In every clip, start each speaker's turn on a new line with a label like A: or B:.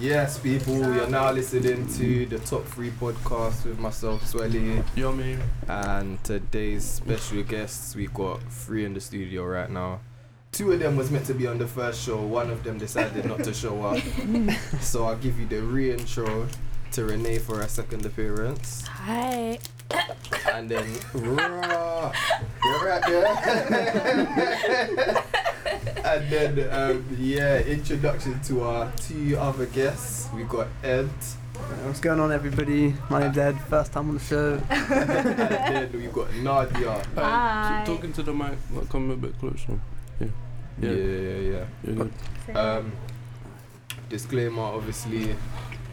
A: Yes, people, you're now listening to the Top 3 podcast with myself, Swelly.
B: Yummy.
A: And today's special guests, we got three in the studio right now. Two of them was meant to be on the first show, one of them decided not to show up. so I'll give you the reintro to Renee for her second appearance.
C: Hi.
A: And then, rah, you're right there. and then, um, yeah, introduction to our two other guests. We got Ed,
D: What's going on, everybody? My name's Ed. First time on the show.
A: and then we got Nadia.
B: Hey,
C: Hi.
B: keep talking to the mic. Like, come a bit closer.
A: Yeah,
B: Yeah.
A: yeah,
B: You're good.
A: yeah. Um, disclaimer obviously,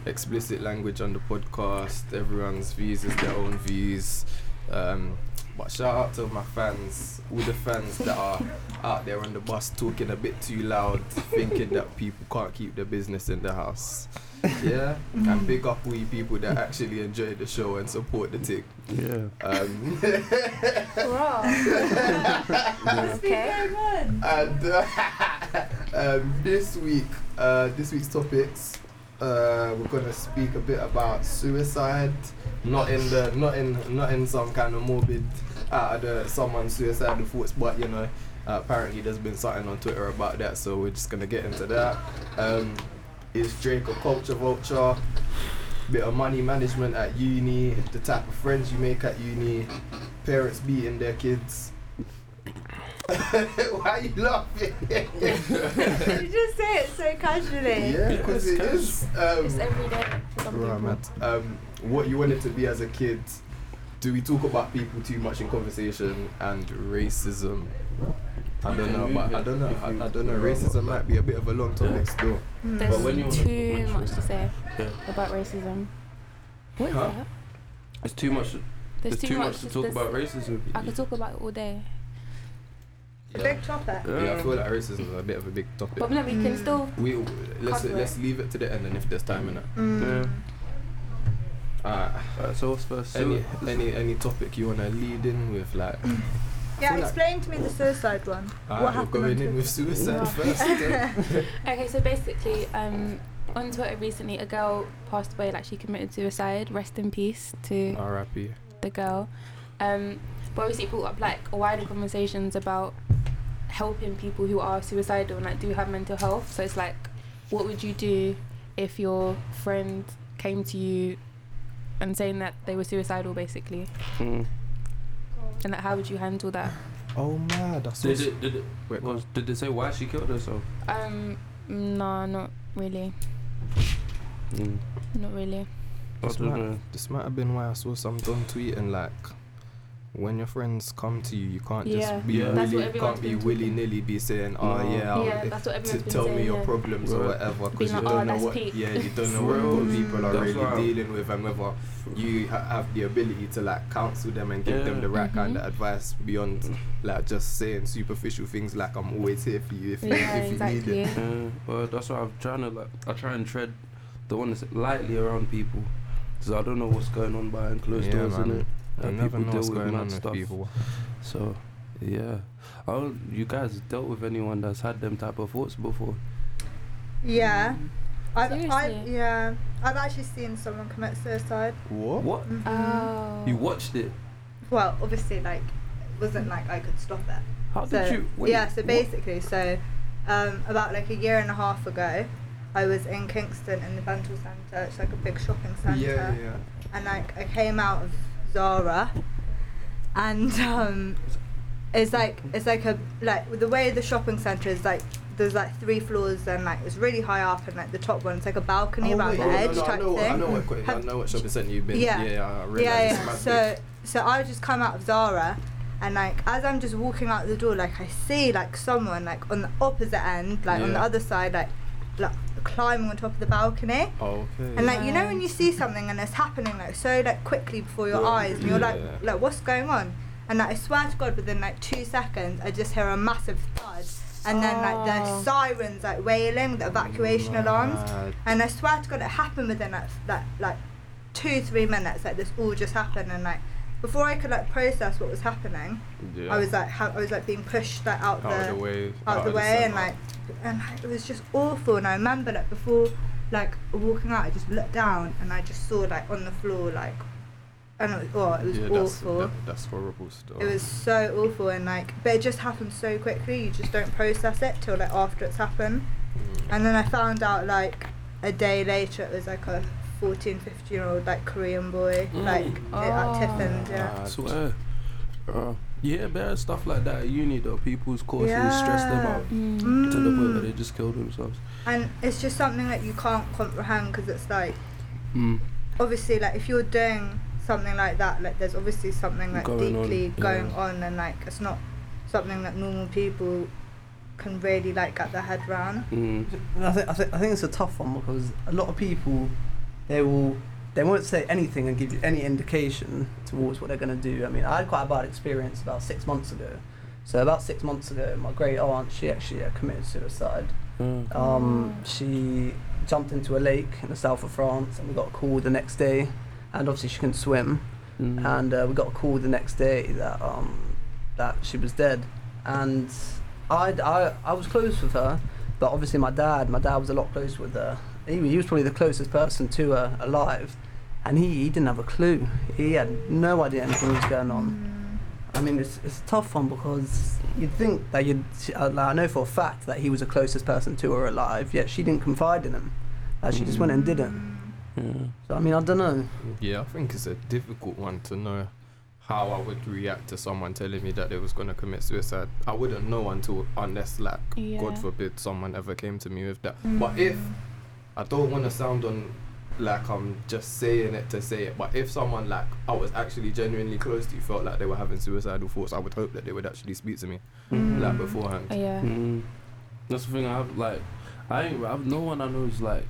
A: explicit language on the podcast. Everyone's views is their own views. Um, but shout out to my fans, all the fans that are out there on the bus talking a bit too loud, thinking that people can't keep their business in the house. Yeah, and big up all you people that actually enjoy the show and support the tick.
B: Yeah.
A: Um,
C: okay.
A: And uh, um, this week, uh, this week's topics, uh, we're gonna speak a bit about suicide, not in the, not in, not in some kind of morbid, out of the someone's suicidal thoughts, but you know, uh, apparently there's been something on Twitter about that, so we're just gonna get into that. Um, is Drake a culture vulture? Bit of money management at uni, the type of friends you make at uni, parents beating their kids. Why are you laughing?
C: you just say it so casually.
A: yeah, because it is.
C: It's
A: Um,
C: every day. for some
A: right,
C: people.
A: Matt. Um, what you wanted to be as a kid. Do we talk about people too much in conversation and racism? I don't know, but I don't know. I, I don't know. Racism might be a bit of a long topic still.
C: Hmm.
B: But when you-
C: There's too much to say
B: Yeah.
C: about racism. What is
A: Huh?
C: that?
B: It's too much. There's, too, much, to talk
C: there's-
B: about racism.
C: I could talk about it all day.
A: Yeah.
E: topic.
A: Yeah, I feel like racism is a bit of a big topic.
C: But no, we can still.
A: We let's
C: Cover it.
A: let's leave it to the end, and if there's time in it,
E: Mm.
B: Yeah.
A: uh,
B: Alright, so what's first? So-
A: any any any topic you wanna lead in with, like
E: Yeah,
A: So, like-
E: explain to me the suicide one.
A: uh, we're
E: happened on
A: going in
E: Twitter?
A: with suicide
C: Yeah.
A: first. eh?
C: Okay, so basically, um, on Twitter recently, a girl passed away. Like she committed suicide. Rest in peace to
A: R.I.P.
C: the girl. Um, but obviously, it brought up like wider conversations about helping people who are suicidal and like do have mental health. So it's like, what would you do if your friend came to you and saying that they were suicidal, basically,
B: Mm.
C: and like how would you handle that?
A: Oh man, that's
B: Did it, did it,
A: Wait,
B: was, did they say why she killed herself?
C: Um, no, not really,
B: Mm.
C: not really.
B: I
A: This
B: don't
A: might,
B: know.
A: this might have been why I saw some dumb tweet and like, when your friends come to you, you can't
C: Yeah.
A: just be
B: Yeah.
C: That's what
A: willy,
C: everyone's
A: can't be
C: been
A: willy
C: tweeting.
A: nilly be saying, oh
B: No.
A: yeah, I'll-
C: yeah,
A: if-
C: that's what
A: to
C: everyone's been
A: tell
C: saying.
A: me your
C: yeah.
A: problems or
B: Right.
A: whatever
C: Being
A: because you
C: like, "Oh,
A: don't know
C: that's
A: what
C: peak."
A: yeah you don't know what, what people are
B: Mm, That's
A: really
B: right.
A: dealing with and whether you ha- have the ability to like counsel them and give them
B: Yeah.
A: the right kind
C: Mhm.
A: of advice beyond like just saying superficial things like I'm always here for you if you,
C: Yeah,
A: if you need
C: exactly.
A: it.
B: Yeah, well, that's why I'm trying to like. I try and tread the one that's lightly around people, because I don't know what's going on behind closed
A: Yeah,
B: doors,
A: man.
B: innit?
A: I
B: And
A: never
B: people
A: know
B: deal
A: what's
B: with
A: going
B: mad
A: on with
B: stuff.
A: people.
B: So, yeah. I don't, you guys dealt with anyone that's had them type of thoughts before?
E: Yeah. I've, I've,
C: Seriously?
E: yeah. I've actually seen someone commit suicide.
A: What?
B: What?
E: Mhm.
C: Oh.
B: You watched it?
E: Well, obviously, like, it wasn't like I could stop it.
B: How
E: so,
B: did you? wait,
E: yeah, so
B: what?
E: basically, so um, about like a year and a half ago, I was in Kingston in the Bental Centre. It's like a big shopping
A: Yeah,
E: centre.
A: yeah, yeah.
E: and like I came out of Zara, and um, it's like it's like a like the way the shopping centre is like there's like three floors and like it's really high up and like the top one it's like a balcony
A: Oh,
E: around
A: wait,
E: the
A: no, no,
E: edge
A: no, I
E: type
A: know,
E: thing.
A: I know what, qu- I
E: Have-
A: know what shopping centre you've been. Yeah,
E: Yeah.
A: yeah, I realise
E: yeah,
A: it's
E: yeah.
A: mad
E: So so I just come out of Zara. And like as I'm just walking out the door, like I see like someone like on the opposite end, like on the
A: Yeah.
E: other side, like like climbing on top of the balcony.
A: big. Oh, Okay.
E: And like you know
C: Yeah.
E: when you see something and it's happening like so like quickly before your
B: Yeah.
E: eyes and you're like
A: Yeah.
E: like what's going on? And like, I swear to God within like two seconds I just hear a massive thud and then like
C: Oh.
E: the sirens like wailing, the evacuation alarms.
A: Mad.
E: And I swear to God it happened within like f- like like two, three minutes, like this all just happened and like before I could like process what was happening,
A: Yeah.
E: I was like ha- I was like being pushed like out,
A: out of the way,
E: out, of the way
A: centre.
E: and like and like, it was just awful and I remember like before like walking out, I just looked down and I just saw like on the floor like, and it was, oh, it was
A: yeah, that's,
E: awful.
A: that- that's horrible stuff.
E: It was so awful and like, but it just happened so quickly. You just don't process it till like after it's happened.
A: Hmm.
E: And then I found out like a day later it was like a 14, 15 year old like Korean boy
B: Mm.
E: like it-
C: Oh.
E: at Tiffin. Yeah.
A: Ah,
B: Swear. Uh, yeah, bad stuff like that at uni though. People's courses stress them
E: Yeah.
B: out
C: Mm.
B: to the point
E: Mm.
B: that they just kill themselves.
E: And it's just something that you can't comprehend because it's like
B: Mm.
E: obviously like if you're doing something like that, like there's obviously something like
B: Going on,
E: deeply
B: yeah.
E: going on and like it's not something that normal people can really like get their head round.
B: Mm.
D: And I think, I think I think it's a tough one because a lot of people they will they won't say anything and give you any indication towards what they're going to do. I mean, I had quite a bad experience about six months ago. So about six months ago, my great aunt she actually uh, committed suicide.
B: Uh,
D: Um, she jumped into a lake in the south of France, and we got a call the next day. And obviously, she couldn't swim,
B: mm.
D: and uh, we got a call the next day that um, that she was dead. And I, I I was close with her, but obviously my dad my dad was a lot closer with her. He, he was probably the closest person to her alive, and he, he didn't have a clue. He had no idea anything was going on. I mean, it's, it's a tough one because you'd think that you'd. uh, Like, I know for a fact that he was the closest person to her alive, yet she didn't confide in him. Uh, she just went and did it.
B: yeah.
D: So, I mean, I don't know.
A: Yeah, I think it's a difficult one to know how I would react to someone telling me that they was gonna commit suicide. I wouldn't know until unless like
C: Yeah.
A: God forbid someone ever came to me with that. But if I don't wanna sound on like I'm just saying it to say it, but if someone like I was actually genuinely close to felt like they were having suicidal thoughts, I would hope that they would actually speak to me
E: mm.
A: like beforehand.
C: Oh, yeah.
B: Mm. That's the thing. I've like, I ain't. I've no one I know is like,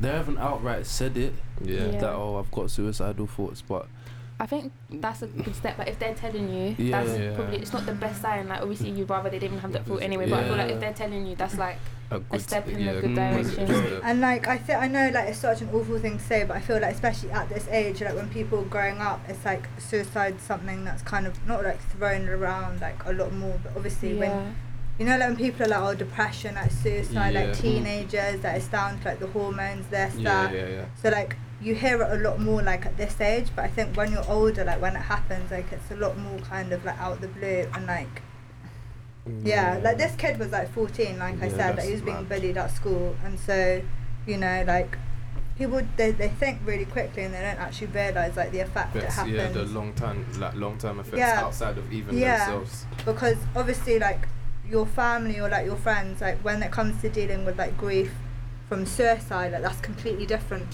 B: they haven't outright said it
A: Yeah.
C: Yeah.
B: that oh I've got suicidal thoughts, but
C: I think that's a good step. Like if they're telling you,
B: Yeah.
C: that's
A: Yeah.
C: probably it's not the best sign. Like obviously you'd rather they didn't have that thought anyway. But I feel like if they're telling you, that's like
A: A good
C: step in a
A: yeah, Mm.
C: good
A: positive
B: direction.
A: step.
E: Mm. And like I think I know like it's such an awful thing to say, but I feel like especially at this age, like when people are growing up, it's like suicide's something that's kind of not like thrown around like a lot more. But obviously when
C: yeah,
E: you know like when people are like oh depression, like suicide,
A: Yeah.
E: like
A: Mm.
E: teenagers, that it's down to like the hormones, this,
A: yeah,
E: that.
A: yeah, yeah.
E: So like you hear it a lot more like at this age, but I think when you're older, like when it happens, like it's a lot more kind of like out the blue and like yeah, like this kid was like 14, like I
A: Yeah,
E: said, like
A: that's
E: he was being
A: mad.
E: bullied at school, and so you know like people they, they think really quickly and they don't actually realize like the effect it
A: Effects,
E: happens
A: yeah, the long time like long term effects
E: Yeah.
A: outside of even
E: Yeah.
A: themselves.
E: because obviously like your family or like your friends like when it comes to dealing with like grief from suicide like that's completely different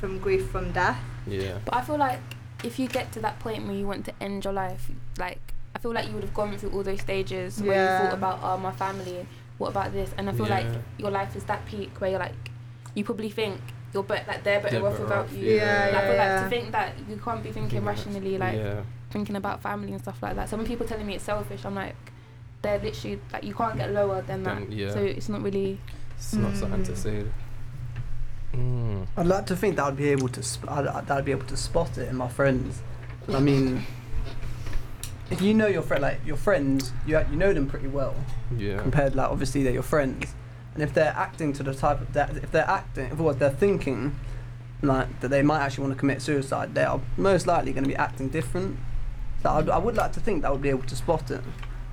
E: from grief from death
A: Yeah.
C: but I feel like if you get to that point where you want to end your life, like I feel like you would have gone through all those stages where you
E: Yeah.
C: thought about oh my family, what about this, and I feel like
A: Yeah.
C: your life is that peak where you're like you probably think you're better like they're better
A: They're
C: off
A: better
C: without
A: off,
C: you.
E: Yeah,
C: Like, I feel like
E: yeah.
C: to think that you can't be thinking rationally like
A: yeah.
C: thinking about family and stuff like that. So when people telling me it's selfish, I'm like, they're literally like you can't get lower than that.
A: Then, yeah.
C: So it's not really.
A: It's not something to
E: Mm.
A: say. Mm.
D: I'd like to think that I'd be able to sp- I'd, I'd- that I'd be able to spot it in my friends. But I mean, if you know your friend, like your friends, you act- you know them pretty well
A: Yeah.
D: compared. Like obviously they're your friends, and if they're acting to the type of that, if they're acting, if what they're thinking, like that they might actually want to commit suicide, they are most likely going to be acting different. So I'd, I would like to think that I would be able to spot it.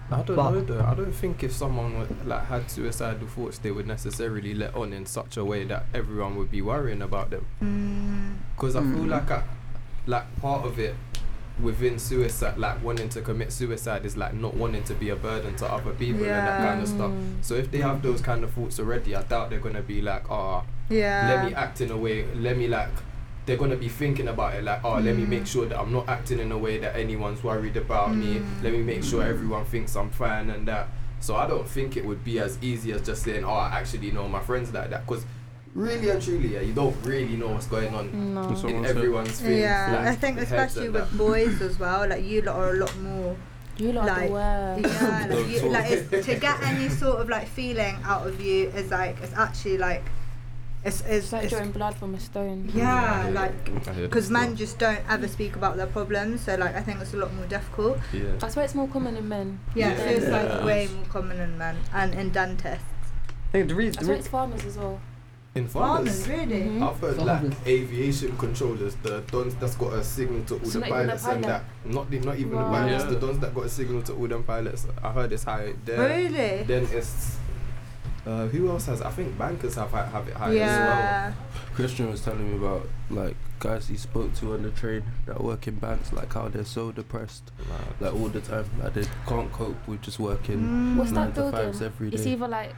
A: I don't
D: But-
A: know though. I don't think if someone would, like had suicidal thoughts, they would necessarily let on in such a way that everyone would be worrying about them. Because I feel
D: Mm.
A: like I, like part of it within suicide, like wanting to commit suicide, is like not wanting to be a burden to other people and that
E: Yeah.
A: kind of stuff. So if they have those kind of thoughts already, I doubt they're gonna be like, ah,
E: yeah
A: let me act in a way let me like they're gonna be thinking about it like oh let me make
E: Mm.
A: sure that i'm not acting in a way that anyone's worried about me
E: Mm.
A: let me make sure everyone thinks i'm fine and that so i don't think it would be as easy as just saying oh i actually know my friends like that because really and truly yeah you don't really know what's going
E: Mm.
A: on
C: No.
B: So-
A: in
B: Someone said-
A: everyone's things
E: yeah
A: like,
E: i think
A: the heads
E: especially
A: and
E: with
A: that.
E: boys as well like you lot are a lot more
C: You lot are
E: Like,
C: the worst.
E: yeah,
A: Don't
E: like, you,
A: talk.
E: like it's, to get any sort of like feeling out of you is like it's actually like it's
C: It's
E: it's,
C: like
E: it's
C: drawing blood from a stone.
E: yeah, like
A: I hear
E: because
A: that
E: men
A: still.
E: just don't ever speak about their problems, so like I think it's a lot more difficult.
A: yeah
C: That's why it's more common in men.
E: Yeah,
A: Yeah.
E: suicide's
A: Yeah.
E: way more common in men and in dentists.
D: I think the reason.
C: That's why it's farmers as well.
A: in
E: Farmers,
A: farmers.
E: really?
C: Mhm.
F: I've heard like aviation controllers, the dons that's got a signal to all the
C: So not even the
F: pilots and
C: pilot?
F: that. Not the, not even
C: Wow.
F: the pilots,
B: Yeah.
F: the dons that got a signal to all them pilots. I heard it's high there.
E: Really?
F: Then it's uh, who else has? I think bankers have hi- have it high
B: Oh,
F: as
E: yeah. Oh,
B: Christian was telling me about like guys he spoke to on the train that work in banks, like how they're so depressed,
F: well.
B: like all the time, like they can't cope with just working
E: Mm.
C: What's
B: nine
C: that
B: to fives
C: building?
B: every
C: It's
B: day.
C: either like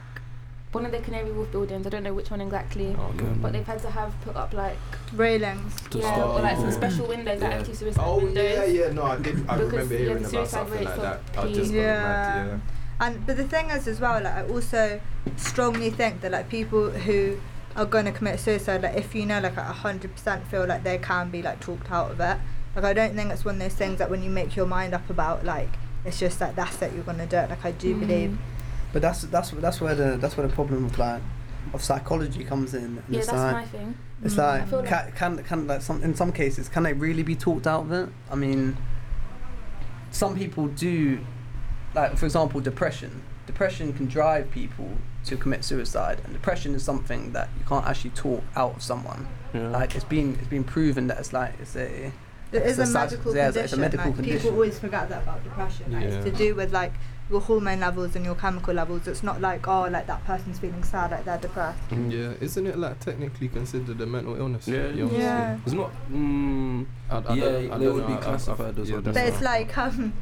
C: one of the Canary Wolf buildings. I don't know which one exactly,
F: Oh, no.
C: but they've had to have put up like
E: Railings.
B: To
C: yeah,
B: stop
C: or, like some
B: people.
C: special windows that
B: Yeah.
C: actually suicide
F: Oh
C: windows.
F: yeah, yeah. No, I did. I
C: Because,
F: remember
C: yeah,
F: hearing
C: the
F: about
C: suicide
F: something like
C: rates
F: that.
C: are
F: I just
C: pretty-
F: got mad.
E: Yeah.
F: Yeah.
E: And but the thing is as well, like I also strongly think that like people who are gonna commit suicide, like if you know like a hundred percent feel like they can be like talked out of it. Like I don't think it's one of those things that when you make your mind up about like it's just like that's it you're gonna do it. Like I do believe.
D: But that's that's that's where the that's where the problem of like of psychology comes in. And
C: Yeah,
D: it's
C: that's
D: like,
C: my thing.
D: It's
E: Mm.
C: I
D: like,
C: feel
D: can, can, can like some in some cases can they really be talked out of it? I mean, some people do, like for example, depression. Depression can drive people to commit suicide, and depression is something that you can't actually talk out of someone.
B: Yeah.
D: Like it's been it's been proven that it's like it's a
E: There is
D: It's a
E: a
D: psych-
E: medical
D: yeah, it's a
E: condition.
D: medical
E: like,
D: condition.
E: People always forget that about depression. Like, It's to
A: Yeah.
E: do with like your hormone levels and your chemical levels. It's not like oh like that person's feeling sad, like they're depressed.
A: Mm, Yeah, isn't it like technically considered a mental illness?
B: Yeah,
A: You know?
E: Yeah.
B: It's not. Mm,
A: I, I
B: Yeah,
A: don't, I
B: they
A: don't
B: would
A: know,
B: be
A: I- I-
B: classified as
A: yeah,
B: what
A: that's
E: But
B: they
A: not-
E: it's like um,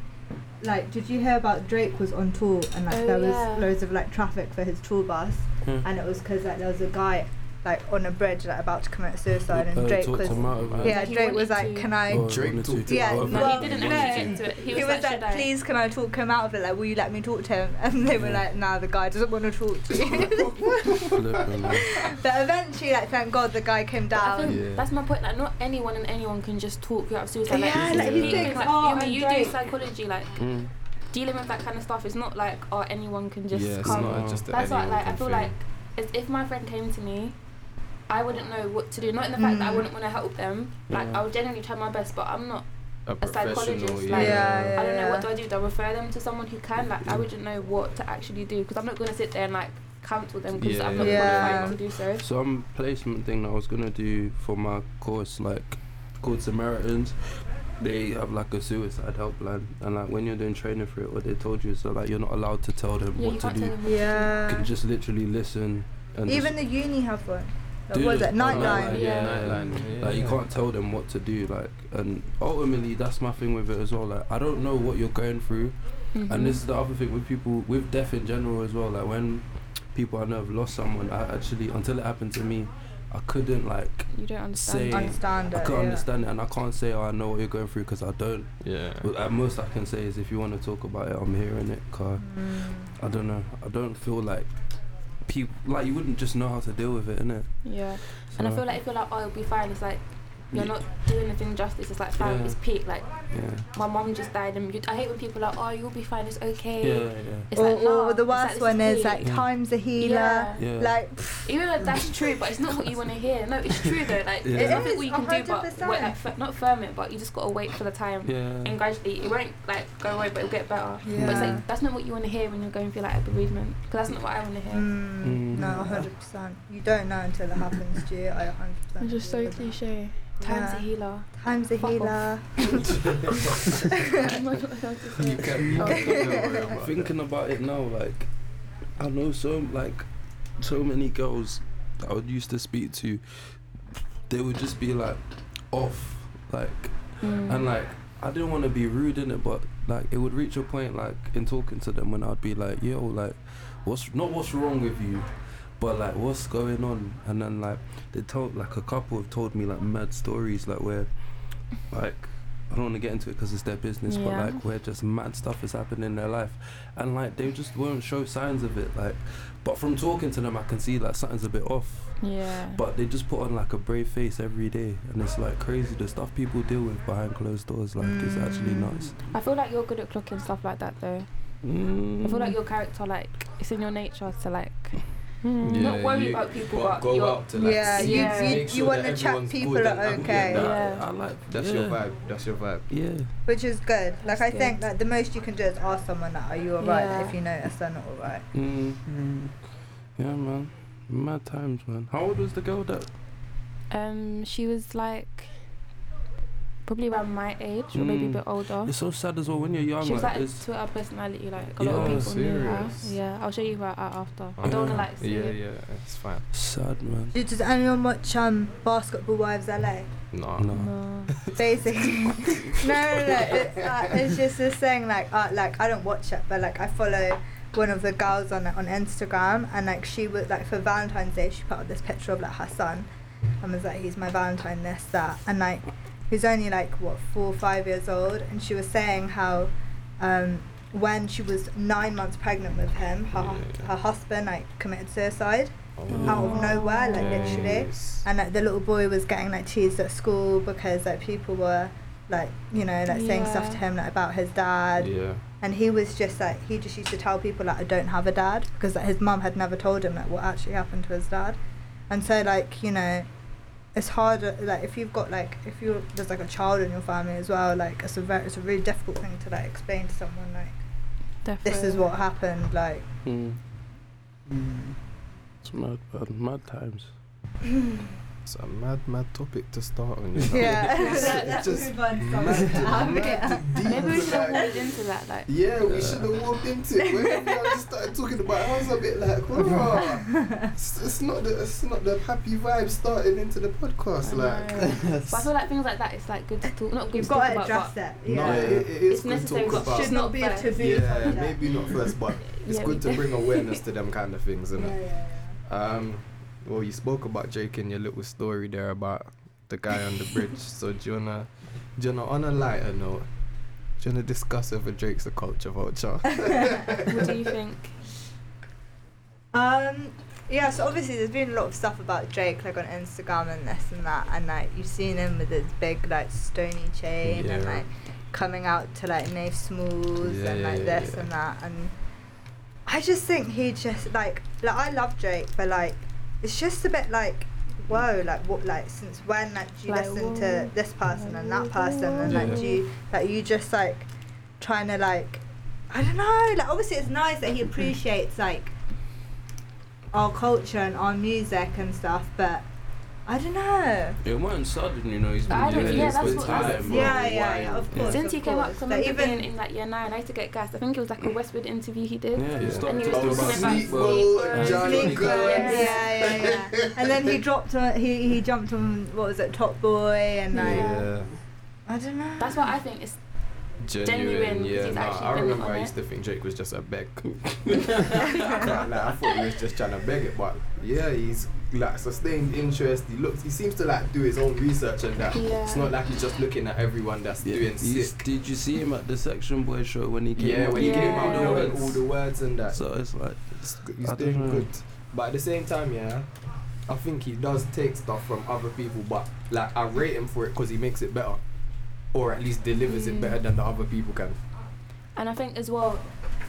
E: like did you hear about Drake was on tour and like
C: Oh,
E: there was
C: yeah.
E: loads of like traffic for his tour bus
B: Yeah.
E: and it was because like there was a guy like on a bridge like about to commit suicide and
B: Uh,
E: Drake
B: talked
E: was
B: him out of it.
E: yeah
C: He
E: Drake was
C: wanted
E: like
C: to-
E: can I
B: Or
F: Drake
B: wanted to-
F: talked it
E: Yeah,
B: or
E: no,
B: wanted
E: well,
C: no,
B: to
C: he didn't
B: do
E: no.
C: actually
B: it.
C: get into it. He
E: he
C: was, like,
E: like,
C: "Should I?"
E: please can I talk him out of it like will you let me talk to him and they were
B: Yeah.
E: like nah the guy doesn't want to talk to you
B: Flipping, man.
E: but eventually like thank God the guy came
C: But I
E: down
C: think
A: Yeah.
C: That's my point. Like, not anyone and anyone can just talk you out of suicide.
E: Yeah,
C: this is
B: like,
C: the
B: you
C: thing,
E: think,
C: like,
E: "Oh,
C: you, know,
E: I'm
C: you
E: Drake."
C: do psychology, like
B: Mm.
C: dealing with that kind of stuff. It's not like oh, anyone can just
A: yeah, it's
C: come.
A: not just a
C: That's what
A: anyone
C: like I
A: can
C: feel
A: thing.
C: like as if my friend came to me, I wouldn't know what to do. Not in the fact that I
E: Mm.
C: wouldn't want to help them. Like
B: Yeah.
C: I would genuinely try my best, but I'm not.
A: a
C: psychologist,
A: professional.
C: like-
A: yeah.
E: Yeah,
C: I don't know what do I do. Do I refer them to someone who can? Like I wouldn't know what to actually do because I'm not gonna sit there and like counsel them because
A: Yeah,
C: I'm not
E: yeah.
C: qualified to do so.
B: Some placement thing that I was gonna do for my course, like called Samaritans, they have like a suicide helpline, and like when you're doing training for it, what they told you is that like you're not allowed to tell them
C: Yeah, you
B: what to
C: can't
B: do.
C: tell
B: You
E: yeah
C: them.
B: can just literally listen and
E: even
B: just,
E: the uni have one like,
B: Do
E: what is
B: they?
E: it
B: Oh,
E: Nightline
B: Nightline,
C: Yeah.
A: Nightline,
B: like you
A: yeah.
B: can't tell them what to do. Like and ultimately, that's my thing with it as well. Like I don't know what you're going through.
C: Mm-hmm.
B: And this is the other thing with people with death in general as well. Like when people I know have lost someone, I actually until it happened to me, I couldn't like
C: you don't
B: say-
C: understand.
E: understand
B: I
E: it
B: couldn't
E: yeah.
B: understand it, and I can't say oh, I know what you're going through because I don't.
A: Yeah.
B: But at most I can say is if you want to talk about it, I'm hearing it. Cause
E: Mm.
B: I don't know. I don't feel like people like you wouldn't just know how to deal with it, innit?
C: Yeah. And I feel like if you're like, oh, it'll be fine. It's like you're
B: Yeah.
C: not doing anything justice. It's like fine,
B: Yeah.
C: it's peak. Like
B: yeah,
C: my mum just died, and you, I hate when people are like, oh, you'll be fine. It's okay.
B: yeah, yeah,
C: It's
E: or,
C: like,
E: or
C: nah,
E: the
C: it's like,
E: worst
C: this
E: one is
C: peak.
E: like
B: Yeah.
E: time's a healer.
C: Yeah.
B: yeah.
E: Like
C: Even though that's true, but it's not what you want to hear. No, it's true though. Like
B: Yeah.
C: there's
B: It
C: nothing
E: is,
C: what you can do but
E: 100%.
C: wait, like, fir- not firm it, but you just gotta wait for the time.
B: yeah.
C: And gradually, it won't like go away, but it'll get better. But it's
E: Yeah.
C: like that's not what you want to hear when you're going through like a bereavement, because that's not what I want to hear.
E: mm,
B: Mm.
E: no,
B: Yeah.
E: hundred percent. You don't know until it happens to you. I hundred percent.
C: cliche. Time's
E: Time's
C: a
E: a
C: healer.
E: Time's a
C: Fuck off.
E: healer.
C: I'm not sure what to say.
A: You can, you
C: Okay.
A: can don't worry about that.
B: thinking about it now, like I know so like so many girls that I would used to speak to, they would just be like off, like
C: Mm.
B: and like I didn't want to be rude in it, but like it would reach a point like in talking to them when I'd be like, yo, like what's not what's wrong with you. But like, what's going on? And then like, they told like a couple have told me like mad stories like where, like, I don't want to get into it because it's their business, but
C: Yeah.
B: like where just mad stuff is happening in their life, and like they just won't show signs of it. Like, but from talking to them, I can see like something's a bit off.
C: yeah.
B: But they just put on like a brave face every day, and it's like crazy the stuff people deal with behind closed doors. Like it's actually nuts.
C: I feel like you're good at clocking stuff like that though. I feel like your character, like, it's in your nature to like not
A: Yeah,
C: worry
A: you-
C: about people,
A: But
C: but,
A: go
C: you're.
A: out to like
E: Yeah,
A: see,
C: you- you-
A: make
E: you
A: sure
E: wanna
A: that
E: check
A: everyone's
E: people
A: good
E: are
A: and happy.
E: okay.
A: That-
C: Yeah.
B: Mm. I, like
A: That's
B: yeah.
A: your vibe. That's your vibe.
B: Yeah,
E: Which is good. Like I
C: That's
E: think
C: good.
E: that the most you can do is ask someone that, "Are you alright?"
C: Yeah.
E: If you notice they're not alright.
B: mm,
D: Mm.
B: yeah, man. Mad times, man. How old was the girl that?
C: Um, she was like probably around my age or maybe a
B: Mm.
C: bit older.
B: It's so sad as well when you're young.
C: She was
B: like,
C: like a
B: it's-
C: Twitter personality, like a
B: Yeah.
C: lot of people
A: Serious.
C: knew her. Yeah, I'll show you her out after. I don't wanna like see
A: Yeah,
C: it.
A: yeah, it's fine.
B: sad, man.
E: Dude, does anyone watch um, Basketball Wives LA?
A: No.
B: No.
C: No.
E: Basically, no, no, no. It's, like, it's just this thing like, uh, like I don't watch it, but like I follow one of the girls on on Instagram, and like she was like for Valentine's Day, she put up this picture of like her son, and was like, he's my Valentine, this that, and like he's only like what four or five years old, and she was saying how um, when she was nine months pregnant with him, her
A: Yeah.
E: her husband like committed suicide
A: Oh.
E: out of nowhere, like literally
A: Yes.
E: and like the little boy was getting like teased at school because like people were like you know like saying stuff
C: Yeah.
E: to him like about his dad
A: Yeah.
E: and he was just like he just used to tell people like I don't have a dad because like his mum had never told him like what actually happened to his dad and so like you know it's harder like if you've got like if you are there's like a child in your family as well like it's a very it's a really difficult thing to like explain to someone like
C: Definitely.
E: this is what happened like
B: Mm. It's mad, man. Mad times.
A: It's a mad, mad topic to start on. You know?
E: yeah
A: It's
E: let's
A: just
E: move on from
A: mad-
E: that.
A: mad deep,
C: Maybe we should have
A: like-
C: walked into that, like.
F: Yeah, we
A: Yeah.
F: should have walked into it. When we all just started talking about it, I was a bit like, "Bruh, it's, it's not the it's not the happy vibe starting into the podcast.
C: I
F: like,
C: know. But I feel like things like that, it's like good to talk. Not good
E: you've
C: to talk
E: got to
C: about,
E: address
C: but
E: it
F: no,
E: yeah
F: it, it is
C: It's
F: good
C: necessary,
F: to talk
C: but
F: about.
E: should not be a
C: Not
E: taboo.
F: yeah,
E: subject.
F: maybe not first, but it's
C: Yeah,
F: good
C: we
F: to bring awareness to them kind of things,
E: Yeah,
F: isn't it?
E: yeah,
A: Um, well, you spoke about Jake in your little story there about the guy on the bridge. So, do you wanna, do you wanna, on a lighter note, do you wanna discuss whether Drake's a culture vulture?
C: what do you think?
E: yeah. Um, yeah. So obviously, there's been a lot of stuff about Drake, like on Instagram and this and that, and like you've seen him with his big like stony chain and
A: Yeah.
E: like coming out to like Nave Smalls and like
A: Yeah.
E: this and that, and I just think he just like like I love Drake, but like it's just a bit like. Whoa, like what, like since when, like do you
C: Like,
E: listen
C: whoa.
E: to this person and that person, and
A: Yeah.
E: like do you, like you just like trying to like I don't know. Like obviously, it's nice that he appreciates like our culture and our music and stuff, but I don't know.
B: Yeah, mine sudden, you know. He's been
C: I
B: doing this
C: don't- yeah,
B: for
C: that's what-
B: time.
C: that's-
B: for a
E: yeah, yeah, yeah,
B: while.
E: of course.
C: Since he came up,
E: course,
C: I
E: but
C: remember
E: even-
C: being in like year nine, I used to get gassed. I think it was like a Westwood interview he did.
B: Yeah,
A: Yeah.
B: you start
C: And he
B: talking
C: was
F: Oh,
B: about
C: talking
F: Sleep
C: about
F: Mode,
C: sleep
F: Johnny
E: Sleep
B: Johnny
E: Mode,
F: Guns.
E: yeah, yeah, yeah. and then he dropped. On, he he jumped on what was it, Top Boy, and like
A: yeah.
E: I don't know.
C: That's what I think. It's
A: Genuine,
C: Genuine, 'cause
A: yeah.
C: he's
A: Nah,
C: actually
A: I
C: been
A: remember
C: on
A: I
C: it.
A: used to think Drake was just a beg. like, I thought he was just trying to beg it, but
F: Yeah, he's like sustained interest. He looks. He seems to like do his own research and that.
C: Yeah.
F: It's not like he's just looking at everyone that's
B: Yeah,
F: doing
B: he's-
F: sick.
B: Did you see him at the Section Boy show when he came?
F: Yeah,
B: out?
F: when he
C: Yeah.
F: came out,
B: with the
F: knowing
B: words?
F: all the words and that.
B: So it's like,
F: It's good- He's
B: I don't
F: doing
B: know.
F: good. But at the same time, yeah, I think he does take stuff from other people, but like I rate him for it because he makes it better, or at least delivers it
C: Mm.
F: better than the other people can.
C: And I think as well,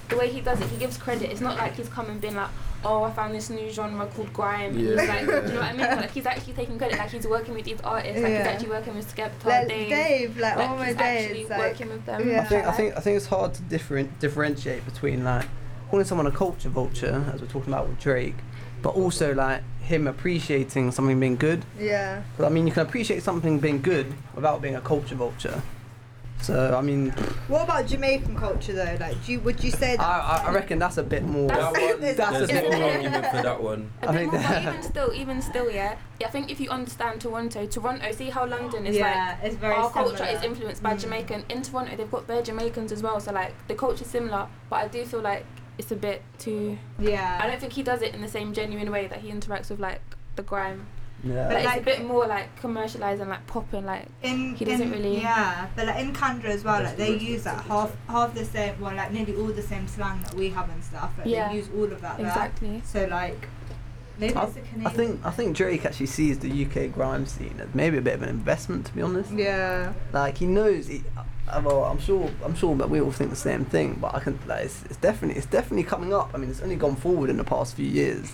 C: the way he does it, he gives credit. It's not like he's come and been like, oh, I found this new genre called grime. And
F: Yeah.
C: he's like, do you know what I mean? Like he's actually taking credit. Like he's working with these artists. Like
E: Yeah.
C: he's actually working with Skepta,
E: like
C: Dave.
E: Dave, like,
C: Like,
E: all my
C: he's actually
E: days, like
C: working with them.
E: Yeah.
D: I think I think I think it's hard to different differentiate between like calling someone a culture vulture, as we're talking about with Drake, but also like him appreciating something being good.
E: yeah.
D: 'Cause, I mean, you can appreciate something being good without being a culture vulture. So I mean,
E: What about Jamaican culture though? Like, do you would you say
D: I,
E: that?
D: I, I reckon that's a bit more.
C: That's-
E: There's
D: Ah, that's a
B: there's
D: bit
B: no
D: more.
B: argument for that one.
C: A
D: I
C: bit
D: think
C: more,
D: that-
C: but even still, even still, yeah. yeah. I think if you understand Toronto, Toronto, see how London is like
E: yeah, it's very
C: our
E: similar.
C: culture is influenced by
E: Mm.
C: Jamaican. In Toronto, they've got their Jamaicans as well, so like the culture's similar. But I do feel like it's a bit too. I
E: yeah.
C: don't think he does it in the same genuine way that he interacts with like the grime.
D: Yeah.
E: But
C: But it's
E: like-
C: a bit more like commercialized and like popping. Like
E: in,
C: He
E: in-
C: doesn't really-
E: yeah but like in Canada as well
A: That's
E: like
A: the
E: they
A: rest of
E: use
A: the
E: like
A: country,
E: half half the same well like nearly all the same slang that we have and stuff like
C: Yeah.
E: they use all of that there.
C: exactly.
E: so like maybe it's a Canadian
D: I think I think Drake actually sees the UK grime scene as maybe a bit of an investment, to be honest.
E: yeah
D: Like he knows. He, uh, well, I'm sure. I'm sure that we all think the same thing. But I can. Like, it's, it's definitely. It's definitely coming up. I mean, it's only gone forward in the past few years,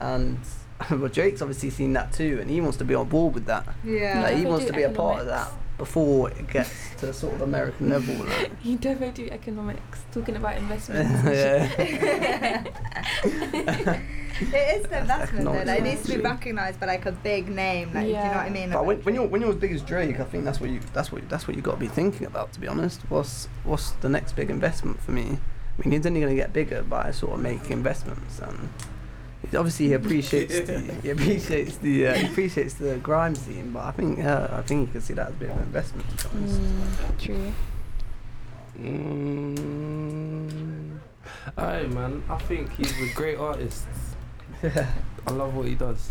D: and well, Drake's obviously seen that too, and he wants to be on board with that.
E: yeah
D: Like, he
C: They
D: wants
C: do
D: to be a part of
C: economics.
D: before it gets to sort of American level. Like.
C: You definitely do economics, talking about investments. and shit.
D: yeah.
E: It is the investment though. Like, it needs to be
D: Acknowledged.
E: recognised by like a big name. Like, do you know what I
C: Yeah.
E: mean?
D: But when, when you're when you're as big as Drake, I think that's what you that's what that's what you got to be thinking about. To be honest, what's what's the next big investment for me? I mean, he's only going to get bigger by sort of making investments, and he- obviously he appreciates the he appreciates the uh, he appreciates the grime scene. But I think uh, I think you can see that as a bit of an investment. To be honest.
C: Mm, true.
B: Mm. Aye, man. I think he's a great artist. I love what he does.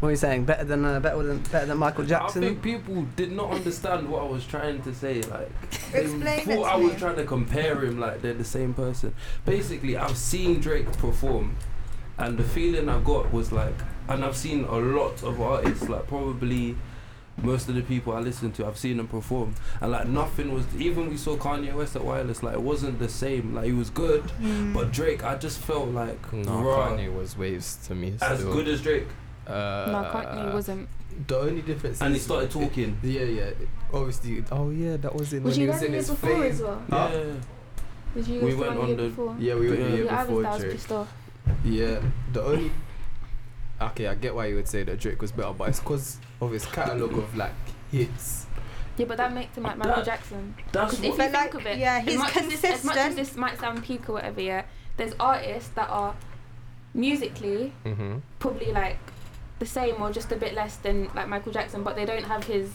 D: What are you saying? Better than uh, better than better than Michael
B: I
D: Jackson?
B: think people did not understand what I was trying to say. Like, they
E: Explain it
B: thought
E: to
B: I was
E: me.
B: trying to compare him like they're the same person. Basically, I've seen Drake perform, and the feeling I got was like, and I've seen a lot of artists, like probably most of the people I listen to, I've seen them perform, and like nothing was. Even we saw Kanye West at Wireless, like it wasn't the same. Like he was good,
E: Mm.
B: but Drake, I just felt like
A: No,
B: raw,
A: Kanye was waves to me.
B: as
A: still.
B: good as Drake,
A: Uh,
C: no, Courtney wasn't.
A: The only difference
B: and he
A: is
B: started talking.
A: Yeah, yeah. Obviously. Oh, yeah. That was in
C: Was
A: when
C: you
A: he was
C: guys the
A: in
C: year
A: his
C: before
A: fame.
C: as well?
A: Huh?
B: Yeah.
C: Was you guys
B: We
C: the
B: went
C: one
B: on
C: year
B: the-
C: before?
A: Yeah, we were
B: Yeah.
A: the year
C: yeah, I was.
A: before
C: there, I was
A: Drake.
C: pissed off.
A: Yeah, the only. Okay, I get why you would say that Drake was better, but it's because of his catalogue of like hits.
C: Yeah, but that makes him like Michael
B: That-
C: Jackson.
B: That's what
C: 'Cause if you
E: But, like,
C: think of it,
E: yeah,
C: as
E: he's
C: much as this- as much as
E: consistent.
C: this might sound peak or whatever, yeah, there's artists that are musically
A: Mm-hmm.
C: probably like the same or just a bit less than like Michael Jackson, but they don't have his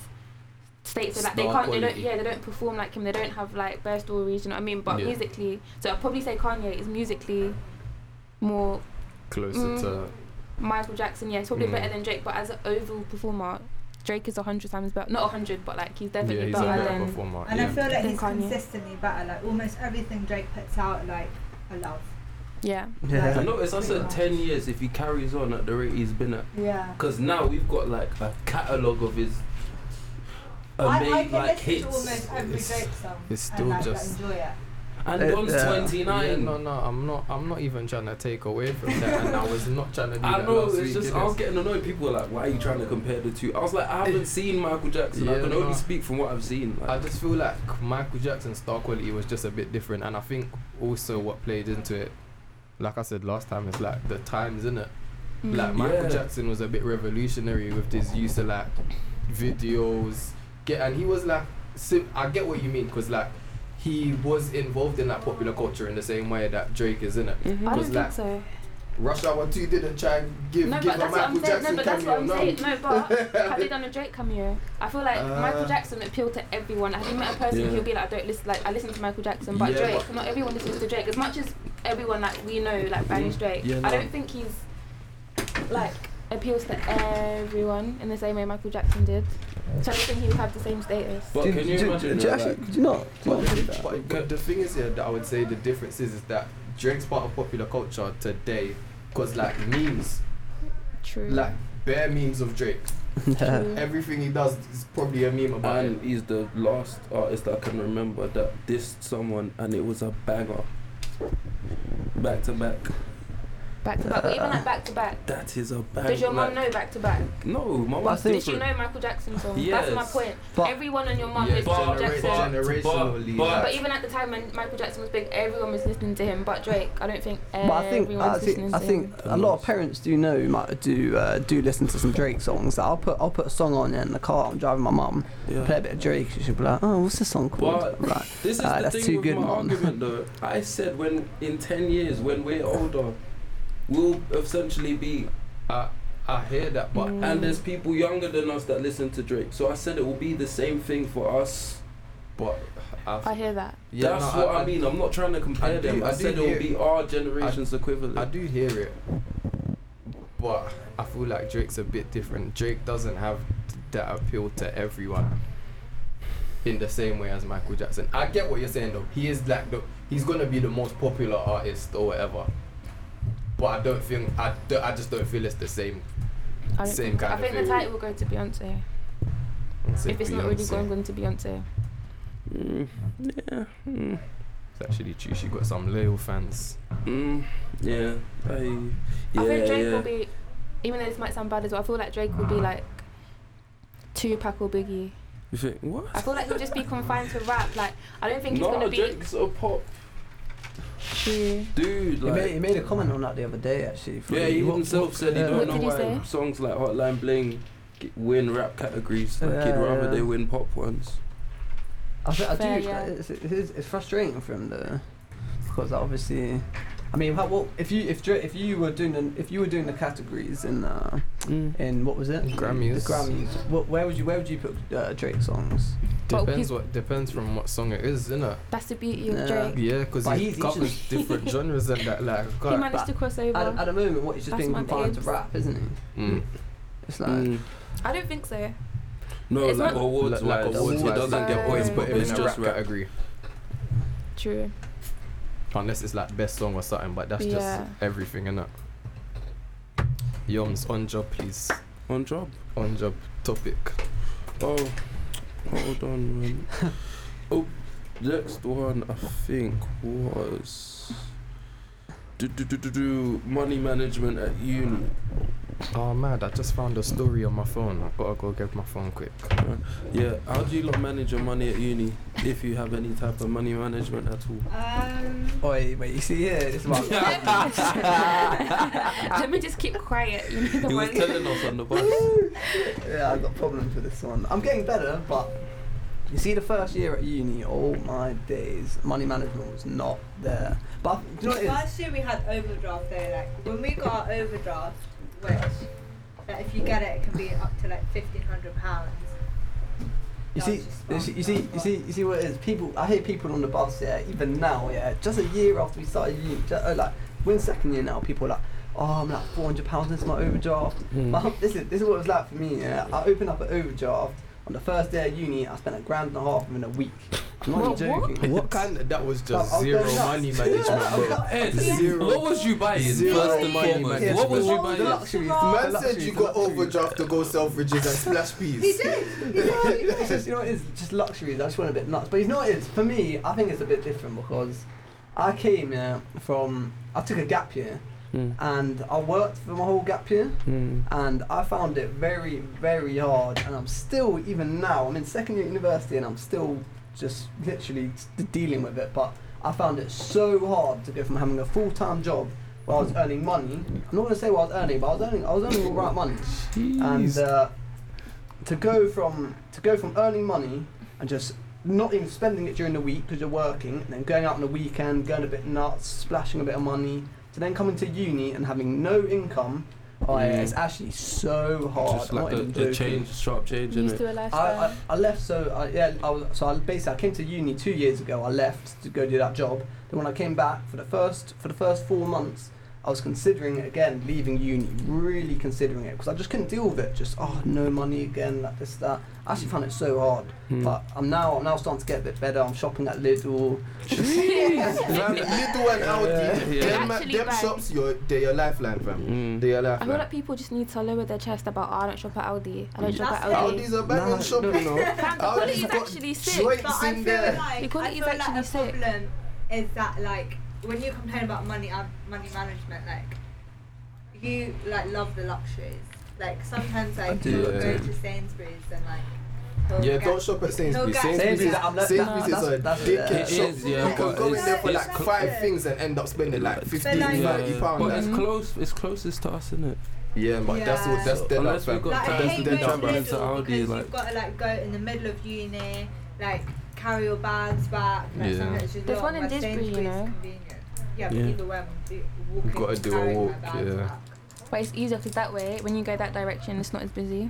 C: states. So like they
A: Star
C: can't, they don't,
A: quality.
C: yeah, they don't perform like him. They don't have like bare stories. You know what I mean? But
A: Yeah.
C: musically, so I'd probably say Kanye is musically more
A: Closer
C: Mm.
A: to.
C: Michael Jackson. Yeah, he's probably
A: Mm.
C: better than Drake, but as an overall performer, Drake is a hundred times better. Not a hundred, but like he's definitely
A: yeah, he's a
C: better
A: better
C: than.
A: performer.
E: and I
A: yeah.
E: feel like
C: Than
E: he's
C: Kanye.
E: consistently better. Like almost everything Drake puts out, like I love.
C: Yeah,
D: yeah.
B: I notice I said 10 years if he carries on at the rate he's been at.
E: Yeah.
B: Because now we've got like a catalogue of his
E: I, I
B: amazing
E: can
B: like
E: listen to
B: hits.
E: almost every
A: It's-
E: Drake song.
A: it's still
E: and, like,
A: just-
E: enjoy it.
B: And
D: Uh,
B: Don's
D: yeah.
B: 29.
A: Yeah, no, no, I'm not. I'm not even trying to take away from that, and I was not trying to do
B: I
A: that
B: know,
A: last
B: it's
A: week.
B: just, I was
A: innit?
B: getting annoyed. People were like, why are you trying to compare the two? I was like, I haven't seen Michael Jackson. I
A: Yeah,
B: can
A: no.
B: only speak from what I've seen.
A: I
B: Like,
A: just feel like Michael Jackson's star quality was just a bit different, and I think also what played into it, like I said last time, is like the times, innit?
C: Mm.
A: Like Michael
B: Yeah.
A: Jackson was a bit revolutionary with his use of like videos. Get and he was like, sim- I get what you mean because like he was involved in that popular culture in the same way that Drake is in it.
C: I don't
A: was
C: think
A: like-
C: so.
F: Rush Hour 2 didn't try and give,
C: No,
F: give
C: but
F: a
C: that's what I'm
F: Michael
C: saying. No,
F: Jackson
C: but that's what
F: cameo.
C: I'm
F: No,
C: saying. No, but have they done a Drake cameo? I feel like
F: Uh,
C: Michael Jackson appealed to everyone. Have you met a person
B: Yeah.
C: who'll be like, I don't listen, like I listen to Michael Jackson, but
A: Yeah,
C: Drake,
A: but-
C: not everyone listens to Drake. As much as everyone like we know, like
F: Mm.
C: bangs Drake,
B: Yeah, no.
C: I don't think he's like appeals to everyone in the same way Michael Jackson did. So I don't think he would have the same status.
B: but
D: Do-
B: can you
D: do-
B: imagine?
D: Do you
B: that,
D: actually?
B: like,
D: Do you not? Do you
A: But,
D: not do
A: the-
D: that?
A: but, but the thing is here that I would say the difference is, is that Drake's part of popular culture today because like memes,
C: True.
A: like bare memes of Drake.
C: True.
A: Everything he does is probably a meme about
B: and
A: it.
B: he's the last artist I can remember that dissed someone and it was a banger. Back to back.
C: Back to back. But even like back to back.
B: That is a banger.
C: Does your
B: like,
C: mum know back to back?
B: No,
D: But
B: my
D: I
B: mum's
D: think-
C: Did
B: different.
C: she know Michael Jackson songs? That's my
B: Yes.
C: point.
D: But-
C: everyone and your mum
A: Yeah,
C: is
B: but-
C: Michael
A: genera-
C: Jackson.
B: but-
A: generationally.
B: but-
C: But even at the time when Michael Jackson was big, everyone was listening to him. But Drake, I don't think
D: But
C: everyone's
D: I think I
C: listening
D: think, I
C: to
D: think
C: him.
D: a lot of parents do know might do uh, do listen to some Drake songs. I'll put I'll put a song on in the car. I'm driving my mum.
B: Yeah.
D: Play a bit of Drake. She'll be like, "Oh, what's this song called?"
B: But-
D: I'm like,
B: This is
D: Ah,
B: the
D: that's
B: thing
D: too
B: with
D: good,
B: my
D: man.
B: argument, though. I said when in ten years, when we're older, we'll essentially be. uh,
A: I, I hear that, but
C: Mm.
B: And there's people younger than us that listen to Drake. So I said it will be the same thing for us.
A: but I,
C: I hear that.
A: yeah,
B: That's
A: no,
B: what I, mean. I'm not trying to compare
A: I do-
B: them. I,
A: I do
B: said it will
A: hear-
B: be our generation's equivalent.
A: I do hear it, but I feel like Drake's a bit different. Drake doesn't have that appeal to everyone in the same way as Michael Jackson. I get what you're saying though. He is like the he's gonna be the most popular artist or whatever. But I don't think I, do, I just don't feel it's the same.
C: I don't
A: Same
C: think,
A: kind
C: I
A: of
C: think the
A: thing.
C: title will go to Beyonce.
A: as
C: if it's not really
A: Beyonce.
C: going, going to Beyonce.
B: Mm, yeah. Mm.
A: It's actually true. She got some loyal fans.
B: Mm, yeah. I. Yeah.
C: I think Drake
B: yeah.
C: will
A: Mm.
C: be, even though this might sound bad as well. I feel like Drake will be like Tupac or Biggie.
B: You think what?
C: I feel like he'll just be confined to rap. Like I don't think he's
B: No,
C: gonna be
B: Drake's a pop
C: true.
B: dude.
D: He
B: Like,
D: made, he made a comment on that the other day, actually. for-
B: yeah, he
D: what- uh,
B: himself
D: what-
B: said he
D: yeah.
B: don't
C: What
B: know
C: did he
B: why
C: say?
B: songs like Hotline Bling g- win rap categories. Like he'd
D: Yeah,
B: rather
D: yeah.
B: they win pop ones.
D: I, think, I do.
C: Fair,
D: like,
C: yeah.
D: it's, it is- it's frustrating for him though, because obviously, I mean, how, well, if you if Dra- if you were doing the, if you were doing the categories in uh,
C: Mm.
D: in what was it?
A: Grammys.
D: The Grammys. What, where would you where would you put uh, Drake songs?
C: But
A: Depends
C: he's-
A: what depends from what song it is, innit?
C: That's the beauty of
D: Yeah.
C: Drake.
A: Yeah, because
D: But
A: he
D: he's- he
A: covers
D: should-
A: different genres and that. Like, I
C: He
A: can't-
C: managed to cross over.
D: At, at the moment, what he's just
C: That's
D: being
C: my
D: confined to
C: babes.
D: rap, isn't he?
A: Mm.
D: It's like
B: Mm.
C: I don't think so.
B: No,
C: It's
B: like
C: not-
A: Like-
B: awards wise,
A: like
B: he
A: awards-wise,
B: doesn't get
C: like,
B: points,
C: always
A: But
B: but
A: in
B: it's
A: a
B: just
A: rap
B: rap.
A: category,
C: True.
A: unless it's like best song or something. But that's
C: Yeah.
A: just everything, innit? Yoms, on job, please.
B: On job.
A: On job topic.
B: Oh, hold on, man. oh, next one I think was. Do, do, do, do, do, money management at uni.
A: Oh mad! I just found a story on my phone. I gotta go get my phone quick.
B: Yeah, how do you lot manage your money at uni if you have any type of money management at all?
E: Um,
D: Oi, wait, you see here, it's about
C: Let me just keep quiet. You need the
B: He was
C: one.
B: telling us on the bus.
D: yeah, I've got problems with this one. I'm getting better, but you see, the first year at uni, all my days, money management was not there. But do you know what it is?
E: last year we had overdraft though. Like when we got our overdraft, which like, if you get it, it can be up to like fifteen hundred pounds.
D: You see, you see, you see, you see, you see what it is. People, I hear people on the bus. Yeah, even now. Yeah, just a year after we started uni, ju- uh, like we're in second year now. People are like, oh, I'm like 400 pounds into my overdraft.
B: Hmm.
D: My, this is this is what it was like for me. Yeah, I opened up an overdraft on the first day of uni. I spent a grand and a half within a week. I'm not even
C: What- what?
D: joking.
A: What kind? That was
D: I'll-
A: just
F: Oh,
D: I'll
A: zero
D: go nuts.
A: money management, bro.
B: Ed,
A: Zero.
B: what was you buying?
A: Zero
B: first and
A: money
B: foremost?
A: management.
B: What was you
E: Yeah,
D: the
B: buying?
E: but-
D: luxuries,
E: Man
D: the
F: Man said you got
D: luxuries, the luxuries.
F: overdraft to go Selfridges and splash
E: He
F: peas.
E: did.
D: you know, it's just, you know, it's just luxuries. I just went a bit nuts. But you know, what it is for me. I think it's a bit different because I came here from. I took a gap year and I worked for my whole gap year, and I found it very, very hard. And I'm still, even now, I'm in second year at university, and I'm still just literally t- dealing with it. But I found it so hard to go from having a full-time job where I was earning money. I'm not gonna say what I was earning, but I was earning, I was earning all right money and uh, to go from to go from earning money and just not even spending it during the week because you're working, and then going out on the weekend, going a bit nuts, splashing a bit of money, to then coming to uni and having no income. Oh, yeah,
B: Mm.
D: it's actually so hard.
F: Oh,
B: Just
D: I'm
B: like
D: not
B: the,
D: even
B: the
D: joking.
B: change, sharp change in
C: Used
B: it.
C: to a
D: I,
C: lifestyle.
D: I, I left so I, yeah I was, so I basically I came to uni two years ago I left to go do that job then when I came back for the first for the first four months I was considering it again leaving uni really considering it because I just couldn't deal with it just oh no money again like this that I actually found it so hard but I'm now I'm now starting to get a bit better I'm shopping at Lidl
F: Man, Lidl and Aldi,
B: Yeah.
F: them,
C: Actually,
F: them
C: man.
F: shops, your, they're your lifeline, fam.
B: Mm.
F: They're your
C: I feel
F: lifeline.
C: like people just need to lower their chest about oh, I don't shop at Aldi. I don't shop at
E: That's
C: Aldi.
F: Aldi's a banging
D: Nah,
F: shop,
D: no,
F: you know.
C: Fam, the
F: Aldi's
C: quality is
F: got
C: actually sick.
F: joints
E: But I
F: in
E: feel
F: there.
E: like
C: Because
E: I
C: it's
E: feel like
C: actually
E: the
C: sick.
E: problem is that like when you complain about money and money management, like you like love the luxuries. Like sometimes like
D: do,
E: you
A: I
E: go
A: do.
E: to Sainsbury's and like he'll
F: Yeah,
E: get-
F: don't shop at
E: No,
F: Sainsbury's.
E: guys,
F: Sainsbury's,
E: Sainsbury's, I'm
F: is-
E: not-
F: Sainsbury's
D: nah,
F: is a
D: that's- that's-
F: dickhead
B: It
F: shop.
B: is,
F: You
B: yeah,
F: can
B: but
F: go in
B: it's-
F: there for like
E: it's-
F: five things and end up spending like
B: But
F: 15,
E: like-
F: 30 pounds.
B: But
F: like.
B: it's close. It's closest to us, isn't it?
F: Yeah, but that's all.
E: Yeah.
F: That's dead
B: Unless
F: up, fam.
B: we've
E: Like,
B: got
E: I
F: That's dead
E: hate going
F: up,
E: to
B: Transparency
E: Lidl
B: Aldi,
E: because
B: like-
E: you've got to like go in the middle of uni, like carry your bags back. Like,
A: Yeah.
E: sometimes you
C: There's
E: don't,
C: one in
E: where
C: Disbury, you
E: Sainsbury's is
C: know.
E: convenient. Yeah, but
B: Yeah.
E: either way, I'm do- walking.
A: gotta do a
E: carrying my
A: walk,
E: bags
A: yeah.
E: back.
C: But it's easier because that way, when you go that direction, it's not as busy.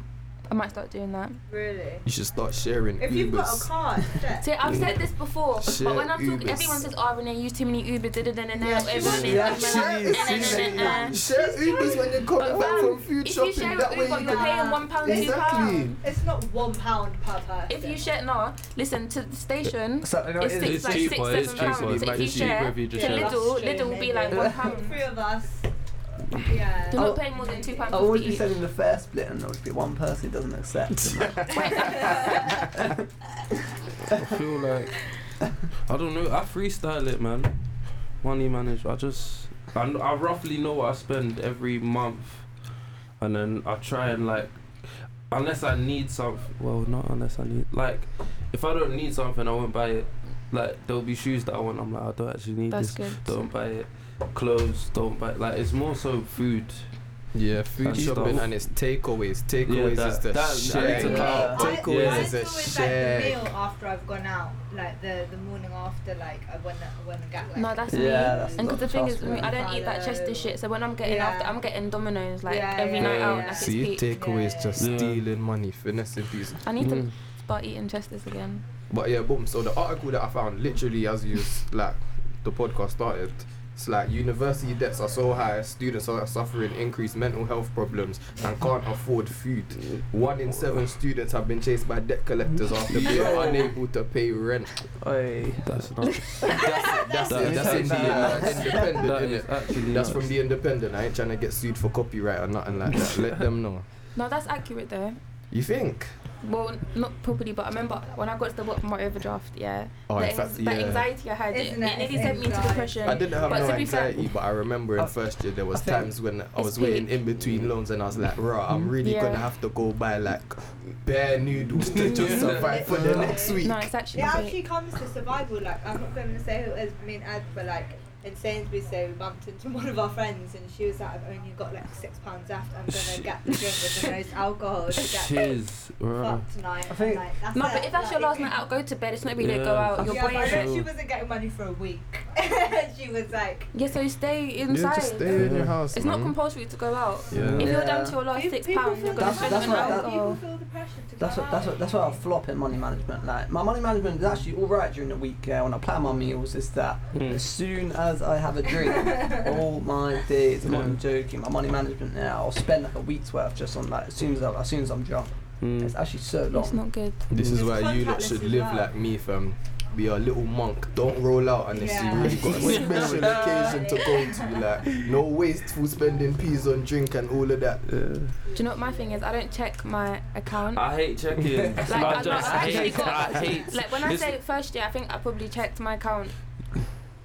C: I might start doing that.
E: Really.
A: You should start sharing.
E: If you've got a
A: Ubers.
E: car, instead.
C: See, I've said this before, but
A: Share
C: when I'm talking,
A: Ubers.
C: everyone says, "Oh, Renee, use too many Uber." Da da da da da.
E: Yeah, she
C: Everyone
E: was-
C: is
D: yeah,
C: like,
D: she
C: nah,
F: is.
C: nah, nah,
F: She's
C: nah, nah, nah.
F: Share Ubers when you're coming
C: But
F: back
C: fam,
F: from food
C: If you
F: shopping.
C: share an
F: That way
C: Uber,
F: you
C: you're
F: can.
C: paying one pound, two
F: Exactly.
C: pounds.
E: uh, It's not one pound per person.
C: If you share, no, listen to the station.
D: so you know,
C: It's
D: it
C: six,
D: is-
B: It's
C: like six,
B: cheaper, it's
C: seven pounds.
B: cheaper,
C: So if you
B: it's cheaper
C: share
B: if you
C: to
B: just
E: share.
C: Lidl, Lidl will be like one
E: the three
C: pound.
E: of us, yeah.
C: You're not paying more than two pounds
D: I always be
C: fifty.
D: sending the fair split and there would be one person who doesn't accept.
B: I feel like I don't know. I freestyle it, man. Money manage. I just I, kn- I roughly know what I spend every month, and then I try and like unless I need something. Well, not unless I need. Like, if I don't need something, I won't buy it. Like, there'll be shoes that I want. I'm like, I don't actually need
C: That's
B: this.
C: good.
B: Don't buy it. Clothes, don't buy. Like, it's more so food.
A: Yeah, food
B: That's
A: shopping
B: tough.
A: and it's takeaways. Takeaways
B: that-
A: is the
B: that- I
A: shit.
B: need to
E: Yeah.
B: cut out.
E: I,
B: Takeaways
E: I
A: is a
E: always like the
A: shag.
E: meal after I've gone out, like the, the morning after, like I when I- when I get like.
C: No, that's me.
D: Yeah, that's
C: and because the
D: not
C: thing is,
D: trustworthy.
C: I don't eat that Chester shit. So when I'm getting
E: Yeah.
C: after, I'm getting Dominoes like
E: Yeah,
C: every
E: yeah,
C: night
E: yeah,
C: out.
E: yeah.
C: Like
E: See,
C: it's peak.
A: takeaways
E: Yeah.
A: just
B: Yeah.
A: stealing money, finessing these.
C: I need
B: Mm.
C: to start eating Chesters again.
A: But yeah, boom. So the article that I found, literally as you s- like, the podcast started. It's like university debts are so high, students are suffering increased mental health problems and can't afford food. One in seven students have been chased by debt collectors after being
D: Yo.
A: unable to pay rent.
D: Oi.
B: That's not.
A: That's, that's,
B: That
A: that's
B: is
A: in the uh,
D: nuts.
A: independent,
B: that
A: innit?
B: is actually.
A: That's
B: nuts.
A: from the Independent. I ain't trying to get sued for copyright or nothing like that. Let them know.
C: No, that's accurate though.
A: You think?
C: Well, n- not properly, but I remember when I got to the bottom of my overdraft, yeah.
A: Oh,
C: the,
A: in fact,
C: anx-
A: yeah.
C: the anxiety I had, it,
E: Isn't
C: it
E: it?
C: nearly sent me into
E: Anxiety.
C: depression.
A: I didn't have
C: But
A: no
C: to be fair- Oh.
A: anxiety, but I remember in
D: I-
A: first year there was
D: I think
A: times when I was
C: It's big.
A: waiting in between loans and I was like, "Right, I'm really
C: Yeah.
A: gonna have to go buy like bare noodles to just survive for the next week."
C: No, it's actually.
E: It actually
C: big.
E: comes to survival. Like I'm not going to say who it is, me and Ad, but like in Sainsbury's, say we bumped into one of our friends, and she was like, "I've only got like six pounds left. I'm going to
B: Shit.
E: get the drink with the most alcohol to get
B: Shiz, bruh.
E: fucked tonight."
D: I think-
E: I'm like, that's
C: No,
E: it.
C: but if that's your
E: Like-
C: last night out, go to bed. It's not really
B: Yeah.
C: to go out. Your
E: yeah, but I
C: brain.
E: bet
B: brain-
E: she wasn't getting money for a week. she was like,
C: Yeah, so stay inside.
B: in your
A: house.
C: It's not compulsory to go out.
A: Yeah.
C: If you're down
D: Yeah.
C: to your last
E: "Pe-
C: six
E: people
C: pounds,
E: feel
C: you're gonna
D: That's-
C: spend
D: that's
C: it on
D: what- that-
E: People
C: alcohol.
E: feel the pressure to
D: That's
E: go
D: what, that's
E: out.
D: what, that's why I flop in money management. Like my money management is actually all right during the week. Yeah, when I plan my meals, is that as soon as I have a drink, all my days. I'm not even joking. My money management now, I'll spend like a week's worth just on like as soon as I, as soon as I'm drunk.
C: Hmm.
D: It's actually so long.
C: It's not good.
A: This is
E: It's
A: why you lot
E: contactless
A: should
E: as
A: live
E: well.
A: like me, fam. Be a little monk. Don't roll out unless
E: Yeah.
A: you really got
E: Yeah.
A: a special occasion to go to. Like, no wasteful spending peas on drink and all of that.
C: Do you know what my thing is? I don't check my account.
B: I hate checking.
C: like,
B: I
C: I've
B: just
C: not- I've actually
B: hate. I
C: got-
B: hate.
C: like when I
B: Listen-
C: say first year, I think I probably checked my account.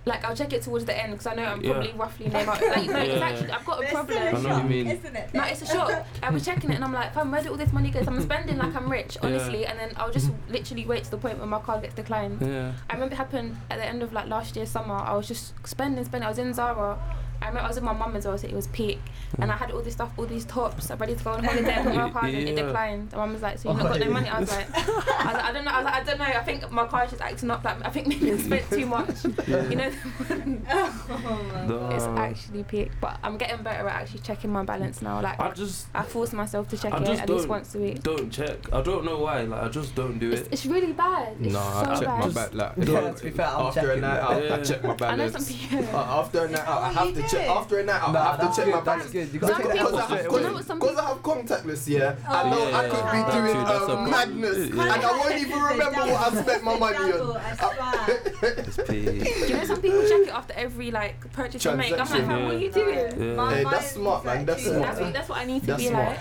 C: Like I'll check it towards the end because I know I'm
B: Yeah.
C: probably roughly name out. Like no,
B: Yeah.
C: it's actually I've got a
E: But it's still
C: problem.
E: a
B: I know what you
E: shock,
B: mean.
E: Isn't it?
C: No, it's a shock. I'll be checking it and I'm like, fam, where did all this money go? So I'm spending like I'm rich,
B: Yeah.
C: honestly, and then I'll just literally wait to the point where my card gets declined.
B: Yeah.
C: I remember it happened at the end of like last year's summer. I was just spending, spending. I was in Zara. I remember I was with my mum as well, so it was peak. And I had all this stuff, all these tops. I'm ready to go on holiday. I put my card in, it
B: Yeah.
C: declined. My mum was like, "So you've not got no money?" I was like, I, was like, "I don't know." I was like, "I don't know." I think my card's just acting up. Like I think maybe I spent too much. You know,
E: oh my
B: The-
E: God.
C: it's
B: Uh,
C: actually peak. But I'm getting better at actually checking my balance now. Like
B: I
C: I,
B: just
C: force myself to check
B: I
C: it
B: just
C: at least
B: don't-
C: once a week.
B: don't check. I don't know why. Like I just don't do
C: It's,
B: it.
C: it's really bad. It's
A: Nah, I
C: so
A: check
C: bad.
A: my
B: Just-
A: back. Like,
D: Yeah,
A: if
D: to be fair, I'm
A: after a
D: checking
A: night
D: that.
A: out, I
B: Yeah.
A: check my
C: I know
A: balance.
C: some people.
A: Uh, after a night out, I
E: Is that
A: have
E: what
A: to
E: you
A: check.
E: do?
A: After a night out,
D: Nah,
A: I have to
D: that's
A: check
D: good,
A: my
D: that's
A: balance.
D: good. You gotta
C: Some Oh.
D: take that
C: people-
D: out straight
C: you know
D: away.
C: what some
A: Because I have contactless, yeah, I know
B: Yeah,
A: I could
E: yeah,
A: be
E: that
A: doing
B: too, that's a
A: um,
B: problem.
A: madness,
B: Yeah.
A: and I won't even remember what I spent my money on.
E: I swear.
B: It's pee.
C: Do you know some people check it after every like purchase they make? I'm like,
A: Transaction,
C: fam, what are you
E: yeah.
C: doing?
B: Yeah.
E: My
A: Hey,
E: mind
A: that's smart,
E: is
A: man,
E: like
A: that's
E: too-
A: smart.
C: That's what, that's what I need to
A: That's
C: be
A: smart.
C: like.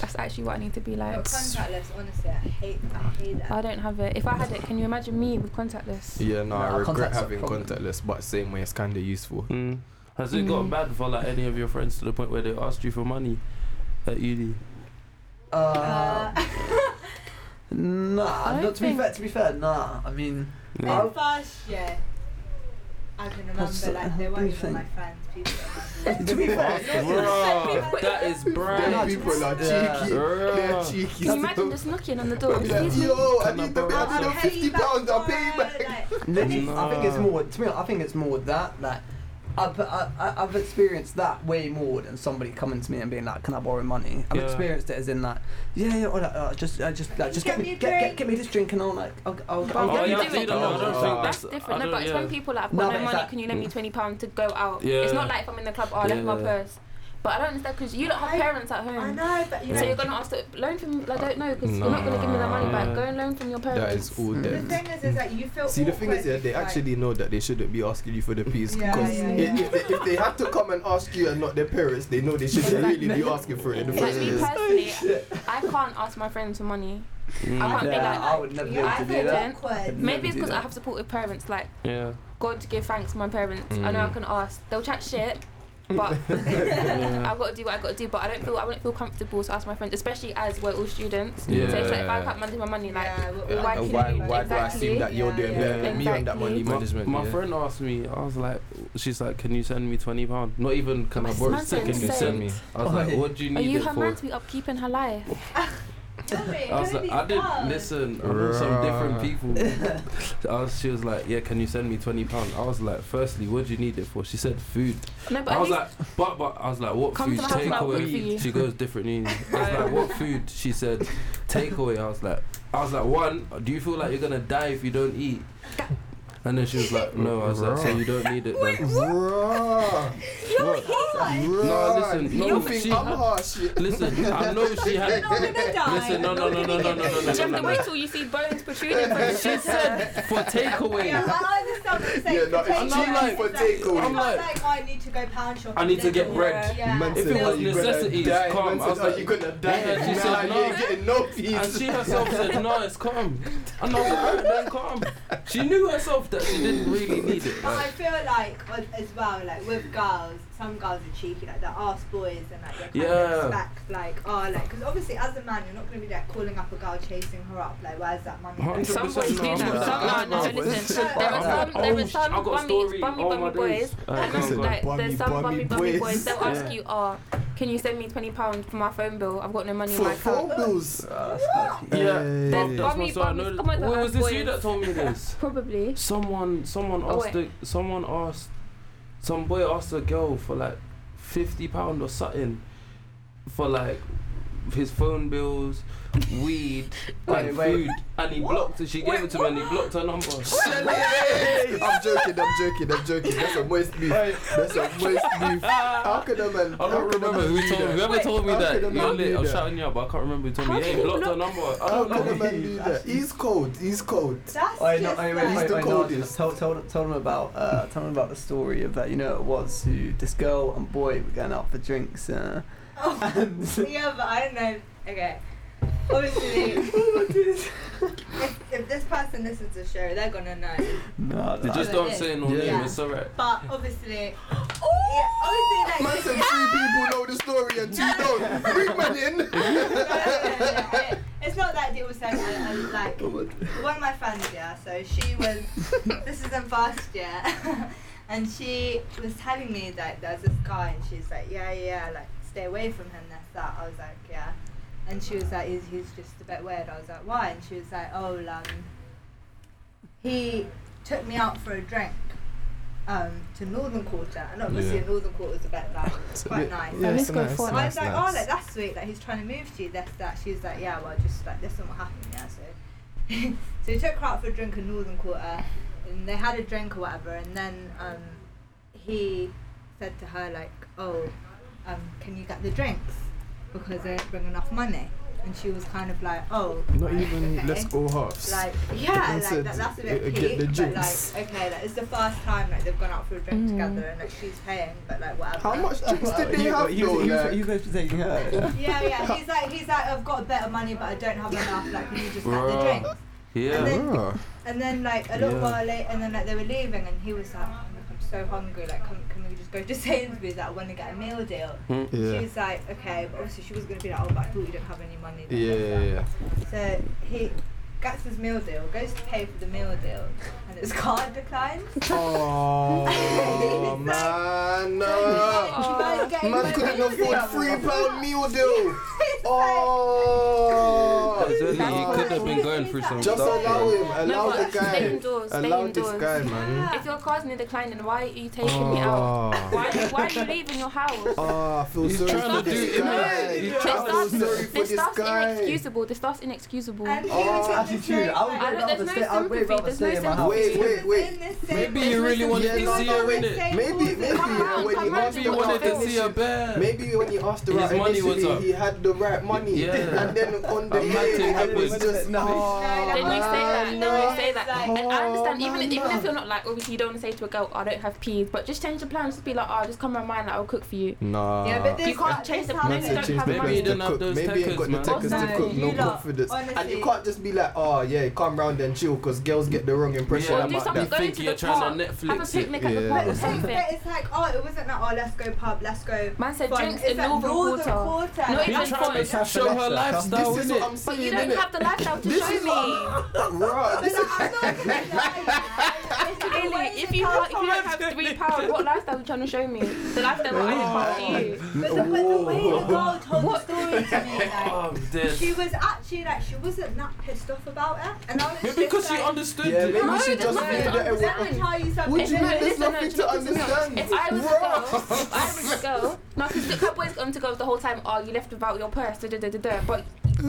C: That's actually what I need to be
E: But
C: like.
E: contactless, honestly, I hate, I hate that.
C: I don't have it. If I had it, can you imagine me with contactless?
A: Yeah, no,
D: Nah,
A: I regret
D: contact's a
A: having
D: problem.
A: contactless, but same way, it's kind of useful.
C: Hmm.
B: Mm. Has it gotten
C: Mm.
B: bad for like any of your friends to the point where they asked you for money at uni?
D: Uh,
E: Uh,
C: I
D: nah,
C: don't
D: not to be
C: think-
D: fair. To be fair, nah. I mean,
B: Yeah.
E: in first year, I can
D: What's
E: remember like they
D: that?
E: weren't
D: What do
E: even
D: you
E: my friends. People. were my
D: to be fair,
B: Bruh, that is
A: Them
B: brand.
A: people are cheeky.
D: Yeah.
A: They're
B: Bruh.
A: cheeky.
C: Can you imagine just knocking on the door?
A: Yeah.
C: Excuse me.
A: Yo, I
B: Can I
A: need the
B: borrow
A: I need the
E: I'll pay
A: fifty
E: you back
A: pounds. I'll pay you
E: tomorrow,
A: back.
E: like,
D: Literally,
B: Mm.
D: I think it's
B: Nah.
D: more. To me, I think it's more that like. I've, I, I- I've experienced that way more than somebody coming to me and being like, "Can I borrow money?" I've
B: Yeah.
D: experienced it as in like, "Yeah, yeah, or like, uh, just, uh, just, like, just get, me, get, get, get me this drink and I'll like, I'll, I'll, I'll,
C: Oh,
B: Oh,
C: you
B: yeah,
C: do
B: I
C: it.
B: do that. I don't
A: Oh.
B: think
C: That's
B: that's. I
C: different. No,
B: don't-
C: but it's
B: yeah.
C: when people like, I've
D: No,
C: got no,
D: but
C: money,
D: that-
C: can you lend me £20 to go out?
B: Yeah.
C: It's not like if I'm in the club, oh, I left my
B: Yeah.
C: purse. But I don't understand because you don't have
E: I-
C: parents at
E: I
C: home.
E: know, but you
C: So
E: know.
C: you're gonna ask to loan from? I don't know because you're not gonna give me that money back.
B: Nah.
C: Go and loan from your parents.
A: That is all
D: Mm.
E: The
A: debt.
E: thing is, is that you feel.
A: See, the thing is,
E: awkward
A: yeah,
E: if
A: they
E: you, like-
A: actually know that they shouldn't be asking you for the peas
E: Yeah,
A: because
E: yeah,
A: i-
E: yeah.
A: If, they, if they had to come and ask you and not their parents, they know they shouldn't really be asking for it in the
C: Like
A: first
C: me
A: place.
C: personally, I can't ask my friends for money. I
B: Mm.
C: can't be
D: Yeah,
C: like.
D: I would never be able
E: I
D: to
E: feel
D: do that.
E: awkward.
C: Maybe it's
D: do
C: because I
D: that.
C: have supportive parents. Like
B: Yeah.
C: God, give thanks to my parents. I know I
A: Mm.
C: can ask. They'll chat shit, but
B: Yeah.
C: I've got to do what I've got to do. But I don't feel I wouldn't feel comfortable to ask my friends, especially as we're all students. So it's like if I
A: Yeah.
C: can't manage my money, like
E: Yeah, what-
A: Yeah,
C: why,
A: and
C: can
A: uh, why,
C: you,
A: why do I
C: exactly?
A: seem that you're
E: Yeah,
A: doing
B: yeah.
A: better than me on that money
C: Exactly.
B: My-
A: management?
B: My,
A: yeah.
B: friend asked me, I was like, she's like, can you send me twenty pound? Not even can I
C: This
B: borrow?
C: man's so
B: Can you send
C: insane.
B: me? I was like, what do you
C: Are
B: need
C: you
B: it
C: her
B: for?
C: man to be upkeeping her life?
E: Sorry,
B: I was like, I didn't listen. I know some different
A: Bruh.
B: people. I was, she was like, yeah, can you send me twenty pound? I was like, firstly, what do you need it for? She said food.
C: No, but
B: I
C: at
B: was
C: least
B: like, but but I was like, what
C: Come
B: food?
C: to the house and I'll cook for you.
B: Takeaway. She goes different. needs. I was
C: Oh.
B: like, what food? She said, takeaway. I was like, I was like, one. Do you feel like you're gonna die if you don't eat? And then she was like, no. I was like, so you don't need it then.
F: Bruh.
B: What?
F: Bruh.
B: listen, no,
F: you think
B: she-
F: I'm harsh? yeah?
B: Listen, I know she had.
E: gonna die.
B: Listen, no, no, no, no, no, no, no,
C: you
B: no,
C: have
B: no,
C: to
B: no.
C: wait till you see bones protruding from your
B: She said for
E: Yeah,
B: takeaway.
E: well, I understand what you're saying.
F: Yeah, no, it's
E: Potato
B: cheap
E: chips,
F: for
E: it's like-
F: takeaway.
E: it's
B: I'm
E: not
B: like-
E: like, I need to go pound shopping.
B: I need to get
E: Yeah.
B: bread.
E: Yeah.
F: Man
B: If
F: said,
B: it was
F: "You better
B: necessities,
F: die."
B: come.
F: Man
B: I was
F: said, "Are
B: like-
F: you gonna die?"
B: Yeah, she
F: Nah,
B: said,
F: you
B: "No."
F: ain't getting no
B: And
F: peace.
B: she herself said, no, it's calm. And I was like, alright, then calm. She knew herself that she didn't really need it.
E: But I
B: Like,
E: feel like with- as well, like with girls, some girls are cheeky, like they ask boys and like they kind
B: Yeah.
E: of expect like, oh, like because obviously as a man you're not gonna be like calling up a girl chasing her up, like where's that money?
B: Hundred
E: Like,
C: Some boys do
B: no, I'm
C: that. Some
F: not.
C: no, no,
F: I'm not.
C: listen.
E: I'm
C: There
E: not.
C: are some, there
B: Oh,
C: are some
B: I got a
C: bummy,
B: story.
C: bummy,
B: Oh, my
C: bummy
B: days.
C: boys.
B: Alright,
F: Listen,
B: go on, go on.
C: Like
F: bummy,
C: there's some
F: bummy
C: bummy, bummy
F: boys.
C: boys. They'll ask
B: Yeah.
C: you, "Oh, can you send me twenty pound for my phone bill? I've got no money in
F: For
C: my
F: phone
C: account."
F: bills.
B: Yeah.
F: Hey.
C: Then
B: That's
C: Bummy,
B: what so I
C: bummy,
B: know.
C: come on,
B: Wait, was this
C: boys.
B: you that told me this?
C: Probably.
B: Someone, someone
C: Oh,
B: asked. The, someone asked. Some boy asked a girl for like fifty pound or something for like his phone bills, weed,
D: Wait,
B: and
D: wait.
B: food, and he blocked her. She gave it to him and he blocked her number.
F: Shelly! I'm joking, I'm joking, I'm joking. That's a waste move. That's a waste move. How could a man?
B: I
F: how
B: don't
F: could a
B: remember
F: man
B: who
F: do
B: told me.
F: that?
B: Whoever told me
F: How
B: that,
F: could a man
B: you're lit.
F: do
B: I'm
F: that?
B: shouting you out, but I can't remember who told
C: How
B: me. Hey,
C: could you
B: blocked her
C: block-
B: number. I
F: How
B: don't
F: could a
B: know.
F: man do that? He's cold. He's cold.
E: That's
D: Wait, no,
E: just
D: wait,
E: like,
D: wait,
F: He's
D: wait,
F: the
D: wait, no,
F: coldest.
D: tell, tell, tell them about, uh, tell them about the story of that. You know, it was who this girl and boy were going out for drinks. Uh,
E: oh, yeah, but I don't know. Okay, obviously, if, if this person listens to the show, they're gonna know.
D: no,
B: They
D: no.
B: just don't say no
D: Yeah.
B: name. It's alright.
E: But obviously, oh, yeah,
F: Man
E: obviously,
F: said
E: like.
F: three people know the story and two don't. Bring man in.
E: No, no, no, no, it- It's not that deal. So I, I like one of my friends, yeah. So she was. this is in first year, and she was telling me that there's this guy, and she's like, yeah, yeah, like stay away from him. That's that. I was like, yeah. And she was like, he's, he's just a bit weird. I was like, why? And she was like, oh, um, he took me out for a drink. Um, to Northern Quarter, and obviously
B: Yeah.
E: Northern Quarter is a bit like quite nice.
C: yeah, it's nice,
E: So I
C: nice,
E: was like, oh, like, that's sweet. Like, he's trying to move to you. This, that. She was like, yeah, well, just like, this isn't what happened. Yeah, so. so he took her out for a drink in Northern Quarter, and they had a drink or whatever, and then um, he said to her, like, oh, um, can you get the drinks? Because they don't bring enough money. And she was kind of like, oh.
F: Not
E: right,
F: even
E: okay.
F: let's go halves.
E: Like,
F: man
E: yeah, like,
F: said,
E: that, that's a
F: uh, get
E: bit
F: the
E: peak, but
F: drinks.
E: like, okay, like, it's the first time, like, they've gone out for a drink
C: Mhm.
E: together, and, like, she's paying, but, like, whatever.
F: How much drinks did they
D: You
F: have?
D: you-
F: though,
D: you-
F: like?
D: you guys were taking her.
E: Yeah, yeah. He's like, he's like, I've got a bit of money, but I don't have enough. Like, can you just get the
B: Bruh.
E: drinks?
B: Yeah.
E: And then-
F: Ah.
E: And then like a little
B: Yeah.
E: while later, and then like they were leaving, and he was like, oh, look, I'm so hungry. Like, can, can we just go to Sainsbury's? Like, I want to get a meal deal.
B: Mm.
E: She
F: Yeah.
E: was like, okay, but obviously she was gonna be like, oh, but I thought you didn't have any money. like,
F: Yeah,
E: this,
F: yeah,
E: that.
F: yeah.
E: So he gets his meal deal, goes to pay for the meal deal, and his card declines.
F: Oh man, no. Man couldn't afford three pound meal Oh. deal.
B: That's
F: Oh.
B: really- you could have been going through some
F: Just
B: stuff.
F: allow
B: man.
F: him. Allow
C: no, but
F: the
C: stay
F: guy.
C: indoors. Stay
F: Allow
C: indoors.
F: this guy, man.
C: If your car's in decline, then why are you taking
B: Oh.
C: me out? Why, why are you leaving your house?
F: Oh, I feel
B: He's
F: sorry
B: trying
F: for
B: to
F: this
B: do
F: guy.
B: it.
F: He's
B: He's
F: trying to
C: trying to-
F: feel sorry for
C: This
F: this
C: stuff's
F: guy.
C: inexcusable. This stuff's inexcusable.
E: And he
F: Oh,
E: was in the
D: Attitude.
E: same,
D: I would
E: like-
C: I don't-
D: rather
C: there's no
D: stay. I would
C: sympathy,
D: rather
C: there's
D: stay
C: no
D: in my house.
C: sympathy.
F: Wait, wait,
E: in
F: wait.
E: the same
B: Maybe you really
E: position.
B: wanted
F: Yeah,
B: to
F: no,
B: see
F: no,
B: her
F: wait.
B: in it.
F: Maybe, maybe
C: Come on,
F: when he
C: come
F: asked
B: Maybe
C: on,
F: her
B: you
C: come
F: out
B: wanted
F: to
B: to
C: on.
B: see her
F: finish,
B: bear.
F: maybe when he asked her
B: His
F: out
B: money was
F: initially,
B: up.
F: he had the right like money,
B: Yeah.
F: and then on the
B: A mad
F: day it
B: thing
F: was
B: happened.
F: just
D: No.
F: no.
C: Then you say that. Then
E: no,
C: you say that.
E: it's
C: And I understand.
F: like-
C: Even if, even if you're not like, obviously, you don't want to say to a girl, "I don't have peas," but just change the plans. Just be like, "Oh, just come around mine. Like, I'll cook for you."
A: Nah.
E: Yeah, but
C: You
E: this,
C: can't change the
F: Man
C: plans. You
F: said
C: don't
F: change
C: have
F: the
B: Maybe
F: plans
B: you
C: money.
F: to
B: don't have
F: cook.
B: those
F: Maybe you ain't got the
B: techers, man.
F: techers to
E: Honestly,
F: cook. No
E: you lot,
F: confidence. And you
E: honestly.
F: can't just be like, oh yeah, you come round and chill, because girls get the wrong impression
C: Or do
F: about that.
C: something
B: You
C: Go
B: think
C: to
B: you're
C: the
B: trying to
C: Have a
B: Netflix it?
C: picnic at the
A: Yeah.
C: park or
E: it's, like,
C: something.
E: but it's like, oh, it wasn't like, oh, let's go pub, let's go.
C: Man said
E: fun.
C: drinks
E: It's
C: in
E: like
C: Northern
E: Northern
C: Quarter.
E: Quarter.
C: Not
B: You're
C: even
B: trying
C: fun.
B: to show her lifestyle,
F: This is what
B: innit?
F: I'm
C: But you
F: saying,
C: don't have
F: innit?
C: the lifestyle to
F: This
C: show
F: is
C: me.
F: Bruh,
E: But
F: this
E: like,
F: is
E: I'm not gonna lie. It's the
C: Really,
E: way
C: if
E: they
C: you
E: come
C: if you don't have three pounds, what lifestyle are you trying to show me? The lifestyle that I didn't have to you.
E: But the, but the way the girl told
C: What?
E: the story to me, like,
B: Oh, I'm dead.
E: she was actually like, she wasn't that pissed off about it. And I was
B: Maybe
E: just
B: because
E: like,
B: you understood
F: Yeah,
B: it.
F: maybe
C: No,
F: she
C: there's
F: just
C: nothing
F: knew
C: to
F: that it
E: Let me
F: was.
E: tell you something.
F: What do you
C: No,
F: mean there's
C: listen, no,
F: nothing
C: do
F: to
C: you know what's wrong?
F: understand?
C: If I was a girl,
F: Bruh.
C: if I was a girl, no, because the cowboys on to go the whole time. Oh, you left without your purse. Da, da, da, da, da. But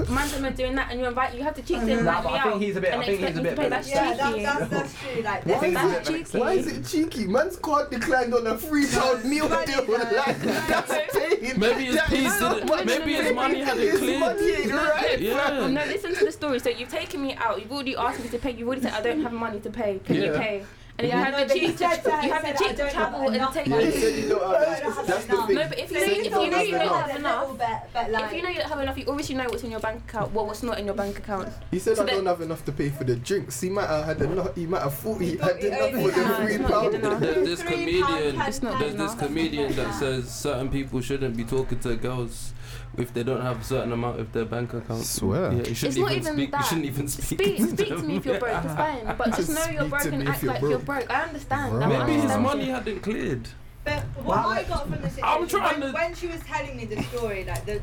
C: man's are doing that, and you invite, you have to cheat to invite
D: Nah, but
C: me
D: I
C: out.
D: think he's a bit- I
C: and
D: think he's
C: expect
D: a
C: me
D: bit
C: to pay
D: better.
C: that
E: Yeah, that,
C: cheeky.
E: that's, that's true. Like,
F: What
E: there's
F: is
E: that
C: That's
F: it?
C: cheeky.
F: Why is it cheeky? Man's card declined on a free child meal
E: Money,
F: deal.
E: man.
F: Like, that's pain.
B: Maybe his
F: That
B: peas
F: is
B: didn't.
F: money.
B: Maybe his
C: Maybe
B: money had it
F: His
B: cleared.
F: money ain't right.
B: Yeah.
C: No, listen to the story. So you've taken me out. You've already asked me to pay. You've already said I don't have money to pay. Can you
B: Yeah.
C: pay? And you
E: Yeah. No,
C: have the
E: but he
C: cheek to
E: said that. He
C: you have
E: said,
C: the
E: "I
C: cheek to
E: don't have
C: travel and
E: enough
C: take
F: Yeah,
E: money."
F: you
C: money.
F: said you don't have this. That's the thing.
C: No, but if you
E: So
C: know, if
E: he
C: you
E: told
C: know
E: us
C: you
E: about
C: don't
E: it
C: have
E: a
C: enough,
E: little bit, but like,
C: if you know you don't have enough, you obviously know what's in your bank account. Well, what's not in your bank account?
F: He said
C: So
F: I
C: then-
F: don't have enough to pay for the drinks. He might have had enough. He might have thought he
E: He
F: had
E: thought he
F: enough
E: only
F: for the
E: had-
F: three
C: it's not good
F: pounds.
C: enough.
B: There's this
E: Three
B: comedian.
E: pound,
C: It's not-
E: ten
B: There's this
E: pound,
B: comedian that
E: something like
B: says certain people shouldn't be talking to girls if they don't have a certain amount of their bank account.
A: Swear.
B: Yeah, you shouldn't
C: not
B: even,
C: even
B: speak.
C: that.
B: You shouldn't even speak.
C: Speak,
B: to
C: speak to
B: them.
C: me if you're broke. It's fine, but just
F: Just
C: know you're
F: speak
C: broke
F: to
C: and
F: me if
C: act
F: you're
C: like you're
F: broke.
C: broke. I understand.
F: Bro.
C: I
B: Maybe his
C: understand
B: money
C: you.
B: hadn't cleared.
E: But what
D: Wow.
E: I got from the situation,
B: I'm trying
E: when,
B: to-
E: when she was telling me the story, like the,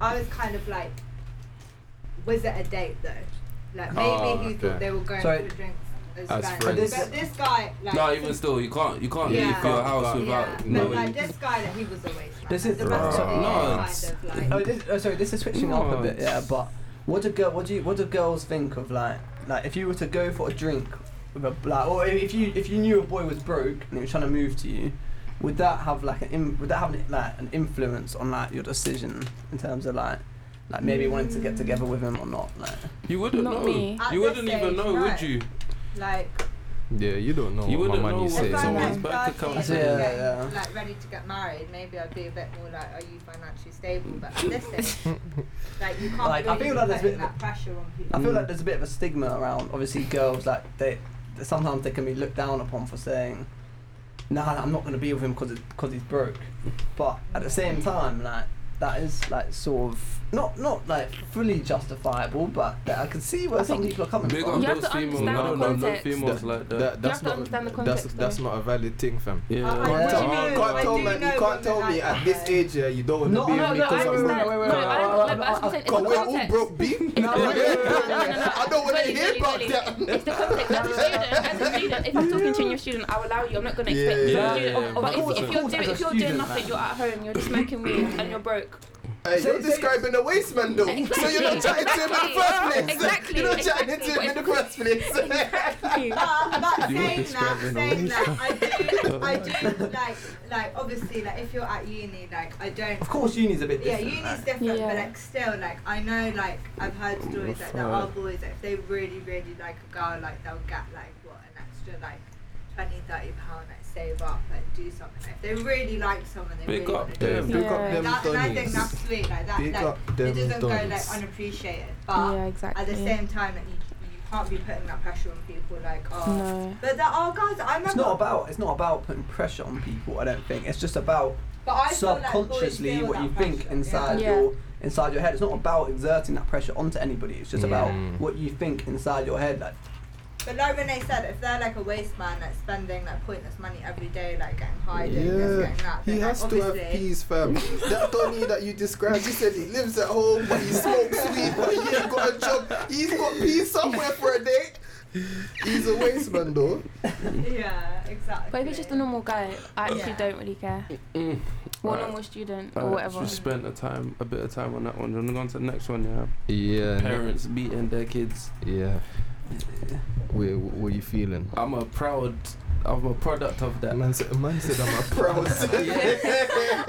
E: I was kind of like, was it a date though? Like maybe
B: Ah,
A: Oh,
E: he
A: okay.
E: thought they were going
D: So it-
E: for drinks as,
A: As
E: friends.
A: friends.
E: But this guy, like,
B: No, even still, you can't. You can't
E: Yeah.
B: leave your house
E: yeah,
B: without
E: but
B: knowing.
E: like this guy, that he was a waste. man.
D: This is-
E: the rest of
A: Bruh.
E: it
B: No,
E: was
B: it's-
E: kind of like.
D: oh, this, oh, sorry, this is switching up a bit, yeah. But what do girl, what do you, what do girls think of like, like if you were to go for a drink with a like, or if you, if you knew a boy was broke and he was trying to move to you, would that have like an, im- would that have an, like an influence on like your decision in terms of like, like maybe wanting to get together with him or not, like.
B: You wouldn't
C: Not
B: know.
C: me.
E: At
B: You
E: this
B: wouldn't even
E: age,
B: know,
E: no.
B: would you?
E: like
A: Yeah, you don't know
B: You
A: what my
B: wouldn't know
A: money
B: what
A: says.
E: if
B: it's
E: I'm
B: always
E: like
B: someone's back to
E: 30
B: come
E: and
D: to.
E: getting,
D: Yeah, yeah.
E: like ready to get married, maybe I'd be a bit more like, are you financially stable? But at this age, like you can't
D: Like, I
E: really
D: feel
E: be
D: like there's a
E: putting
D: bit of
E: that pressure on people.
D: I feel
B: Mm.
D: like there's a bit of a stigma around obviously girls like they that sometimes they can be looked down upon for saying nah I'm not going to be with him because because he's broke but at the same time like that is like sort of not not like fully justifiable but that I can see where
B: I
D: some
B: think
D: people are coming
B: Big
D: from
B: up
C: You have
B: those
C: to
B: females.
C: understand
B: I
C: the
B: don't know no
C: context.
B: females like
A: That-
B: that.
A: that's
C: You have to
A: not
C: understand the
A: that's
C: context.
A: that's
C: though.
A: not a valid thing, fam.
E: I-
B: Yeah.
E: I-
F: Can't
D: Yeah.
F: tell-
D: What do
E: you mean?
F: can't
E: I
F: tell
E: do
F: man, you
E: know
F: can't
E: women
F: tell me
E: like
F: at this
E: that.
F: age, yeah, you don't want
D: No,
F: to be
D: no,
F: with me
D: no,
F: because
D: I
F: I'm
D: understand.
F: broke.
D: wait, wait,
C: No,
D: wait,
C: I
D: wait,
C: don't-
D: wait,
C: no, but that's what I'm saying. It's
F: Cause
C: the
F: we're all
C: context.
F: broke, B. We're all
C: No, no, no,
F: broke.
C: no, no, no.
F: I don't want to
C: Really,
F: hear
C: really,
F: about
C: really.
F: that.
C: It's the context. As a student, as a student, if I'm talking to a new student, I will allow you. I'm not going to expect
F: Yeah,
C: you. to do
B: yeah,
C: it.
B: yeah,
C: But
B: of course,
C: if,
B: of
C: if you're
D: course, as
C: doing
D: a
C: if you're doing
D: student,
C: nothing,
D: man.
C: you're at home, you're just smoking weed, and you're broke.
F: Hey,
D: Say-
F: you're
D: say-
F: describing a waste man though, so you're not chatting to him in the first place.
C: Exactly,
F: You're not chatting
C: exactly,
F: to him in the first place.
E: But, but
B: You were
E: saying that,
B: describing
E: saying
B: all
E: that, I do, I do like, like obviously, like if you're at uni, like I don't.
D: of course uni's a bit
E: Yeah,
D: different
E: uni's
D: like.
E: different,
C: Yeah.
E: but like still, like I know, like I've heard stories like there are boys that if they really, really like a girl, like they'll get like what an extra like 20, 30 pound, like save up, like do something. Like, if they really like someone, they
B: Big
E: really
B: up
E: want to do.
F: Yeah,
B: them.
F: pick up them
E: something. That,
C: Yeah.
E: and I think
F: Donnies.
E: that's sweet, like that,
F: Pick
E: like
F: up
E: it
F: them
E: doesn't go
F: donnies.
E: like unappreciated, but
C: yeah, exactly.
E: at the same time, like, you, you can't be putting that pressure on people, like oh.
C: no.
E: But there are guys. I remember.
D: it's not about it's not about putting pressure on people I don't think it's just about
E: But I feel like boys
D: subconsciously
E: feel
D: what
E: that
D: you think
E: pressure,
D: inside
C: Yeah.
D: your inside your head. It's not about exerting that pressure onto anybody. It's just
A: Mm.
D: about what you think inside your head. Like,
E: But like Renee said, if they're like a waste man, like spending like pointless money every day, like getting high, doing this,
F: Yeah,
E: getting that,
F: he
E: then,
F: has
E: like,
F: to have
E: obviously-
F: peas, fam. that Donny that you described, he said he lives at home, but he smokes weed, but he ain't got a job. He's got peas somewhere for a day. He's a waste man though.
E: Yeah, exactly.
C: But if it's just a normal guy, I actually
E: Yeah.
C: don't really care.
B: Mm.
C: Or
B: Right.
C: normal student
B: Alright,
C: or whatever.
B: We spent a time, a bit of time on that one. Then we're going to the next one. Yeah.
A: Yeah.
B: Parents beating their kids.
A: Yeah. Where, what are you feeling?
B: I'm a proud I'm a product of that.
A: Man said, man said I'm a
F: Proud.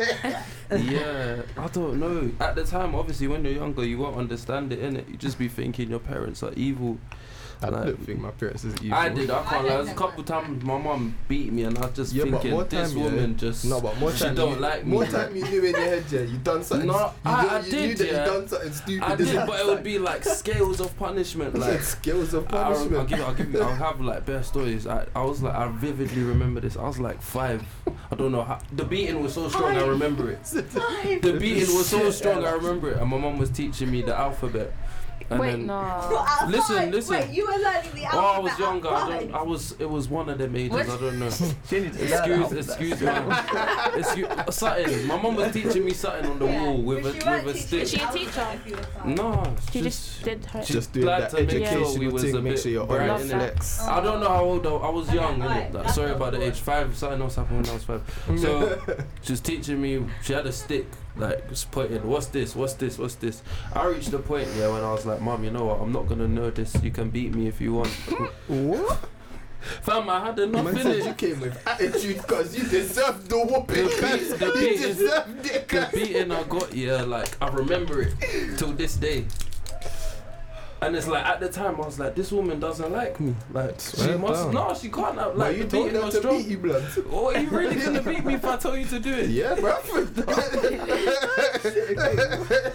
B: yeah, I don't know. At the time, obviously, when you're younger, you won't understand it, innit? You just be thinking your parents are evil.
A: I
B: Like-
A: don't think my parents is evil.
B: I did. I
E: I
B: can't. lie.
E: don't
B: There's a
E: think
B: couple
E: that.
B: times my mum beat me, and I was just
A: Yeah, but
B: thinking,
A: more
B: this
A: time, yeah.
B: woman just
A: No, but more
B: she
A: time
B: don't
A: you-
B: like me.
F: More time you knew in your head, yeah, you done something.
B: No,
F: you
B: I-
F: done-
B: I
F: you
B: did,
F: knew that
B: yeah.
F: you done something stupid.
B: I
F: this
B: did,
F: is
B: but it would be like scales of punishment,
F: like
B: like.
F: skills of
B: I- I'll, I'll
F: punishment.
B: give, I'll give you, I'll have like bare stories. I, I was like, I vividly remember this. I was like five. I don't know how. The beating was so strong, I remember it. The beating was so strong, I remember it. And my mum was teaching me the alphabet. And
C: Wait,
B: then,
C: no.
E: What, at
B: Listen,
E: five?
B: listen.
E: Wait, you were learning the
B: Oh, I
E: alphabet
B: was
E: at
B: younger. I don't. I
E: five?
B: was. It was one of them ages.
C: What?
B: I don't know.
D: She needs to learn
B: Excuse,
D: that.
B: excuse me. excuse, uh, something. My mum was teaching me something on the
E: Yeah,
B: wall with
E: but
B: a
E: she weren't
B: with a
E: teaching
B: stick.
C: She a
E: you
C: teacher?
E: alphabet if you were five.
B: No,
C: She
B: just.
C: just did her.
A: Just doing
B: Glad
A: that
B: to make sure we
A: educational
B: was a
A: thing. Make
B: bit
A: sure you're
B: bright,
A: on
B: innit?
A: flex.
B: I don't know how old though. I was
E: Okay,
B: young.
E: alright,
B: innit? Like,
E: that's
B: sorry
E: not
B: about the
E: good.
B: age. Five. Something else happened when I was five. So she was teaching me. She had a stick. Like just pointing. What's this? What's this? What's this? I reached the point yeah when I was like, Mom, you know what? I'm not gonna know this. You can beat me if you want.
F: What?
B: Fam, I had enough
F: Man
B: in
F: said you
B: it.
F: came with attitude because you deserved the whooping.
B: The beat- the
F: you
B: beat is-
F: deserved it.
B: The beating I got, yeah, like I remember it till this day. And it's like at the time I was like, this woman doesn't like me. Like she
A: Swear
B: must
A: down.
B: no, she can't have
F: Like
B: like
F: you
B: the
F: told
B: beating
F: them
B: was
F: to
B: strong.
F: beat you, blood.
B: Oh, are you really gonna beat me if I tell you to do it?
F: Yeah,
B: It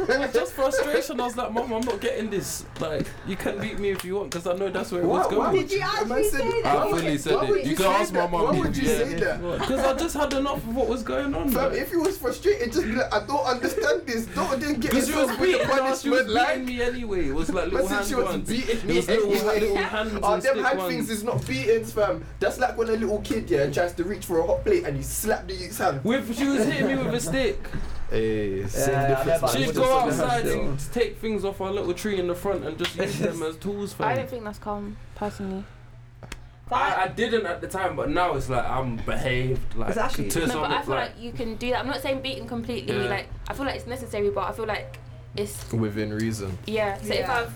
F: bruv.
B: was just frustration. I was like, Mom, I'm not getting this. Like, you can beat me if you want, because I know that's where it was
F: Why- why
B: going.
E: Did you
F: Am I
E: actually
F: saying-
E: say
F: Why
B: I
E: that?
F: would-
B: fully
F: why
B: said
F: would
B: it. You
F: you
B: can
F: say
B: ask my
F: that?
B: mum.
F: Why would you
B: yeah.
F: say that?
B: Because I just had enough of what was going on.
F: Fam,
B: like.
F: if you was frustrated, just be like, I don't understand this. Don't they get
B: Because you was
F: yourself with
B: beating
F: the
B: no, she was
F: punishment
B: beating
F: like?
B: me anyway. It was like little
F: Listen, she
B: hand
F: was
B: ones.
F: beating
B: It
F: me
B: was little, little
F: anyway.
B: hands
F: Oh,
B: and
F: them
B: stick
F: hand
B: ones.
F: things is not beatings, fam. That's like when a little kid, yeah, tries to reach for a hot plate and you slap the youth's hand.
B: With she was hitting me with a stick.
A: Hey, same
D: Yeah, I
A: difference.
D: never-
A: man.
B: She'd
D: would've
B: go
D: said that.
B: outside and take things off our little tree in the front and just use them as tools for.
C: I don't think that's calm, personally.
B: I, I didn't at the time, but now it's like I'm behaved like
D: It's actually-
B: to
D: No,
C: No,
B: some
C: but I
B: like,
C: feel like you can do that. I'm not saying beating completely.
B: Yeah.
C: Like I feel like it's necessary, but I feel like it's
A: Within reason.
C: yeah. So if
E: Yeah.
C: I've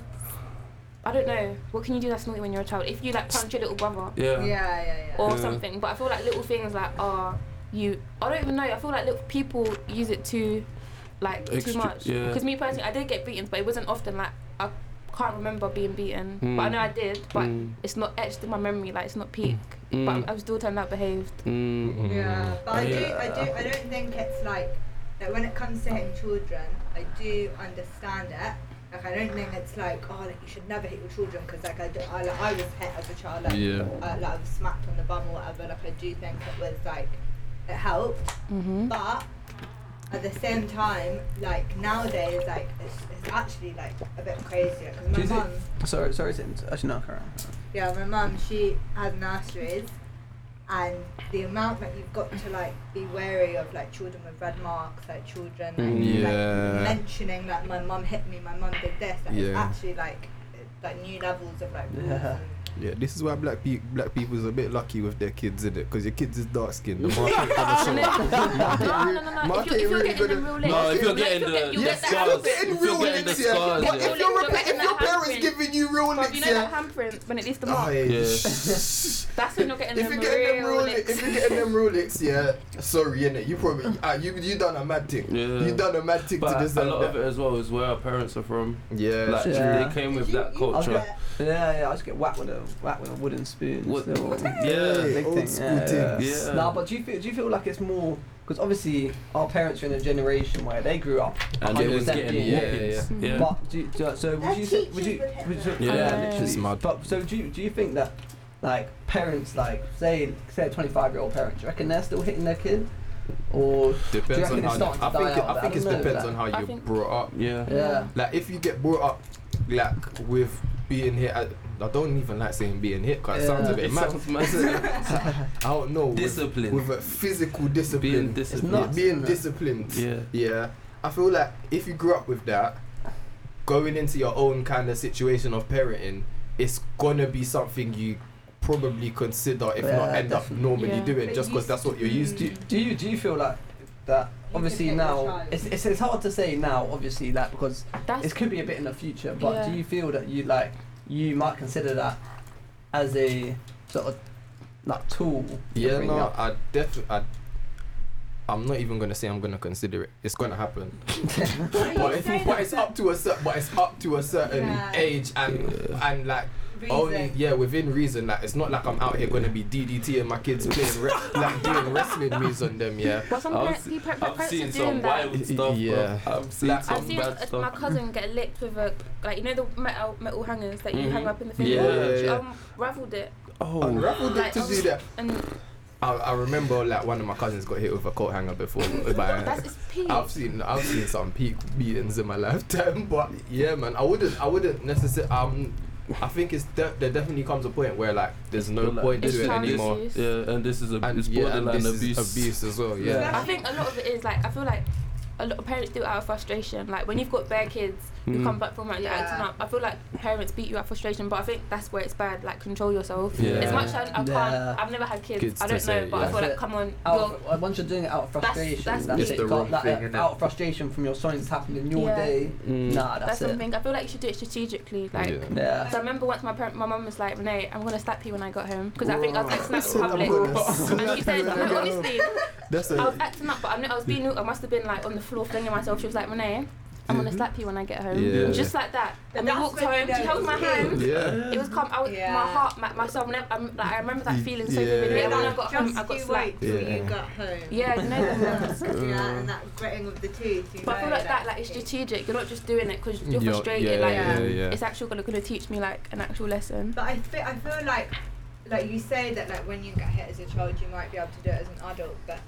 C: I don't know, what can you do that's naughty when you're a child? If you like punch your little brother
B: yeah.
E: Yeah, yeah, yeah.
C: or
B: Yeah.
C: something, but I feel like little things like oh you I don't even know. I feel like little people use it too like too
B: Extra-
C: much.
B: yeah.
C: Because me personally, I did get beaten, but it wasn't often. Like I can't remember being beaten, but I
B: Mm.
C: know I did. But
B: Mm.
C: it's not etched in my memory. Like it's not peak.
B: Mm.
C: But I'm, I'm still turned out behaved.
B: Mm.
E: Yeah, but I do, I
D: Yeah.
E: do, I don't think it's like like when it comes to hitting children, I do understand it. Like I don't think it's like oh like you should never hit your children because like I, do, I, like, I was hit as a child like,
A: Yeah.
E: uh, like I was smacked on the bum or whatever. Like I do think it was like it helped,
C: Mm-hmm.
E: but at the same time like nowadays like it's, it's actually like a bit crazier
D: Do you
E: because my
D: think-
E: mum.
D: Sorry, sorry, to inter- actually no, carry on.
E: Yeah, my mum, she has nurseries, and the amount that you've got to like be wary of, like children with red marks, like children like,
B: Mm,
A: yeah.
E: like mentioning like my mum hit me, my mum did this. Like, It's
A: Yeah.
E: actually like it's, like new levels of like rules.
D: Yeah.
E: and-
A: Yeah, this is why black pe- black people's a bit lucky with their kids, in it? Because your kids is dark skinned. The market gonna show.
C: no,
F: Market
C: Ah, no,
F: re-
C: no, no. If
F: market
C: you're, if you're
F: really
C: getting
F: gonna-
C: them real lit,
B: No,
F: if
B: if
F: you're
B: you're getting the,
C: you'll
B: the
C: get
F: Yes,
C: that
F: if
B: scars,
F: you're
C: handprint.
F: getting
B: if you're
F: real
B: getting the
F: licks, yeah.
B: scars,
F: But
B: yeah.
F: if you're
C: You're
F: repeating, if your
C: getting that
F: parents
C: handprint.
F: giving you real
C: Bruv,
F: licks,
C: you know
F: yeah.
C: that handprint when it leaves the
F: Oh,
C: mark?
F: yeah.
B: Yeah.
C: That's when you're
F: If
C: getting them
F: you're getting them
C: real
F: real,
C: licks.
F: if you're getting them real licks, yeah. Sorry, innit? You probably uh, you you done a mad thing.
B: Yeah.
F: You done a mad thing to
B: But a
F: deserve
B: lot of
F: that.
B: it as well is where our parents are from.
A: Yeah.
B: Like
D: Yeah.
B: they came with
E: Did you-
B: that
E: you-
B: culture.
E: Okay.
D: Yeah, yeah, I just get whacked with a whacked with a wooden spoon.
B: What-
D: Still,
B: Yeah,
F: Hey,
D: big
F: old
D: thing.
F: school
D: Yeah, yeah.
F: things.
B: Yeah.
D: Nah, but do you feel do you feel like it's more because obviously our parents are in a generation where they grew up
B: And they was
D: 100%
B: getting
D: being
B: yeah,
D: whooped.
B: yeah,
C: Mm.
B: yeah.
D: But do, you- do, you- so
E: Their
D: would you say, would
E: teachers
D: you,
E: would hit
D: would you
E: them.
B: Yeah.
D: yeah,
C: Yeah.
D: literally.
A: It's mad.
D: Uh, But so do you, do you think that like parents like say say a 25 year old parent, do you reckon they're still hitting their kid or
A: Depends
D: Do
A: on
D: you reckon it's
A: how.
D: starting to
A: I think.
D: die
A: It,
D: out?
A: I
D: I
A: think
D: don't
A: it
D: know
A: depends
D: that.
A: on how
C: I
A: you
C: think-
A: brought up.
B: yeah.
D: yeah?
A: Like if you get brought up, like with being hit, I, I don't even like saying being hit because it sounds a
D: Yeah.
A: bit
B: It
A: mad.
B: sounds mad.
F: I don't know. with-
B: Discipline.
F: With, a physical discipline.
B: Being
F: Yeah,
B: disciplined.
D: nuts,
F: being
D: isn't it?
F: disciplined.
B: Yeah.
F: Yeah. I feel like if you grew up with that, going into your own kind of situation of parenting, it's gonna be something you probably consider if not
D: Yeah,
F: end
D: definitely.
F: up normally
C: Yeah.
F: doing
E: But
F: just because
E: you-
F: that's what you're used to.
E: Mm.
D: Do you do you feel like that?
E: can
D: Obviously
E: hit your
D: now
E: child.
D: it's, it's it's hard to say now. Obviously that because
C: That's
D: it could be a bit in the future. But
C: Yeah.
D: do you feel that you like you might consider that as a sort of that tool. to
A: Yeah,
D: bring
A: no,
D: up.
A: I definitely. I'm not even gonna say I'm gonna consider it. It's gonna happen. but, if, but it's up to a certain, but it's up to a certain
E: Yeah.
A: age and and like only Oh, yeah within reason. Like it's not like I'm out here gonna be DDT and my kids playing re- like doing wrestling moves on them. Yeah,
C: But some
B: I've
C: parents,
B: se-
C: pe- pe-
B: I've
C: parents are
B: seen
C: doing
B: some
C: that.
B: wild stuff.
A: Yeah.
B: Yeah, I've seen
A: Like-
B: some
C: I've seen
B: bad
C: uh, my
B: stuff.
C: cousin get licked with a like you know the metal metal hangers that you
B: Mhm.
C: hang up in the
B: Yeah,
C: finger.
A: yeah,
C: she
A: yeah.
C: unraveled it
A: and
B: Oh,
A: raffled them
C: Like,
A: to
C: um,
A: do that.
C: and
A: I, I remember like one of my cousins got hit with a coat hanger before. by,
C: that's it's peak.
A: I've seen I've seen some peak beatings in my lifetime, but yeah, man, I wouldn't I wouldn't necessarily. Um, I think it's de- there definitely comes a point where like there's no
B: Feel like
A: point
C: It's
A: to it
C: child
A: anymore,
C: abuse.
B: yeah, and this is a
A: and
B: it's
A: yeah, and
B: borderline
A: this
B: abuse.
A: is abuse as well. Yeah,
C: I think a lot of it is like I feel like a lot of parents do it out of frustration. Like when you've got bare kids, you
B: Mm.
C: come back from like you're
E: Yeah.
C: acting up. I feel like parents beat you out of frustration, but I think that's where it's bad. Like control yourself.
B: Yeah.
C: As much as I, I
D: Yeah.
C: can't, I've never had kids.
A: Kids
C: I
A: to
C: don't know,
A: say,
C: but
A: yeah.
C: I feel
D: That's
C: like
D: it.
C: come on,
D: Out
C: you're,
D: of, uh, once you're doing it out of
C: That's-
D: frustration, that's,
C: that's
A: It's
D: it.
A: the
D: Got
A: wrong
D: that,
A: thing,
D: uh,
A: innit?
D: out of frustration from your son that's happened in your
C: Yeah.
D: day.
B: Mm.
D: Nah,
C: that's
D: that's, it.
C: something. I feel like you should do it strategically. Like.
A: Yeah.
D: Yeah.
C: So I remember once my parent, my mum was like, Renee, I'm gonna slap you when I got home because I
A: Oh.
C: think I was acting up in public. And she said, no, honestly,
F: That's
C: I was acting up, but I, knew I was being, I must have been like on the floor flinging myself. She was like, Renee, I'm gonna slap you when I get home.
A: Mm-hmm. Yeah.
C: Just like that. And we
E: That's
C: walked
E: when you
C: home, she
E: know
C: held my
E: it's good.
C: hand.
A: yeah.
C: It was calm. I was, My
E: Yeah.
C: heart, my, myself, never, I'm, like, I remember that feeling so
A: Yeah.
C: vividly.
E: Yeah,
C: And when
E: like,
C: I got
E: just
C: home, I got
E: you
C: slapped.
E: wait till
A: Yeah.
E: you got home.
C: Yeah, you know that.
E: yeah, and that gritting of the teeth. you
C: But I feel
E: know
C: like that, like, it's
E: that's it.
C: strategic. You're not just doing it because you're
A: Yo-
C: frustrated.
A: yeah,
C: like,
A: yeah, yeah.
C: it's actually gonna, gonna teach me like an actual lesson.
E: But I feel, I feel like, like you say that like when you get hit as a child, you might be able to do it as an adult, but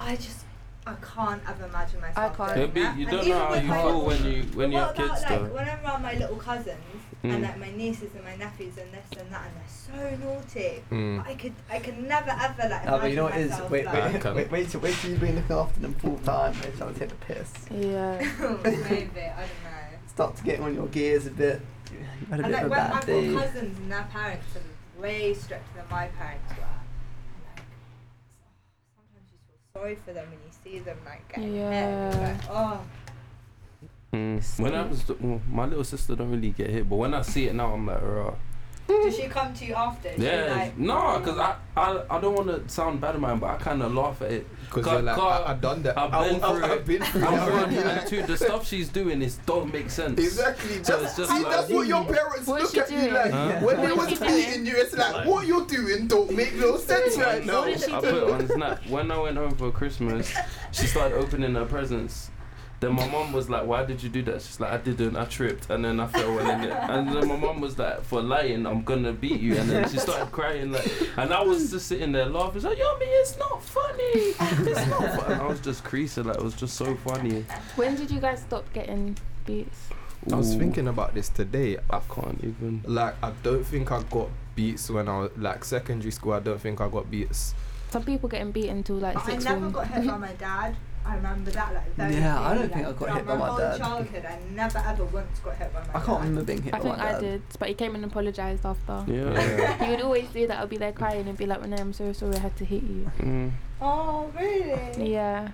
E: I just, I can't ever imagine myself.
C: can't.
E: doing
B: Maybe
E: that.
B: you
E: And
B: don't
E: even
B: know how
E: with
B: you
E: my-
B: feel when you when you have
E: What about,
B: kids
E: like,
B: though.
E: when I'm around my little cousins
B: Mm.
E: and like my nieces and my nephews and this and that and they're so naughty,
A: Mm.
E: I could I could never ever like.
D: No, Ah, but you know what
E: imagine
D: it is?
E: myself,
D: Wait,
E: like,
D: wait,
A: Okay.
D: wait, wait, till, wait till you've been looking after them full time and trying to take the piss.
C: Yeah.
E: Maybe I don't know.
D: Start to get on your gears a bit. You had a bit
E: And like
D: of a
E: when
D: bad
E: I've got
D: day.
E: cousins and their parents are way stricter than my parents were. I'm like, sometimes you feel sorry for them when you see them like getting hit. You're
C: Yeah.
E: Like, oh,
B: Mm. When I was well, my little sister don't really get hit, but when I see it now, I'm like, rah.
E: does she come to you after? Is she
B: Yeah,
E: like, "Oh,
B: no, because I, I I don't want to sound bad man, but I kind of laugh at it.
A: Because
B: Cut-
A: you're like,
B: cut.
A: I, I done that.
B: I've
A: I-
B: been
A: I-
B: through
A: I've
B: it.
A: been through
B: I'm
A: that.
B: going through that too. The stuff she's doing is don't make sense.
F: Exactly. Just,
B: So it's just
F: see,
B: like-
F: that's what your parents
C: What
F: look
C: she
F: at you
C: doing?
F: like.
B: Huh?
F: When they
C: What
F: was
C: she doing?
F: beating you, it's like,
B: Like-
F: what you're doing don't make no sense right now.
C: What is she
B: I put it on Snap. When I went home for Christmas, she started opening her presents. Then my mom was like, "Why did you do that?" She's like, "I didn't. I tripped, and then I fell, and then and then my mom was like, "For lying, I'm gonna beat you." And then she started crying, like, and I was just sitting there laughing. She's like, "Yo, me, it's not funny. It's not." Funny. And I was just creasing, like, it was just so funny.
C: When did you guys stop getting beats?
A: I was
B: Ooh,
A: thinking about this today.
B: I can't even.
A: Like, I don't think I got beats when I was like secondary school. I don't think I got beats.
C: Some people getting beaten till like
E: I
C: six
E: never
C: form.
E: got hit by my dad. I remember that like very
D: Yeah, I don't
E: clearly,
D: think I
E: like,
D: got hit
E: throughout
D: by my
E: whole
D: dad.
E: childhood, I never ever once got hit by my
D: I
E: dad.
D: can't remember being hit
C: I
D: by
A: Oh
C: think
D: my dad.
C: I did, but he came and apologised after.
B: Yeah.
C: He would always do that. I'd be there crying and be like, "Renee, I'm so sorry, I had to hit you."
B: Mm.
E: Oh really?
C: Yeah.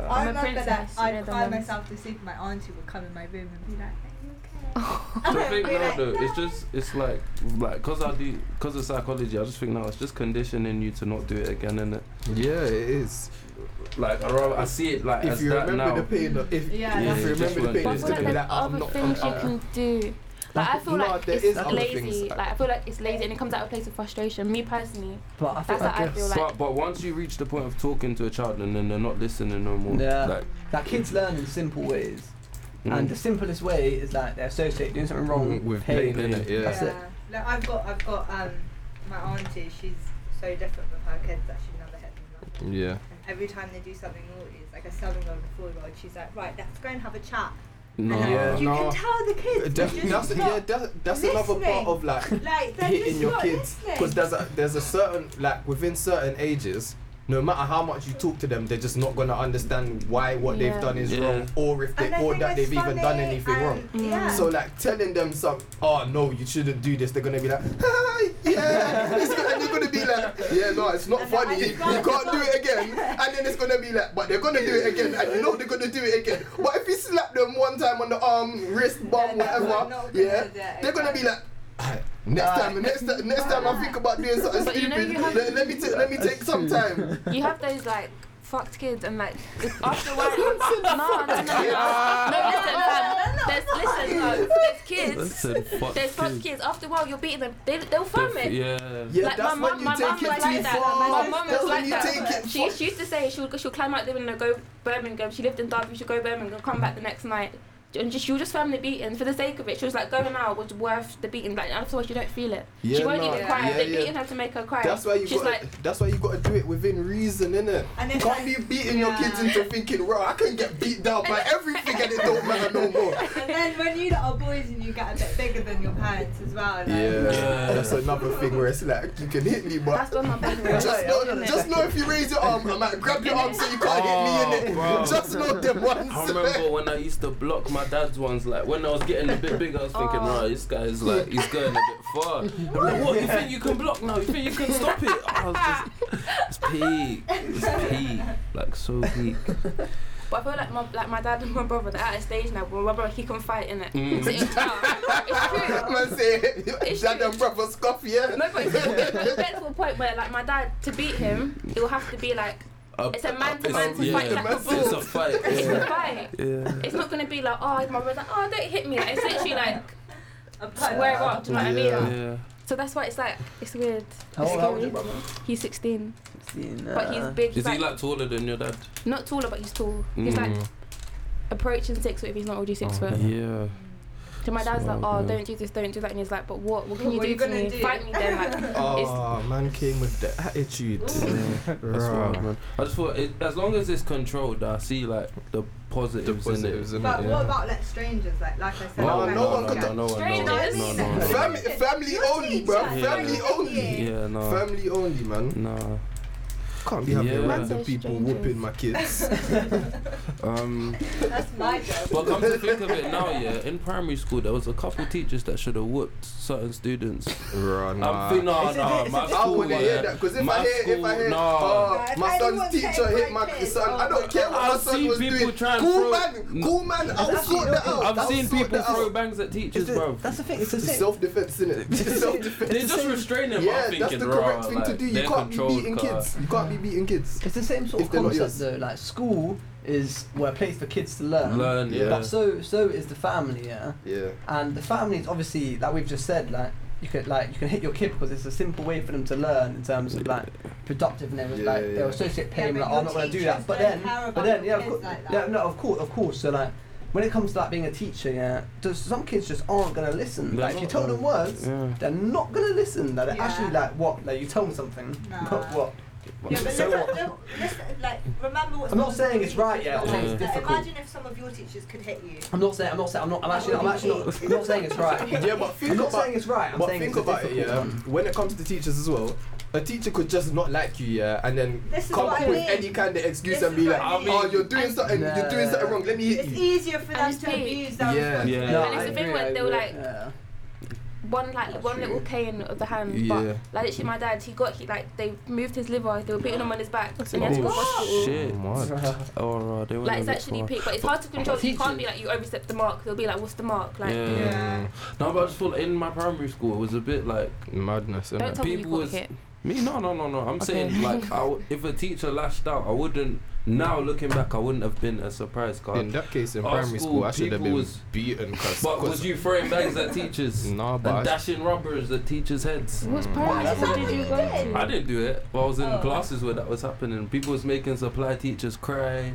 E: I
C: I'm a
E: remember
C: princess,
E: that
C: you
E: I'd
C: know the
E: cry
C: ones.
E: myself to sleep. My auntie would come in my room and be like,
B: I
E: "Are you okay?"
B: don't think
E: I'd be
B: now
E: like,
B: though. It's
E: "No."
B: just it's like like cause I do cause of psychology. I just think now it's just conditioning you to not do it again, innit?
A: Yeah, it is.
B: Like I rather I see it like
F: If
B: as
F: you
B: that
F: remember
B: now.
F: the pain, of- if,
E: Yeah,
F: if
E: yeah,
F: you
B: you just
F: remember the
B: weren't
F: pain,
C: But
F: it's gonna be like, I'm
B: doing
C: I feel like there's other
F: not. uh,
C: things
F: I'm,
C: you
A: uh,
F: I'm,
C: can do. Like I feel
A: No,
C: like
A: there
C: it's
A: is other
C: lazy.
A: things.
C: Like I feel like it's lazy and it comes out of a place of frustration. Me personally,
D: But I think
C: that's how I feel like.
B: but but once you reach the point of talking to a child and then they're not listening no more.
D: Yeah.
B: Like,
D: that kids learn in simple ways.
B: mm.
D: And the simplest way is like they associate doing something
A: Mm,
D: wrong
A: with
D: pain.
A: pain, innit? Yeah.
D: That's it.
E: Like I've got, I've got um, my auntie. She's so different with her kids that she never hit them. Nothing.
A: Yeah.
E: And every time they do something naughty, it's like a seven-year-old, and a four-year-old. She's like, right, let's go and have a chat.
B: no.
E: And
A: Yeah,
E: you
A: no.
E: can tell the kids.
F: Uh,
E: they're
F: def-
E: just
F: that's yeah,
E: not-
F: that, that's another part
E: listening.
F: of like
E: Like they're
F: hitting
E: just
F: your
E: not
F: kids because
E: listening.
F: there's a there's a certain like within certain ages. No matter how much you talk to them, they're just not gonna understand why what they've
C: Yeah.
F: done is
B: Yeah.
F: wrong, or if they
E: And I
F: or
E: think
F: that
E: it's
F: they've even done
E: funny
F: anything
E: and-
F: wrong.
E: Yeah.
F: So like telling them some, oh no, you shouldn't do this. They're gonna be like, ah, yeah, it's gonna, and they're gonna be like, yeah, no, it's not
E: And then
F: funny.
E: I
F: You
E: just-
F: can't do it again. And then it's gonna be like, but they're gonna do it again, and you know they're gonna do it again. But if you slap them one time on the arm, wrist, bum,
E: They're not-
F: whatever,
E: not gonna do
F: yeah,
E: it
F: they're gonna be
E: again.
F: like, "Ah,
A: Next
D: Alright.
A: time, next time, next time I think about doing something
C: But you know
A: stupid,
C: you have-
A: let, let me take, let me take some time.
C: You have those like fucked kids, and like it's after a while, no, no, no, no, no,
F: "Ah,
C: listen, fam. There's listen, no, there's kids.
B: Listen, fuck
C: There's fucked
B: kids.
C: kids. After a while, you're beating them. They, they'll
B: Def-
C: farm it.
B: Yeah.
A: Yeah,
C: like
A: that's
C: my
A: when
C: mum,
A: you
C: my
A: take
C: mum was
A: it too
C: like that.
A: far.
C: My mum
A: that's
C: was
A: when
C: like
A: you take
C: that.
A: it
C: She, she used to say she'll she'll climb out the window, go Birmingham. She lived in Derby. She'll go Birmingham, come back the next night, and just she was just family beating for the sake of it. She was like going out was worth the beating. Like afterwards, you don't feel it. she
A: Yeah,
C: won't
A: nah,
C: even cry.
A: yeah,
C: They're
A: yeah.
C: beating her to make her cry.
A: That's why you
C: She's
A: got.
C: like,
A: that's why you got to do it within reason, innit?
F: ah."
E: And
A: You
E: it's
A: can't
E: like-
A: be beating your
E: Yeah.
A: kids into thinking, "Wow, I can get beat down by everything and it don't matter no more."
E: And then when you lot are boys and you get a bit bigger than your parents as well. Like,
B: Yeah.
A: that's another thing where it's like you can hit me,
C: that's
A: but
C: when my brother was.
A: just
C: like,
A: know, just know if you raise your arm, I might grab your arm so you can't hit me in it.
B: Oh, bro.
A: Just know them ones.
B: I remember when I used to block my dad's ones. Like when I was getting a bit bigger, I was thinking,
C: Oh.
B: right, this guy's like, he's going a bit far. I'm like, what? You think you can block now? You think you can stop it? Oh, I was just, it's peak. It's peak. Like so peak.
C: But I feel like my like my dad and my brother they're at a stage now where my brother he can fight in it.
B: Mm.
C: So it's, no, it's true.
A: Man say,
C: It's
A: dad
C: true.
A: and brother scoff, yeah.
C: No, but it's get to a point where, like, my dad, to beat him, it will have to be like,
B: Up-
C: It's a
B: up-
C: man-to-man
B: it's-
A: fight
B: yeah.
A: like a
B: It's a
A: bull.
B: fight.
C: it's a
B: Yeah.
C: fight.
B: yeah.
C: It's not gonna be like, oh, my brother, oh, don't hit me. Like, it's literally like,
E: a pun.
C: swear up, do you know what I mean?
B: Yeah.
C: So that's why it's like, it's weird.
D: How old are you,
A: brother?
C: He's 16,
D: Sixteen,
C: but he's
D: uh,
C: big. He's
B: Is he
C: like,
B: like taller than your dad?
C: not taller, but he's tall. He's like
B: Mm. Oh,
C: approaching six foot if he's not already six foot.
B: Yeah.
C: So my dad's like,
B: Wild,
C: oh,
B: yeah.
C: don't do this, don't do that. And he's like, but what? What can you
E: What
C: do
E: you
C: to
E: gonna
C: me?
E: do?
C: Fight me then. Like,
A: Oh, man came with the attitude.
B: yeah. That's
A: Rah.
B: wild, man. I just thought, it, as long as it's controlled, I see like the
G: The
B: positives,
G: positives
B: in it.
G: in
E: But
G: it.
E: what
G: Yeah.
E: about like strangers? Like like I said,
A: No,
E: like,
A: no one
E: like,
A: could
E: yeah.
A: do-
B: no, one, no,
C: Strangers.
B: no, no, no.
A: Fam- family
E: Your
A: only, bro.
E: teacher.
A: Family
B: Yeah.
A: only.
B: Yeah, no,
A: Family only, man.
B: no.
A: Can't be having
B: Yeah.
A: random
C: Man's so
A: people
C: strange.
A: whooping my kids.
B: Um,
E: That's my job.
B: but come to think of it now, yeah, in primary school there was a couple teachers that should have whooped certain students.
G: Run.
B: I'm thinking, no,
E: It's a
B: no,
E: bit-
B: my
E: it's
A: I
B: school,
A: wouldn't hear
B: yeah,
A: that because if
B: my
A: I hear, if I
B: school,
A: hear,
B: no.
A: oh,
E: If
A: my son's
E: anyone
A: teacher
E: takes
A: hit
E: my
A: my
E: kids,
A: son,
E: oh
A: I don't
E: my
A: care what
B: God.
A: my
B: I've
A: son
B: seen
A: was
B: people
A: doing.
B: try and
A: Cool
B: throw-
A: man, cool man, I'll
D: That's
A: sort
D: actually-
A: that out.
B: I've
A: I'll
B: seen
A: sort
B: people
A: that
B: throw
A: out.
B: bangs at
D: It's
B: teachers,
D: the-
B: bro.
D: That's the thing. It's the
A: It's
D: same.
A: self defense, innit? It's self defense.
B: They just restrain them.
A: Yeah,
B: I'm
A: that's
B: thinking,
A: the
B: rah,
A: correct thing
B: like,
A: to do. You
B: they're
A: can't be
B: controlled
A: beating
B: car.
A: kids. You can't be beating kids.
D: It's the same sort
A: If
D: of
A: they're not yours.
D: concept though. Like school is where place for kids to learn.
B: Learn,
A: Yeah.
B: yeah.
D: But so so is the family, yeah.
A: Yeah.
D: And the family is obviously like we've just said, like you could like you can hit your kid because it's a simple way for them to learn in terms of like productive and everything.
A: Yeah,
D: like
A: yeah,
D: they'll
A: yeah.
D: associate
E: Yeah,
D: pain,
E: but
D: like oh, I'm not
E: your
D: going to do
E: teachers
D: that. But
E: don't
D: then,
E: care
D: but
E: about
D: then,
E: your
D: yeah, of
E: kids
D: course,
E: like that.
D: yeah, no, of course, of course. So like when it comes to like being a teacher, yeah, just, some kids just aren't going to listen.
B: They're
D: like if you
B: not,
D: tell them
B: um,
D: words,
B: Yeah.
D: they're not going to listen. That they're
E: Yeah.
D: actually like what like you tell them something,
E: Nah.
D: but what.
E: Yeah, but
D: so
E: look
D: what?
E: at- look- listen, like, remember what
D: I'm not
E: some of
D: saying
E: your
D: it's right
E: teachers
D: yet,
E: were
B: I'm saying
E: like.
B: it's
E: Like,
D: difficult.
E: Imagine if some of your teachers could hit you.
D: I'm not saying I'm not saying I'm not I'm actually I'm actually not, I'm not saying it's right.
A: Yeah, but think
D: I'm not
A: about
D: saying it's right. I'm
A: But
D: saying
A: think
D: it's a
A: about it,
D: difficult
A: yeah.
D: one.
A: When it comes to teachers as well, a teacher could just not like you, yeah, and then
E: This is
A: come
E: what
A: up
E: I
A: with
E: mean.
A: any kind of excuse
E: This
A: and be
E: is
A: like,
E: what I mean.
A: "Oh, you're doing
E: And-
A: something, you're doing
D: Nah.
A: something wrong. Let me hit
E: It's
A: you."
E: easier for them
C: it's
E: to
C: big.
E: abuse their
A: Yeah.
E: responsibility.
C: No, it's I the thing agree, where I they were agree. like-
D: yeah.
C: one like
D: That's
C: one
D: true.
C: little pain of the hand,
B: Yeah.
C: but like literally my dad, he got he like they moved his liver, they were beating him on his back, and he had to go to
B: Oh
C: hospital.
B: shit! Oh, uh, they went
C: Like it's
B: a bit
C: actually
B: far.
C: peak, but it's hard to control. You
D: teachers-
C: can't be like you overstep the mark. They'll be like, what's the mark? Like
B: yeah.
E: Yeah.
B: No, but I just thought in my primary school it was a bit like
A: Mm,
G: Madness,
C: don't
G: innit?
C: tell me you
B: people
C: got
B: was-
C: hit.
B: me. No, no, no, no. I'm saying
C: Okay.
B: like I w- if a teacher lashed out, I wouldn't. Now looking back, I wouldn't have been a surprise
G: In
B: card.
G: that case, in
B: Our
G: primary
B: school,
G: school, I should have
B: people
G: been
B: was-
G: beaten. Cause,
B: But was you throwing bags at teachers and
G: Nah, but I-
B: dashing rubbers at teachers' heads?
C: What
G: Mm.
C: primary
D: That's
C: school
D: what
C: did
E: you
C: you go
E: did.
D: Mm.
C: to?
B: I didn't do it. But I was in
E: Oh.
B: classes where that was happening. People was making supply teachers cry,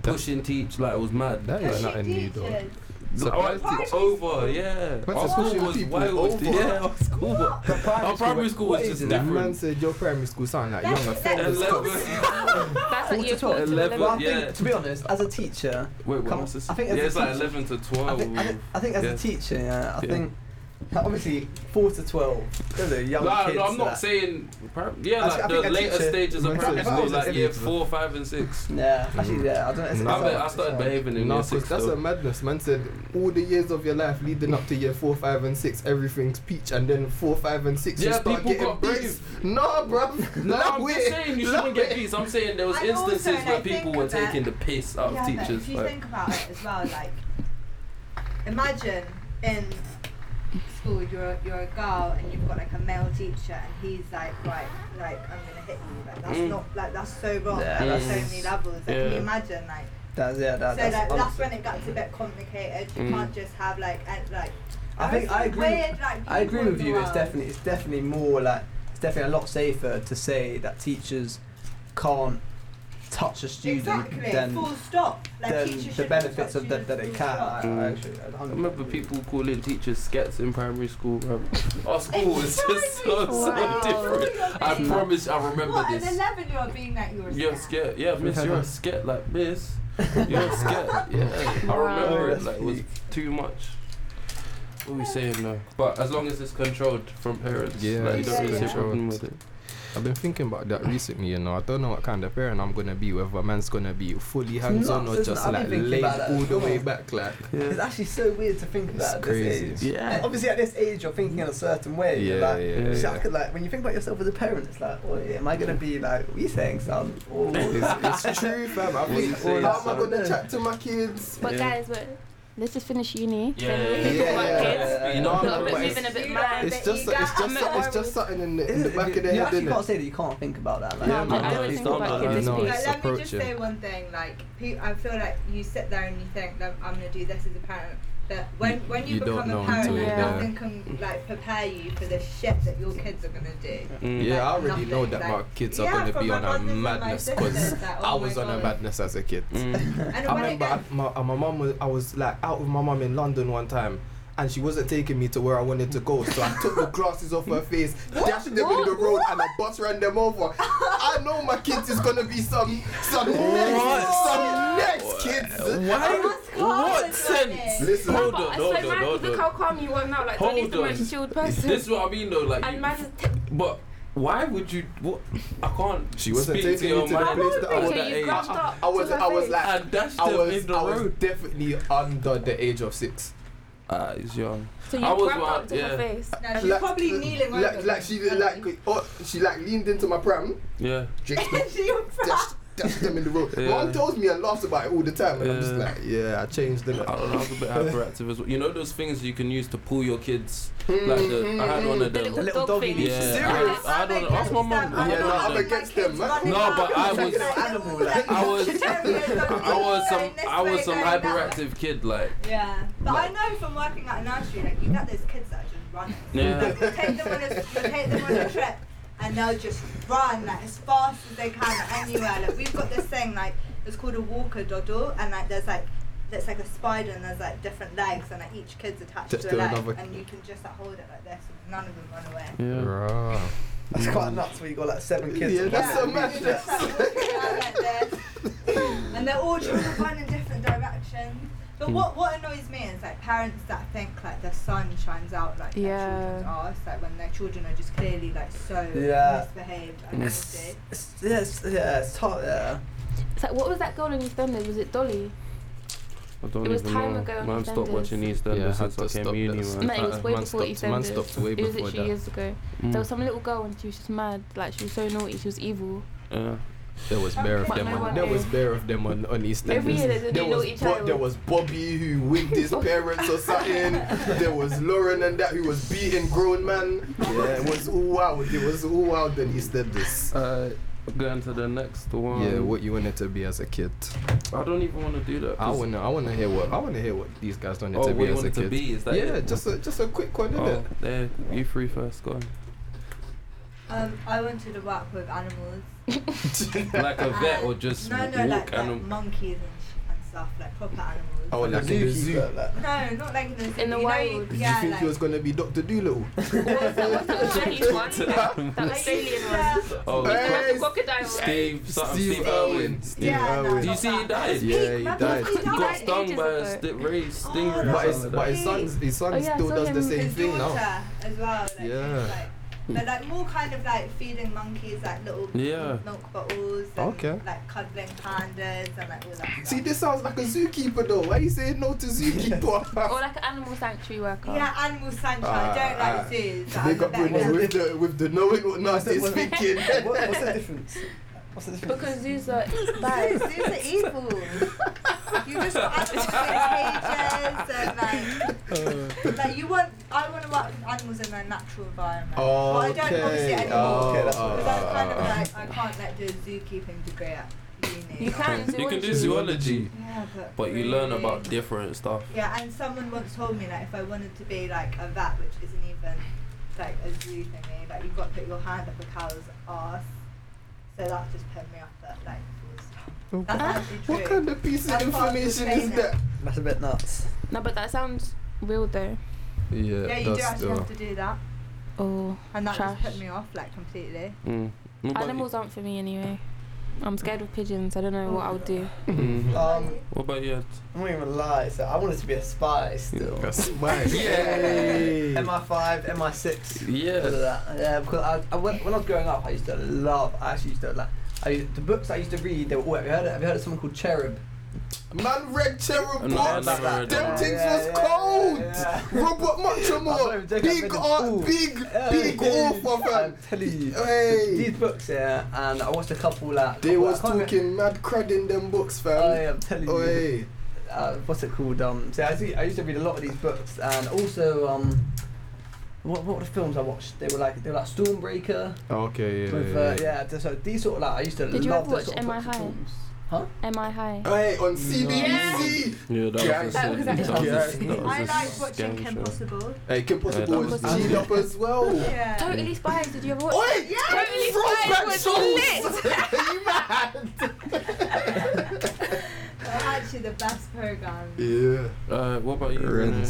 B: pushing teach like it was mad.
G: That
E: Pushing
G: is nothing new, though.
E: teachers.
B: So
G: Supply
B: I was over, yeah.
A: Went to
B: Our
A: pushing
B: school was
A: people
B: wild.
A: over.
B: Yeah, our school. was-
D: But
B: Our primary school was
D: what
B: just
D: is it?
B: different.
A: Man said your primary school sound like
E: That's-
A: young
E: that's-
A: offenders.
E: that's-
B: Eleven.
C: That's like
D: Quarter
C: year
D: to
C: four to
B: 11.
D: Well, I
C: eleven.
B: yeah.
D: think, to be honest, as a teacher,
B: Wait,
D: Come-
B: what was this?
D: I think
B: yeah,
D: as a
B: it's like
D: teacher-
B: 11 to
D: I
B: 12.
D: think, I think, I think as
B: Oh, Yeah.
D: a teacher, yeah, I
B: Yeah.
D: think like, obviously four to twelve, those are young
B: no,
D: kids.
B: no, I'm not
D: that-
B: saying. prim- Yeah,
D: I think- I think
B: like the
D: a
B: later
D: teacher-
B: stages of
A: If I
B: primary
A: was
B: school,
A: a
B: like
A: teacher-
B: year four, five, and six.
D: Yeah,
B: Mm.
D: actually, yeah, I don't know. It's,
B: I,
D: it's
B: bet
D: hard,
B: I
D: it's
B: started
D: hard.
B: behaving in
A: No,
B: year
A: 'cause
B: six.
A: that's
B: though.
A: a madness. Man said all the years of your life leading up to year four, five, and six, everything's peach, and then four, five, and six, you
B: Yeah,
A: start
B: people
A: getting
B: got
A: beats. Nah, bruv.
B: no,
A: Nah,
B: I'm
A: wait.
B: just saying you
A: Nah,
B: shouldn't get
A: wait.
B: beats. I'm saying there was
E: And also,
B: instances where
E: like,
B: people
E: think
B: were
E: of that.
B: taking the piss out of
E: Yeah, but
B: teachers.
E: If you
B: like-
E: think about it as well, like, imagine in school, you're a, you're a girl and you've got like a male teacher, and he's like, right, like I'm gonna hit you. Like that's
B: Mm.
E: not like that's so wrong.
D: Yeah,
E: like, that's so
D: that's-
E: many levels. Like, Can
B: Yeah.
E: you imagine like?
D: That's yeah. That,
E: so
D: that's,
E: like that's
D: honestly-
E: when it gets a bit complicated. You
B: Mm.
E: can't just have like and like.
D: I think
E: there's
D: I
E: some
D: agree.
E: Weird, like,
D: I agree
E: people in
D: with
E: the
D: you. It's
E: world.
D: definitely it's definitely more like it's definitely a lot safer to say that teachers can't touch a student
E: exactly.
D: than
E: full stop. Like
D: than
E: teachers
D: the
E: shouldn't
D: benefits
E: touch
D: of that that it
E: students,
D: can.
E: full
D: I,
E: stop.
B: Mm.
D: I actually I
B: I remember people calling teachers skets in primary school. Bro. Our school was just so, so
C: Wow.
B: different. I promise I remember
E: What an
B: this.
E: eleven-year-old being like you're a
B: You're
E: scat.
B: scared. Yeah, miss,
D: had
B: you're a
D: that.
B: scared. Like, miss, you're a scared. Yeah, I
C: Wow.
B: remember it.
D: That's
B: Like, it was
D: peak.
B: too much. What are we saying though? But as long as it's controlled from parents,
A: Yeah,
B: like, you
E: it's
B: don't really see a
E: controlled.
B: problem with it.
A: I've been thinking about that recently, you know. I don't know what kind of parent I'm gonna be, whether a man's gonna be fully hands on or
D: nuts, isn't
A: just
D: it? I've been
A: like
D: thinking
A: laid
D: about that
A: all
D: as
A: the way
D: well.
A: back, like.
D: It's
B: Yeah.
D: actually so weird to think
A: It's
D: about at
A: crazy.
D: this age.
B: Yeah.
D: Obviously, at this age, you're thinking in a certain way.
A: Yeah,
D: you're like,
A: yeah,
B: yeah.
D: See, I could, like when you think about yourself as a parent, it's like, oh, yeah, am I gonna be like, what are you saying, son? Or,
A: It's, it's true, fam. I
B: What you
A: think,
B: saying,
A: how am I
D: son?
A: gonna chat to my kids?
C: But
B: Yeah.
C: guys, but let's just finish uni.
B: Yeah,
C: then we
B: yeah,
C: can
A: yeah,
C: talk about
A: yeah,
C: kids.
D: yeah, yeah.
B: You know,
C: We're a
A: but
C: bit
A: it's-
C: moving, a bit mad.
A: It's just,
E: you
A: it's
E: got-
A: just, it's just something in the, in the back of their
D: you
A: head,
D: actually
A: innit?
D: can't say that you can't think about that. Like,
B: Yeah,
C: no, I don't
B: it's
C: think
B: not
C: about
B: like
C: kids.
B: that. No,
C: please.
A: it's-
E: Like, let me just
A: approaching.
E: say one thing. Like, pe- I feel like you sit there and you think that I'm gonna do this as a parent, but when when you,
A: you don't
E: become
A: know
E: a parent,
C: until
E: like,
C: you're there.
E: nothing can like prepare you for the shit that your kids are gonna do.
B: Mm.
A: Yeah, I already
E: nothing,
A: know that my
E: like-
A: kids are
E: Yeah,
A: gonna
E: from
A: be
E: my
A: on
E: brothers
A: a
E: and my
A: madness because
E: sisters, like,
A: I
E: oh my
A: was on a
E: God.
A: madness as a kid.
B: Mm.
E: And
A: I
E: when it
A: remember I,
E: gets-
A: my uh, my mum was I was like out with my mum in London one time. And she wasn't taking me to where I wanted to go, so I took the glasses off her face, dashed them in the road, and a bus ran them over. I know my kids is gonna be some some next some next kids.
B: Why?
E: That's
B: What
E: class,
B: sense?
E: isn't
A: Listen,
B: Hold
C: But
B: on,
C: it's
B: hold
C: so
B: on,
C: mad 'cause
B: hold
C: look
B: on.
C: how calm you are now. Like,
B: Hold
C: Tony's the
B: on.
C: most chilled person.
B: This is what I mean though. Like,
C: and
B: you-
C: man is te-
B: but why would you? What? I can't.
A: She wasn't
B: speak
A: taking
B: your
A: me to the
B: mind
A: place that I
B: at
A: was
C: So
B: that
C: you
B: age.
C: grasped up
A: I was
C: to her
A: I was
C: face.
A: like
B: I dashed
A: I
B: them in
A: was
B: the
A: I was
B: road.
A: definitely under the age of six.
B: Ah, it's young.
C: So you
B: I was
C: grabbed
B: wild,
C: up to
B: yeah.
C: her face.
E: it? No, she's probably kneeling over.
A: Like, like she
E: them,
A: like
E: probably.
A: oh, she like leaned into my pram,
B: Yeah.
A: draped the
E: She was
A: dash, dash them in the road.
B: Yeah.
A: Mom tells me and laughs about it all the time, and I'm just
B: Yeah.
A: like, yeah, I changed them.
B: I don't know, I was a bit hyperactive as well. You know those things you can use to pull your kids?
C: Mm-hmm.
B: Like the, I had one of
C: The
B: them.
C: little,
D: little
C: dog
D: doggy.
C: thing.
B: Yeah,
A: Serious?
B: I, I don't know. Ask my mum. I
A: Yeah,
B: don't
A: no,
B: know
A: I'm
B: them.
A: against them,
B: No, but I was-
D: animal, like.
B: I was, I was some, I was some hyperactive kid. Like,
E: Yeah, but
B: Like-
E: I know from working at a nursery, like you got those kids that are just running.
B: Yeah.
E: Like, you take them on a, you take them on a trip, and they'll just run like as fast as they can like, anywhere. Like we've got this thing like it's called a walker doddle, and like there's like it's like a spider, and there's like different legs, and like each kid's attached
A: Just
E: to a
A: do
E: leg,
A: another-
E: and you can just like hold it like this, and none of them run away.
B: yeah.
D: That's quite nuts when you got like seven kids.
A: Yeah,
D: and
A: that's
D: one
A: so mad.
D: baby.
E: You're just, like, walking around like this, and they're all trying to run in different directions.
B: Hmm.
E: But what, what annoys me is like parents that think like their sun shines out like
C: Yeah.
E: their children's arse, like when their children are just clearly like so
D: Yeah.
E: misbehaved and
D: It's,
E: naughty.
D: it's, yeah, it's, yeah, it's hard, yeah.
C: It's like, what was that girl on EastEnders? Was it Dolly?
B: I don't
C: It was
B: even
C: time
B: know.
C: ago on
B: Man, stopped
C: EastEnders.
B: watching EastEnders
A: Yeah, I had
B: since I
A: to stop
B: came uni,
A: that.
B: man.
C: No, it was
A: Uh,
C: way
A: man
C: before
A: stopped- man
C: EastEnders.
A: stopped way
C: it was
A: before
C: literally
A: that.
C: years ago.
B: Hmm. Mm.
C: There was some little girl and she was just mad. Like, she was so naughty. She was evil.
B: yeah.
A: There was bare of
C: But
A: them.
C: no
A: On,
C: one
A: there was
C: knew.
A: bare of them on on EastEnders.
C: Every year there's a new
A: there was Bo-
C: naughty child.
A: there was Bobby who whipped his parents or something. There was Lauren and that who was beating grown man. Yeah, it was all wild. It was all wild on EastEnders.
B: Uh, going to the next one.
A: Yeah, what you wanted to be as a kid?
B: I don't even want to do that.
A: Um, I
B: 'cause-
A: wanna, I wanna hear what, I wanna hear what these guys wanted
B: Oh,
A: to
B: what
A: be
B: you
A: as a
B: wanted
A: kid.
B: to be? Is that
A: yeah,
B: it?
A: just a, just a quick one, isn't
B: Oh,
A: it?
B: there, you three first, go on.
E: Um, I wanted to work with animals.
B: Like a vet or just
E: no, no,
B: walk
E: like, like
B: animal.
E: monkeys and, sh- and stuff, like proper animals.
A: Oh, like in the zoo.
D: Zookeeper, like.
E: No, not like in the,
C: In the
E: you know,
C: wild.
A: Did
E: yeah,
A: you think
E: like,
A: he was gonna be Doctor Doolittle?
C: What's that? What's that Chinese one? That Australian one.
B: Oh,
A: Hey,
C: That's a crocodile. right?
B: Steve, something Steve,
A: Steve
B: Irwin.
A: Irwin. Steve
E: Yeah, no,
A: Irwin.
B: Do you see he died?
A: Yeah, he died.
E: He
B: He got
E: died
B: stung
C: ages
B: by a
C: ago.
B: sti- ray stingray. or
A: But his,
B: something
A: but
B: like
A: his son, his son
C: Oh, yeah, I
A: still
C: saw
A: does the
C: him-
A: same
E: his
A: thing
E: daughter
A: now.
E: as well. Like, she's,
A: Yeah.
E: Like, but like more kind of like feeding monkeys like little
B: Yeah.
E: milk bottles and
A: Okay.
E: like cuddling pandas and like all that
A: See,
E: stuff.
A: this sounds like a zookeeper though. Why are you saying no to
C: Or
A: zookeeper?
C: like an animal sanctuary worker.
E: yeah, animal sanctuary.
A: Ah,
E: I don't
A: ah.
E: like zoos. but I'm
A: Big
E: a
A: up
E: vet.
A: Bruni with the with the knowing what Nasty is
D: What's
A: thinking.
D: What, what's the difference? What's the difference?
C: Because zoos are
E: Zeus,
C: bad.
E: Zeus are evil. you just got animals in cages and like, like you want. I want to work with animals in their natural environment. But I don't obviously
A: Okay.
E: anymore.
A: Oh,
D: Okay, that's
A: oh,
E: Because
D: what-
E: I'm kind of
A: oh, oh.
E: like I can't like do a zookeeping degree at uni.
C: You can zoology.
B: You can do zoology,
E: Yeah, but,
B: but you learn about
E: really-
B: different stuff.
E: Yeah, and someone once told me like if I wanted to be like a vet, which isn't even like a zoo thingy, like you've got to put your hand up a cow's ass. So that just put me off at like full stop.
A: Oh.
E: That's actually true.
A: What kind of piece of
E: That's part of the
A: information is
E: training.
A: that?
H: That's a bit nuts.
C: No, but that sounds real though.
I: Yeah,
E: yeah, you do
I: that's
E: actually
I: still.
E: have to do that,
C: Oh,
E: and that just
C: Trash.
E: put me off like completely.
B: Mm. No, but-
C: animals aren't for me anyway. I'm scared of pigeons. I don't know what I'll do.
B: Mm.
D: Um,
B: What about you?
D: I'm not even gonna lie. So I wanted to be a spy still.
I: That's
A: Yay.
D: MI5, MI6. all of
B: Yeah.
D: that. Yeah, because I, I went, when I was growing up, I used to love. I actually used to like. I, the books I used to read, they were. all- Have you heard? Of, have you heard of someone called Cherub?
A: Man, Red Cherub
B: No, I
A: books.
B: never read
A: Them
B: that.
A: things was cold. Robert
D: I'm not even
A: Muchamore,
D: joking, I've
A: big
D: been a
A: art,
D: fool.
A: big, big author,
D: I'm
A: fam.
D: telling you.
A: Hey,
D: These books, yeah, and I watched a couple like.
A: they
E: Oh,
D: couple- I
A: was
D: can't remember-
A: talking mad crud in them books,
D: Oh,
A: fam.
D: yeah, I'm telling you.
A: Oi,
D: uh, what's it called? Um, so I, see, I used to read a lot of these books, and also um, what what were the films I watched? They were like they were like Stormbreaker.
I: Okay, yeah.
D: With, uh, yeah, th- so these sort of like I used to
C: Did
D: love
C: you ever
D: those
C: watch
D: sort of
C: Am I
D: books and
C: High?
D: films. Huh?
C: Am I high?
A: oi, on
C: Yeah.
A: CBBC.
B: Yeah,
A: Gang.
B: that was a
C: That was
B: sick- that was
C: actually
B: a-
A: Gang.
B: that was
E: I
B: a
E: like watching
B: gang
E: Kim
B: show.
E: Possible.
A: Hey, Kim Possible
B: that
A: was
B: was-
A: G'd up as well.
E: Yeah.
C: Totally Spies. Did you ever watch?
A: Oi,
E: Yeah,
A: Tony
E: it
A: Frostback
C: was
A: Souls. Are you mad?
E: They're actually the best program.
A: Yeah.
B: Uh, what about you? Renee?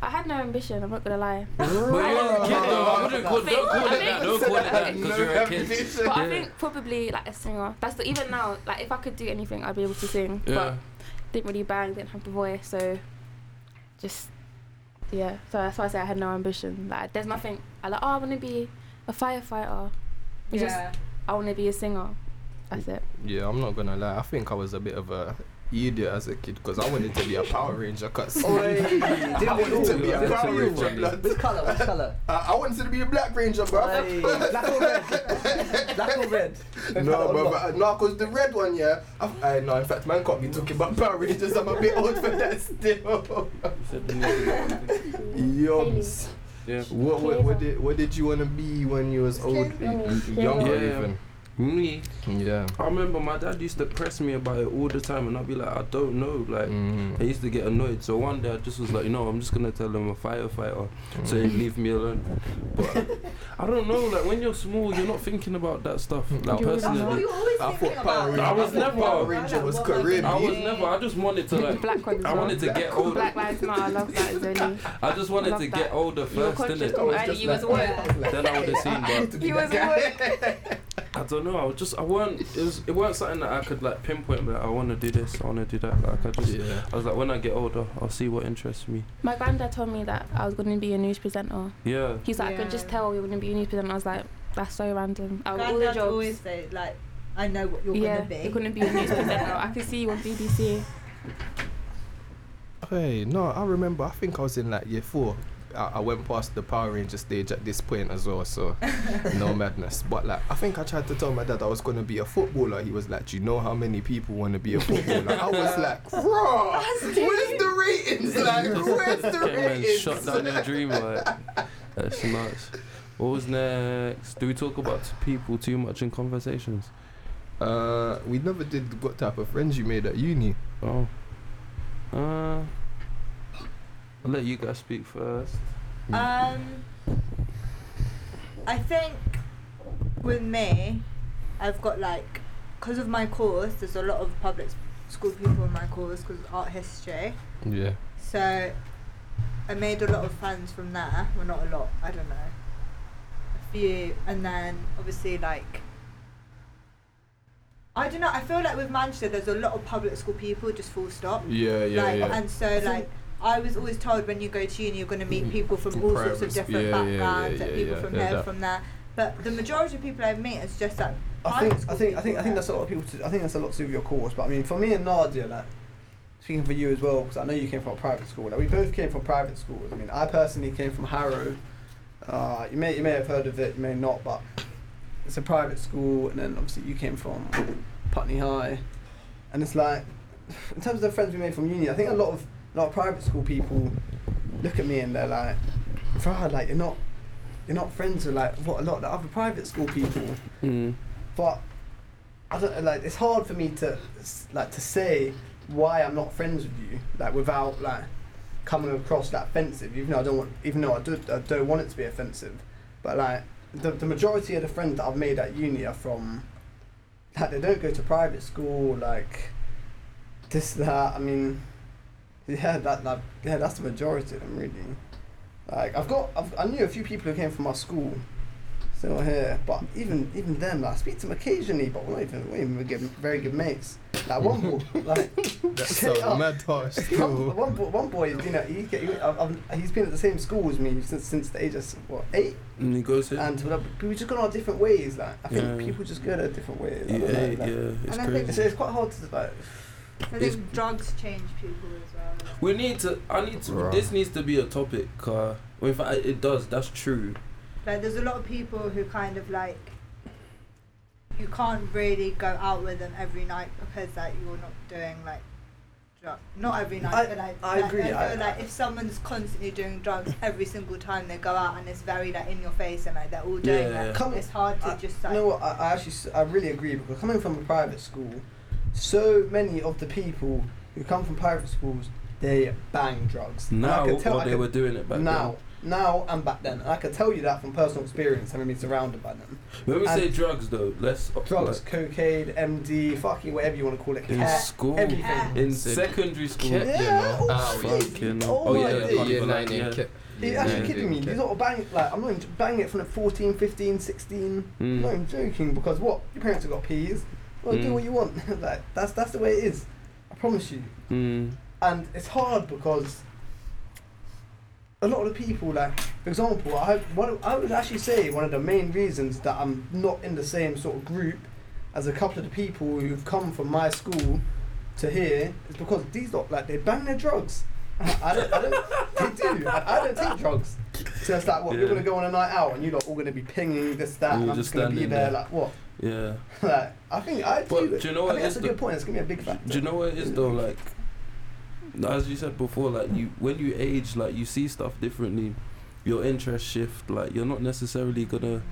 C: I had no ambition. I'm not gonna lie.
B: But you were a kid though. I wouldn't call,
C: Thank
B: don't call it
C: you.
B: that. Don't call it that because you're a kid.
C: But
A: ambition.
B: Yeah.
C: I think probably like a singer. That's the even now. Like if I could do anything, I'd be able to sing.
B: Yeah.
C: But didn't really bang. Didn't have the voice. So just yeah. So that's why I say I had no ambition. Like there's nothing. I like. Oh, I want to be a firefighter. It's just
E: Yeah.
C: I want to be a singer. That's it.
I: Yeah, I'm not gonna lie. I think I was a bit of a idiot as a kid because I wanted to be a Power Ranger. Cause
D: Oi, did we
A: I wanted to
D: all?
A: be a
D: Yeah.
A: Power
B: Tell you
A: Ranger,
B: what.
A: blood.
D: Which colour? Which colour?
A: I I wanted to be a Black Ranger, bruv.
D: Hey, black or red? black or red? Which colour
A: No,
D: or
A: but,
D: not?
A: but no, cause the red one, yeah. I've, I no, in fact, man can't be talking about Power Rangers. I'm a bit old for that still. Yums.
B: Yeah.
A: What what what did what did you wanna be when you was old, younger
B: Yeah.
A: even?
B: Me,
I: Yeah.
B: I remember my dad used to press me about it all the time, and I'd be like, I don't know. Like, I
I: Mm.
B: used to get annoyed. So one day I just was like, you know, I'm just gonna tell him I'm a firefighter, so he'd
C: Mm.
B: leave me alone. But I don't know. Like when you're small, you're not thinking about that stuff. Like
C: You're really
E: That's what
B: personally,
E: you always
A: I
E: thinking
A: thought Power
E: about.
A: Ranger.
B: I was
A: thought
B: never-
A: Power Ranger was Caribbean.
B: I was never. I just wanted to like.
C: Black one as
B: I
C: well.
B: wanted to get older.
C: Black lives matter. I love that. Zoli.
B: I just wanted
C: Love
B: to
C: that.
B: get older
C: You were
B: first,
C: conscious
B: didn't
C: from
B: it?
A: was
C: early.
A: just
C: You was
A: like-
C: aware.
B: Then I would have seen, but
C: He was aware.
B: I don't know. I was just, I weren't. It, was, it weren't something that I could like pinpoint. Like I want to do this. I want to do that. Like I just,
I: Yeah.
B: I was like, when I get older, I'll see what interests me.
C: My granddad told me that I was going to be a news presenter.
B: Yeah.
C: He's like, I
E: Yeah.
C: could just tell you're going to be a news presenter. I was like, that's so random. Out of all the
E: Granddad's
C: jobs,
E: always say like, I know what you're
C: yeah,
E: gonna be.
C: you're going to be a news presenter. I could see you on BBC.
I: Hey, no, I remember. I think I was in like year four. I, I went past the Power Ranger stage at this point as well, so no madness. But like, I think I tried to tell my dad I was gonna be a footballer. He was like, "Do you know how many people want to be a footballer?" I was like, "Raw, where's the ratings? Like, where's the
B: Came and
I: ratings?"
B: shut down your dream. Like, that's nuts. What was next? Do we talk about people too much in conversations?
I: Uh, we never did what type of friends you made at uni.
B: Oh. Uh. I'll let you guys speak first.
E: Um, I think with me, I've got like, because of my course, there's a lot of public s- school people in my course because art history.
I: Yeah.
E: So I made a lot of friends from there. Well, not a lot. I don't know. A few, and then obviously like. I don't know. I feel like with Manchester, there's a lot of public school people, just full stop
I: Yeah, yeah,
E: like,
I: yeah.
E: And so, like, I was always told when you go to uni, you're going to meet
I: Mm.
E: people from
I: From
E: all sorts of
I: private-
E: different
I: yeah, yeah, yeah,
E: backgrounds, like
I: yeah,
E: people
I: yeah,
E: from
I: yeah,
E: here,
I: that.
E: from there. But the majority of people I meet is just like,
D: I
E: Private
D: think I
E: school
D: think I think I
E: people,
D: think that's a lot of people. To, I think that's a lot to do with your course. But I mean, for me and Nadia, like speaking for you as well, because I know you came from a private school. Like we both came from private schools. I mean, I personally came from Harrow. Uh, you may you may have heard of it, you may not, but it's a private school, and then obviously you came from Putney High, and it's like in terms of the friends we made from uni, I think a lot of a lot of private school people look at me and they're like, "Bruh, like you're not you're not friends with like what a lot of the other private school people."
B: Mm.
D: but I don't know, like it's hard for me to s- like to say why I'm not friends with you like without like coming across that offensive even though I don't want even though I, do, I don't want it to be offensive but like the, the majority of the friends that I've made at uni are from like they don't go to private school like this that I mean yeah that like yeah that's the majority of them really like I've got I've, I knew a few people who came from my school still here. But even even them, like, I speak to them occasionally, but we're not even, we're not even good, very good mates. Like one boy, like
A: That's
D: Shut
A: so
D: up.
A: mad harsh.
D: one, one, boy, one boy, you know, he's, get, he, I've, I've- he's been at the same school as me since since the age of what eight,
B: And he goes in.
D: and like, we just gone our different ways. Like I think
B: Yeah.
D: people just go their different ways. I
B: yeah,
D: don't know,
B: yeah,
D: like,
B: it's
E: And I
B: crazy.
E: think-
D: It's, it's quite hard to like.
E: I
B: It's-
E: think drugs change people as well.
B: We need to. I need to.
A: Bruh.
B: This needs to be a topic. Uh, in fact, it does. That's true.
E: Like there's a lot of people who kind of like you can't really go out with them every night because like you're not doing like drugs. Not every night,
D: I-
E: but like
D: I
E: like,
D: agree,
E: feel
D: I-
E: like if someone's constantly doing drugs every single time they go out and it's very like in your face and like they're all doing
B: Yeah, yeah,
E: that,
D: yeah.
E: it's hard to
D: I-
E: just
D: You
E: like
D: know what? I, I actually s- I really agree because coming from a private school, so many of the people who come from private schools they bang drugs. And I
B: Now,
D: could tell-
B: or
D: I
B: they
D: could-
B: were doing it back
D: now, now and back then. And I can tell you that from personal experience having been surrounded by them.
B: then. When we
D: and-
B: say drugs, though, let's
D: Drugs, cocaine, MD, fucking whatever you want to call it.
B: like, in
D: cat,
B: school,
D: everything.
E: Yeah.
B: in secondary school.
A: Kit, you
D: Yeah,
A: know.
D: all
A: Ah, we-
D: these-
B: fucking-
D: all
B: Oh,
A: Oh,
D: my
B: yeah,
A: yeah,
D: days.
A: the
B: yeah,
A: year nine
B: yeah.
A: in Kit.
D: You're
A: Yeah,
D: actually
A: yeah,
D: kidding
A: yeah,
D: me.
A: yeah.
D: These lot are bang like I'm not even banging it from the 14, 15, 16.
B: Mm.
A: Hmm.
D: I'm not even joking because what your parents have got peas. Well, do
B: Mm.
D: what you want. like that's that's the way it is. I promise you.
B: Mm.
D: and it's hard because a lot of the people like for example I, one of- I would actually say one of the main reasons that i'm not in the same sort of group as a couple of the people who've come from my school to here is because these lot like they bang their drugs I don't, I don't, they do. I, I don't take drugs. So it's like, what,
B: Yeah.
D: you're going to go on a night out and you're all going to be pinging this, that,
B: All
D: and I'm
B: just
D: just going to be
B: standing
D: there,
B: there.
D: like, what?
B: Yeah.
D: like, I think I
B: But
D: do. it.
B: do you know what
D: I think
B: is
D: that's a
B: the-
D: good point. It's going to be a big factor.
B: Do you know what it is though? Like, as you said before, like you when you age, like you see stuff differently. Your interests shift. Like you're not necessarily gonna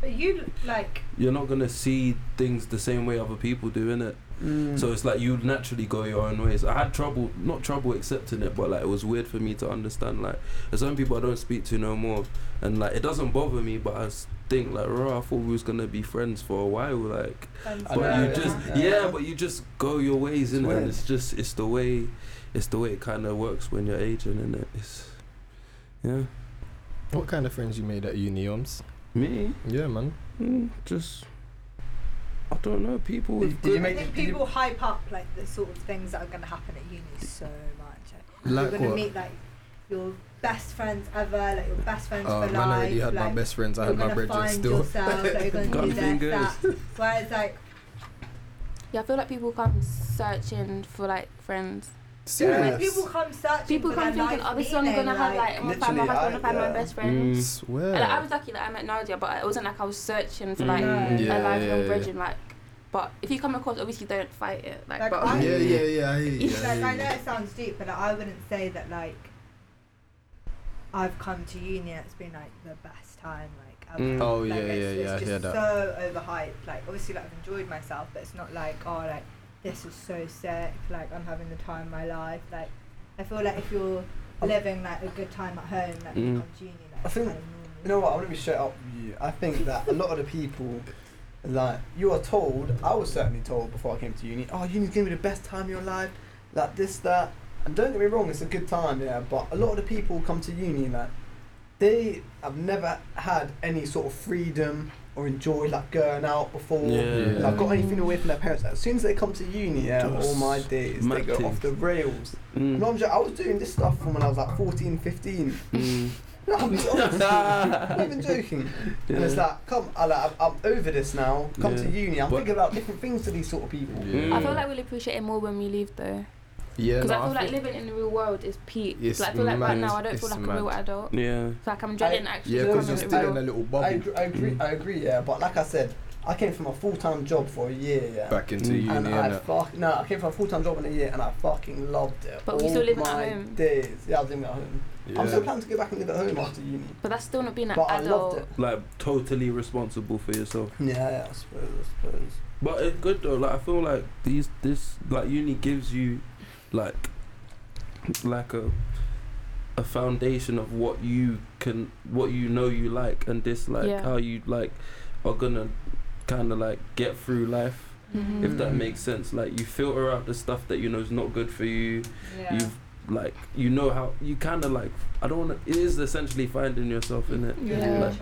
E: But you like
B: you're not gonna see things the same way other people do, innit?
D: Mm.
B: So it's like you naturally go your own ways. I had trouble, not trouble accepting it, but like it was weird for me to understand. Like there's some people I don't speak to no more, and like it doesn't bother me, but I s- think like, raw, I thought we was gonna be friends for a while, like.
E: friends
D: I
B: But
D: know,
B: you
D: yeah.
B: just yeah.
D: Yeah.
B: but you just go your ways, innit?
D: weird.
B: And it's just it's the way, it's the way it kind of works when you're aging, and it? it's yeah.
A: What kind of friends you made at uni, Oms?
B: Me,
A: Yeah, man.
B: mm, just I don't know people with
D: Did you
B: good-
E: I
D: make-
E: think
D: did you-
E: people hype up like the sort of things that are going to happen at uni so much.
A: Like
E: you're gonna
A: what?
E: meet like your best friends ever, like your best friends
A: Oh,
E: for
A: man,
E: life.
A: I already had
E: like,
A: my best friends. I
E: you're
A: had my
E: gonna
A: bridges
E: find
A: still.
E: yourself, like, you're gonna
B: Gun
E: do this,
B: fingers.
E: that. Whereas like
C: Yeah, I feel like people come searching for like friends.
E: when
A: Serious.
E: people come searching,
C: People
E: for
C: come
E: their
C: thinking,
E: life
C: oh, this is what I'm
E: meaning,
C: gonna have like I'm gonna find my
D: Literally,
C: husband,
D: I-
C: I'm gonna find my
D: yeah.
C: best friend.
B: Mm.
A: Swear.
C: And, like, I was lucky that I met Nadia, but it wasn't like I was searching for like
E: Mm,
C: a
A: yeah,
C: lifelong
A: yeah, yeah.
C: bridging. Like, but if you come across, obviously don't fight it. Like,
E: Like,
C: but
E: I-
A: yeah, yeah, yeah. I hear you,
E: Like, I know
A: I
E: it sounds deep, but like, I wouldn't say that like I've come to uni and it's been like the best time. Like, I've,
B: Mm.
A: Oh,
E: like,
A: yeah,
E: it's,
A: yeah,
E: it's
A: yeah, I
E: Just
A: hear that.
E: So overhyped. Like obviously, like I've enjoyed myself, but it's not like oh, like this is so sick. Like I'm having the time of my life. Like I feel like if you're living like a good time at home, like when
B: Mm.
E: you come to uni, like
D: I think-
E: it's kind of normal.
D: You know what? I'm gonna be straight up with you. I think that a lot of the people, like you are told, I was certainly told before I came to uni, oh, uni's gonna be the best time of your life, like this, that. And don't get me wrong, it's a good time, yeah. But a lot of the people who come to uni, like they have never had any sort of freedom or enjoyed like going out before.
B: Yeah.
D: Like, got anything away from their parents. As soon as they come to uni, yeah, all my days they
B: Mad
D: go
B: thing.
D: off the rails.
B: Mm.
D: No, I'm joking, I was doing this stuff from when I was like 14, 15.
B: Mm.
D: No, I'm joking. not even joking. And it's
B: Yeah.
D: like, come, I, like, I'm, I'm over this now. Come to
B: Yeah.
D: uni. I'm
B: But-
D: thinking about different things to these sort of people.
A: hear that.
C: I feel like we'll appreciate it more when we leave, though.
A: Yeah.
J: Yeah,
C: Because
J: no,
C: I feel
J: I
C: like
J: think-
C: living in the real world is peak.
J: It's
C: like, I feel like right
J: mad,
C: now I don't feel
J: it's
C: like a real
J: mad.
C: adult.
B: Yeah.
C: It's like I'm dreading actually
J: yeah,
D: No,
J: because
C: becoming
J: you're
D: no,
C: a
J: still
C: real.
J: in a little
D: I,
J: bubble.
D: agree, I agree.
J: Mm.
D: I agree. Yeah, but like I said, I came from a full time job for a year. Yeah.
J: Back into
B: Mm.
J: uni,
D: and I
J: innit?
D: fuck no, I came from a full time job in a year and I fucking loved it.
C: But were you
D: all
C: still living at
D: my
C: home?
D: Days. Yeah, I was living at home. I'm still
J: Yeah.
D: planning to go back and live at home after uni.
C: But that's still not being an
D: But I loved
C: adult.
D: it.
B: Like totally responsible for yourself.
D: Yeah, yeah, I suppose, I suppose.
B: But it's good though. Like I feel like these this like uni gives you like like a a foundation of what you can what you know you like and dislike
C: Yeah.
B: how you like are gonna kind of like get through life
C: Mhm.
B: if that
D: Mm.
B: makes sense like you filter out the stuff that you know is not good for you
E: Yeah.
B: you've like you know how you kind of like i don't want to it is essentially finding yourself in it
C: Yeah.
B: Like,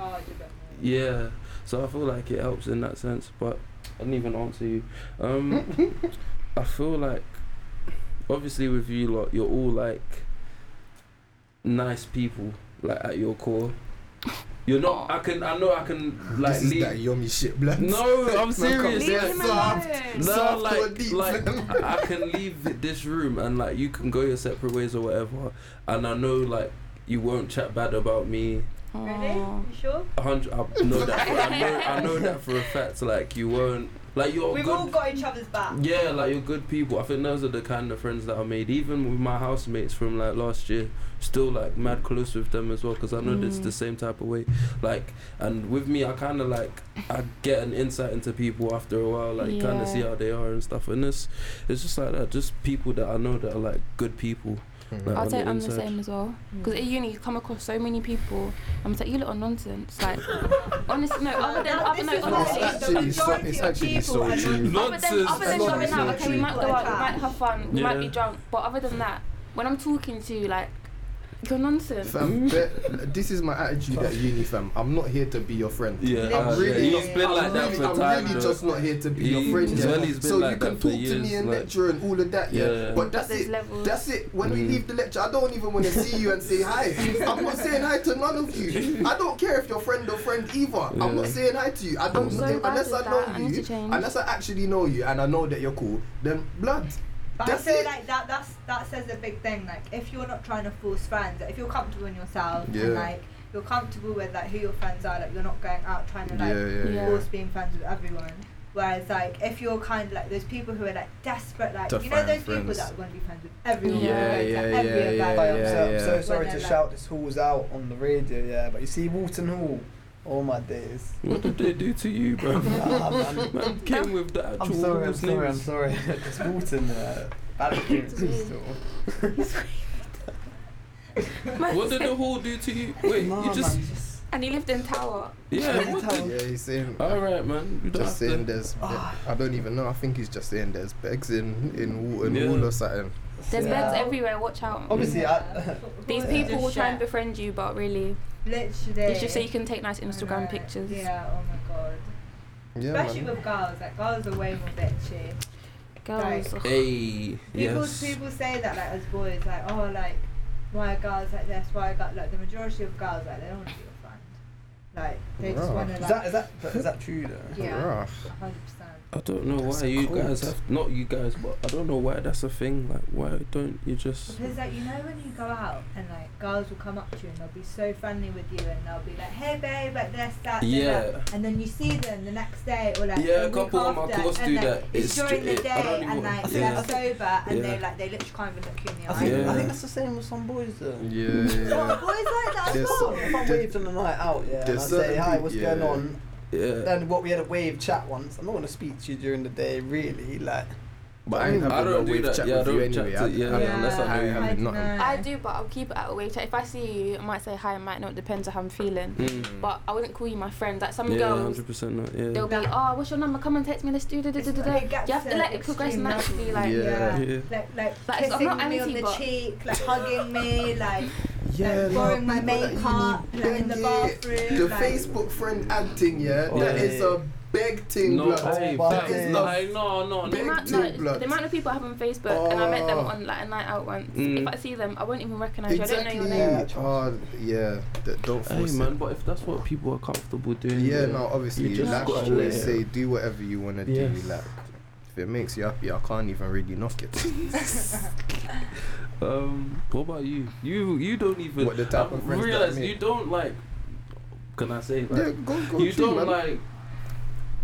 B: yeah. So I feel like it helps in that sense, but I didn't even answer you. Um, I feel like, obviously, with you lot, you're all like nice people, like at your core. You're not. I can. I know. I can like
A: this is
B: leave.
A: that yummy shit, blood.
B: No, I'm
A: come
B: serious.
A: Leave him alone.
B: No,
A: Soft or
B: like,
A: deep,
B: like I can leave this room and like you can go your separate ways or whatever, and I know like you won't chat bad about me.
E: Really? You
C: Aw.
E: sure?
B: A hundred. I know that. For, I, know, I know that for a fact. Like you weren't. Like you're
E: We've all
B: Oh, good.
E: got each other's back.
B: yeah, like you're good people. I think those are the kind of friends that I made. Even with my housemates from like last year, still like mad close with them as well. Cause I know it's
C: Mm.
B: the same type of way. Like, and with me, I kind of like I get an insight into people after a while. Like, kind
C: Yeah.
B: of see how they are and stuff. And it's it's just like that. Just people that I know that are like good people. Like,
C: I'll
B: on
C: say
B: the
C: I'm the
B: inside.
C: same as well. Because at uni, you come across so many people. I'm just like, you lot are nonsense. Like, honestly, no, other than, other, no,
E: This is
A: No, it's
E: honestly, the
C: honestly.
A: actually, so,
E: majority
A: it's
E: of
A: actually
E: people
A: so
E: are
A: true.
B: not-
C: Other than, other than
B: Nonsense.
C: going out, okay, we might go out, we
E: Yeah.
C: might have fun, we might be
B: Yeah.
C: drunk. But other than that, when I'm talking to you, like, you're nonsense.
A: Fam, but this is my attitude at uni, fam. I'm not here to be your friend.
B: Yeah,
A: I'm
B: uh,
A: really
B: yeah. he's
A: not-
B: been like
A: I'm
B: that
A: really,
B: for
A: I'm
B: time.
A: really
B: though.
A: just not here to be
B: He-
A: your friend.
B: he's
A: Yeah.
B: always been
A: so
B: like
A: you can
B: that for
A: talk to
B: years,
A: me in
B: like-
A: lecture and all of that, yeah.
B: Yeah.
A: But that's
C: there's
A: it.
C: levels.
A: That's it. When we
B: Mm.
A: leave the lecture, I don't even want to see you and say hi. I'm not saying hi to none of you. I don't care if you're friend or friend either.
B: Yeah.
A: I'm not saying hi to you. I don't
C: I'm so bad
A: unless
C: with
A: I know
C: that. I need
A: you.
C: to change.
A: unless I actually know you and I know that you're cool, then blood.
E: But
A: That's
E: I feel
A: it.
E: like that that's that says a big thing. Like if you're not trying to force friends, like, if you're comfortable in yourself and
A: Yeah.
E: like you're comfortable with like who your friends are, like you're not going out trying to like
C: yeah, yeah.
E: force being friends with everyone. Whereas like if you're kind of like those people who are like desperate, like
J: To
E: you know
J: find
E: those people
J: friends.
E: that want to be friends with everyone,
C: Yeah,
E: like,
J: yeah,
E: to
J: yeah,
E: every
J: yeah,
E: event.
D: Hi, I'm, so, I'm
J: yeah.
D: so sorry
E: When
D: to
E: they're
D: shout this hall's out on the radio, yeah, but you see Walton Hall, all my days.
B: What did they do to you, bro?
D: Nah, man.
B: Man came with the actual
D: I'm sorry, I'm
B: Wolves
D: sorry, I'm
B: names.
D: sorry. It's Walton, uh, bad experience still.
B: What did the hall do to you? Wait,
D: Nah,
B: you just
D: man, just-
C: And he lived in Tower.
B: yeah. what the-
A: Yeah, he's saying.
B: All right, man. You don't
A: Just
B: have
A: saying
B: to.
A: there's,
E: Ah.
A: I don't even know. I think he's just saying there's begs in in Wall, in
B: Yeah.
A: Wall or something.
C: There's
D: Yeah.
C: beds everywhere, watch out.
D: Obviously, I,
C: These
E: Yeah.
C: people will try and
E: Just
C: befriend you, but really,
E: shit. literally.
C: it's just so you can take nice
E: I know.
C: Instagram pictures.
E: Yeah. Oh my god.
A: Yeah,
E: Especially
A: man.
E: with girls, like girls are way more bitchy.
C: Girls. ugh.
B: Hey,
E: People
B: yes.
E: people say that like as boys, like oh like why are girls like this? Why are girls like the majority of girls like they don't want to be your friend. Like they just
A: Right.
E: want to
D: is
E: like
D: that is that is that true though?
E: yeah,
A: Rough.
E: hundred percent.
B: I don't know why
A: That's
B: you
A: cold.
B: guys have not you guys, but I don't know why that's a thing. Like, why don't you just?
E: Because like you know when you go out and like girls will come up to you and they'll be so friendly with you and they'll be like hey babe like this that this,
B: Yeah.
E: that. and then you see them the next day or like
B: Yeah,
E: the
B: a
E: week
B: couple of my
E: after,
B: course
E: and,
B: do
E: like,
B: that.
E: it's
B: It's
E: during the
B: it- I don't
E: day and
B: even-
E: like
B: yeah.
E: they're sober and
B: Yeah.
E: they like they literally can't even look you in the
D: I
E: eye.
D: think,
B: Yeah.
D: I think that's the same with some boys though.
A: Yeah, yeah,
E: Well,
A: yeah.
E: boys like that as
A: There's
E: well.
A: some-
D: If I waved on a night out, yeah, and I'd
A: There's
D: say,
A: certain
D: hi,
A: peop-
D: what's
A: yeah.
D: going on?
B: Yeah.
D: Then what we had a wave chat once. I'm not gonna speak to you during the day, really. Like,
A: But I ain't having
B: I don't
A: no
B: do
A: wave
B: that.
A: chat
B: Yeah, I
A: with you
B: don't chat
A: anyway.
B: to-
A: I-
B: yeah,
A: I don't-
B: unless I know
A: I
B: you.
A: ain't having
E: I
A: nothing.
E: dunno.
C: I do, but I'll keep it at a wait. If I see you, I might say hi, I might not, depends on how I'm feeling.
B: Mm.
C: But I wouldn't call you my friend. Like some
B: Yeah,
C: girls,
B: hundred percent not. Yeah.
C: they'll be, oh, what's your number? Come and text me. Let's do da da da da. da."
E: It gets
C: You have to
E: to
C: let it progress
E: extreme
C: naturally.
E: levels.
C: Like,
A: Yeah.
B: Yeah.
E: Like, like
C: Like, it's- I'm
E: kissing
C: not
E: me on
C: anti,
E: the
C: but-
E: cheek, like hugging me, like
A: Yeah,
E: like borrowing my
A: people that
E: makeup,
A: you
E: like
A: need
E: in the
A: beg it.
E: bathroom.
A: The
E: like,
A: Facebook friend acting, yeah,
B: Oh, Yeah.
A: that is a big thing,
B: No,
A: blood.
B: hey,
D: But
A: that is
D: hey.
A: not
B: Like, no, no,
C: The
A: Big
B: no.
C: amount,
A: two
C: no,
A: bloods.
C: the amount of people I have on Facebook, and I met them
A: Oh.
C: on like a night out once.
B: Ah. Mm.
C: If I see them, I won't even recognize you. I
A: exactly.
C: don't know your name.
D: Yeah, trust.
A: Oh, yeah. that- Don't force
B: Hey,
A: it.
B: man, but if that's what people are comfortable doing,
A: Yeah,
B: then-
A: no, obviously,
B: You just
A: like I always
B: gotta let it-
A: say, do whatever you want to
B: Yes.
A: do. Like, if it makes you happy, I can't even really knock it.
B: Um, what about you? You you don't even
A: What, the type of friends that I
B: realize
A: make?
B: you don't like. Can I say like
A: yeah, go, go
B: you
A: through,
B: don't
A: man.
B: like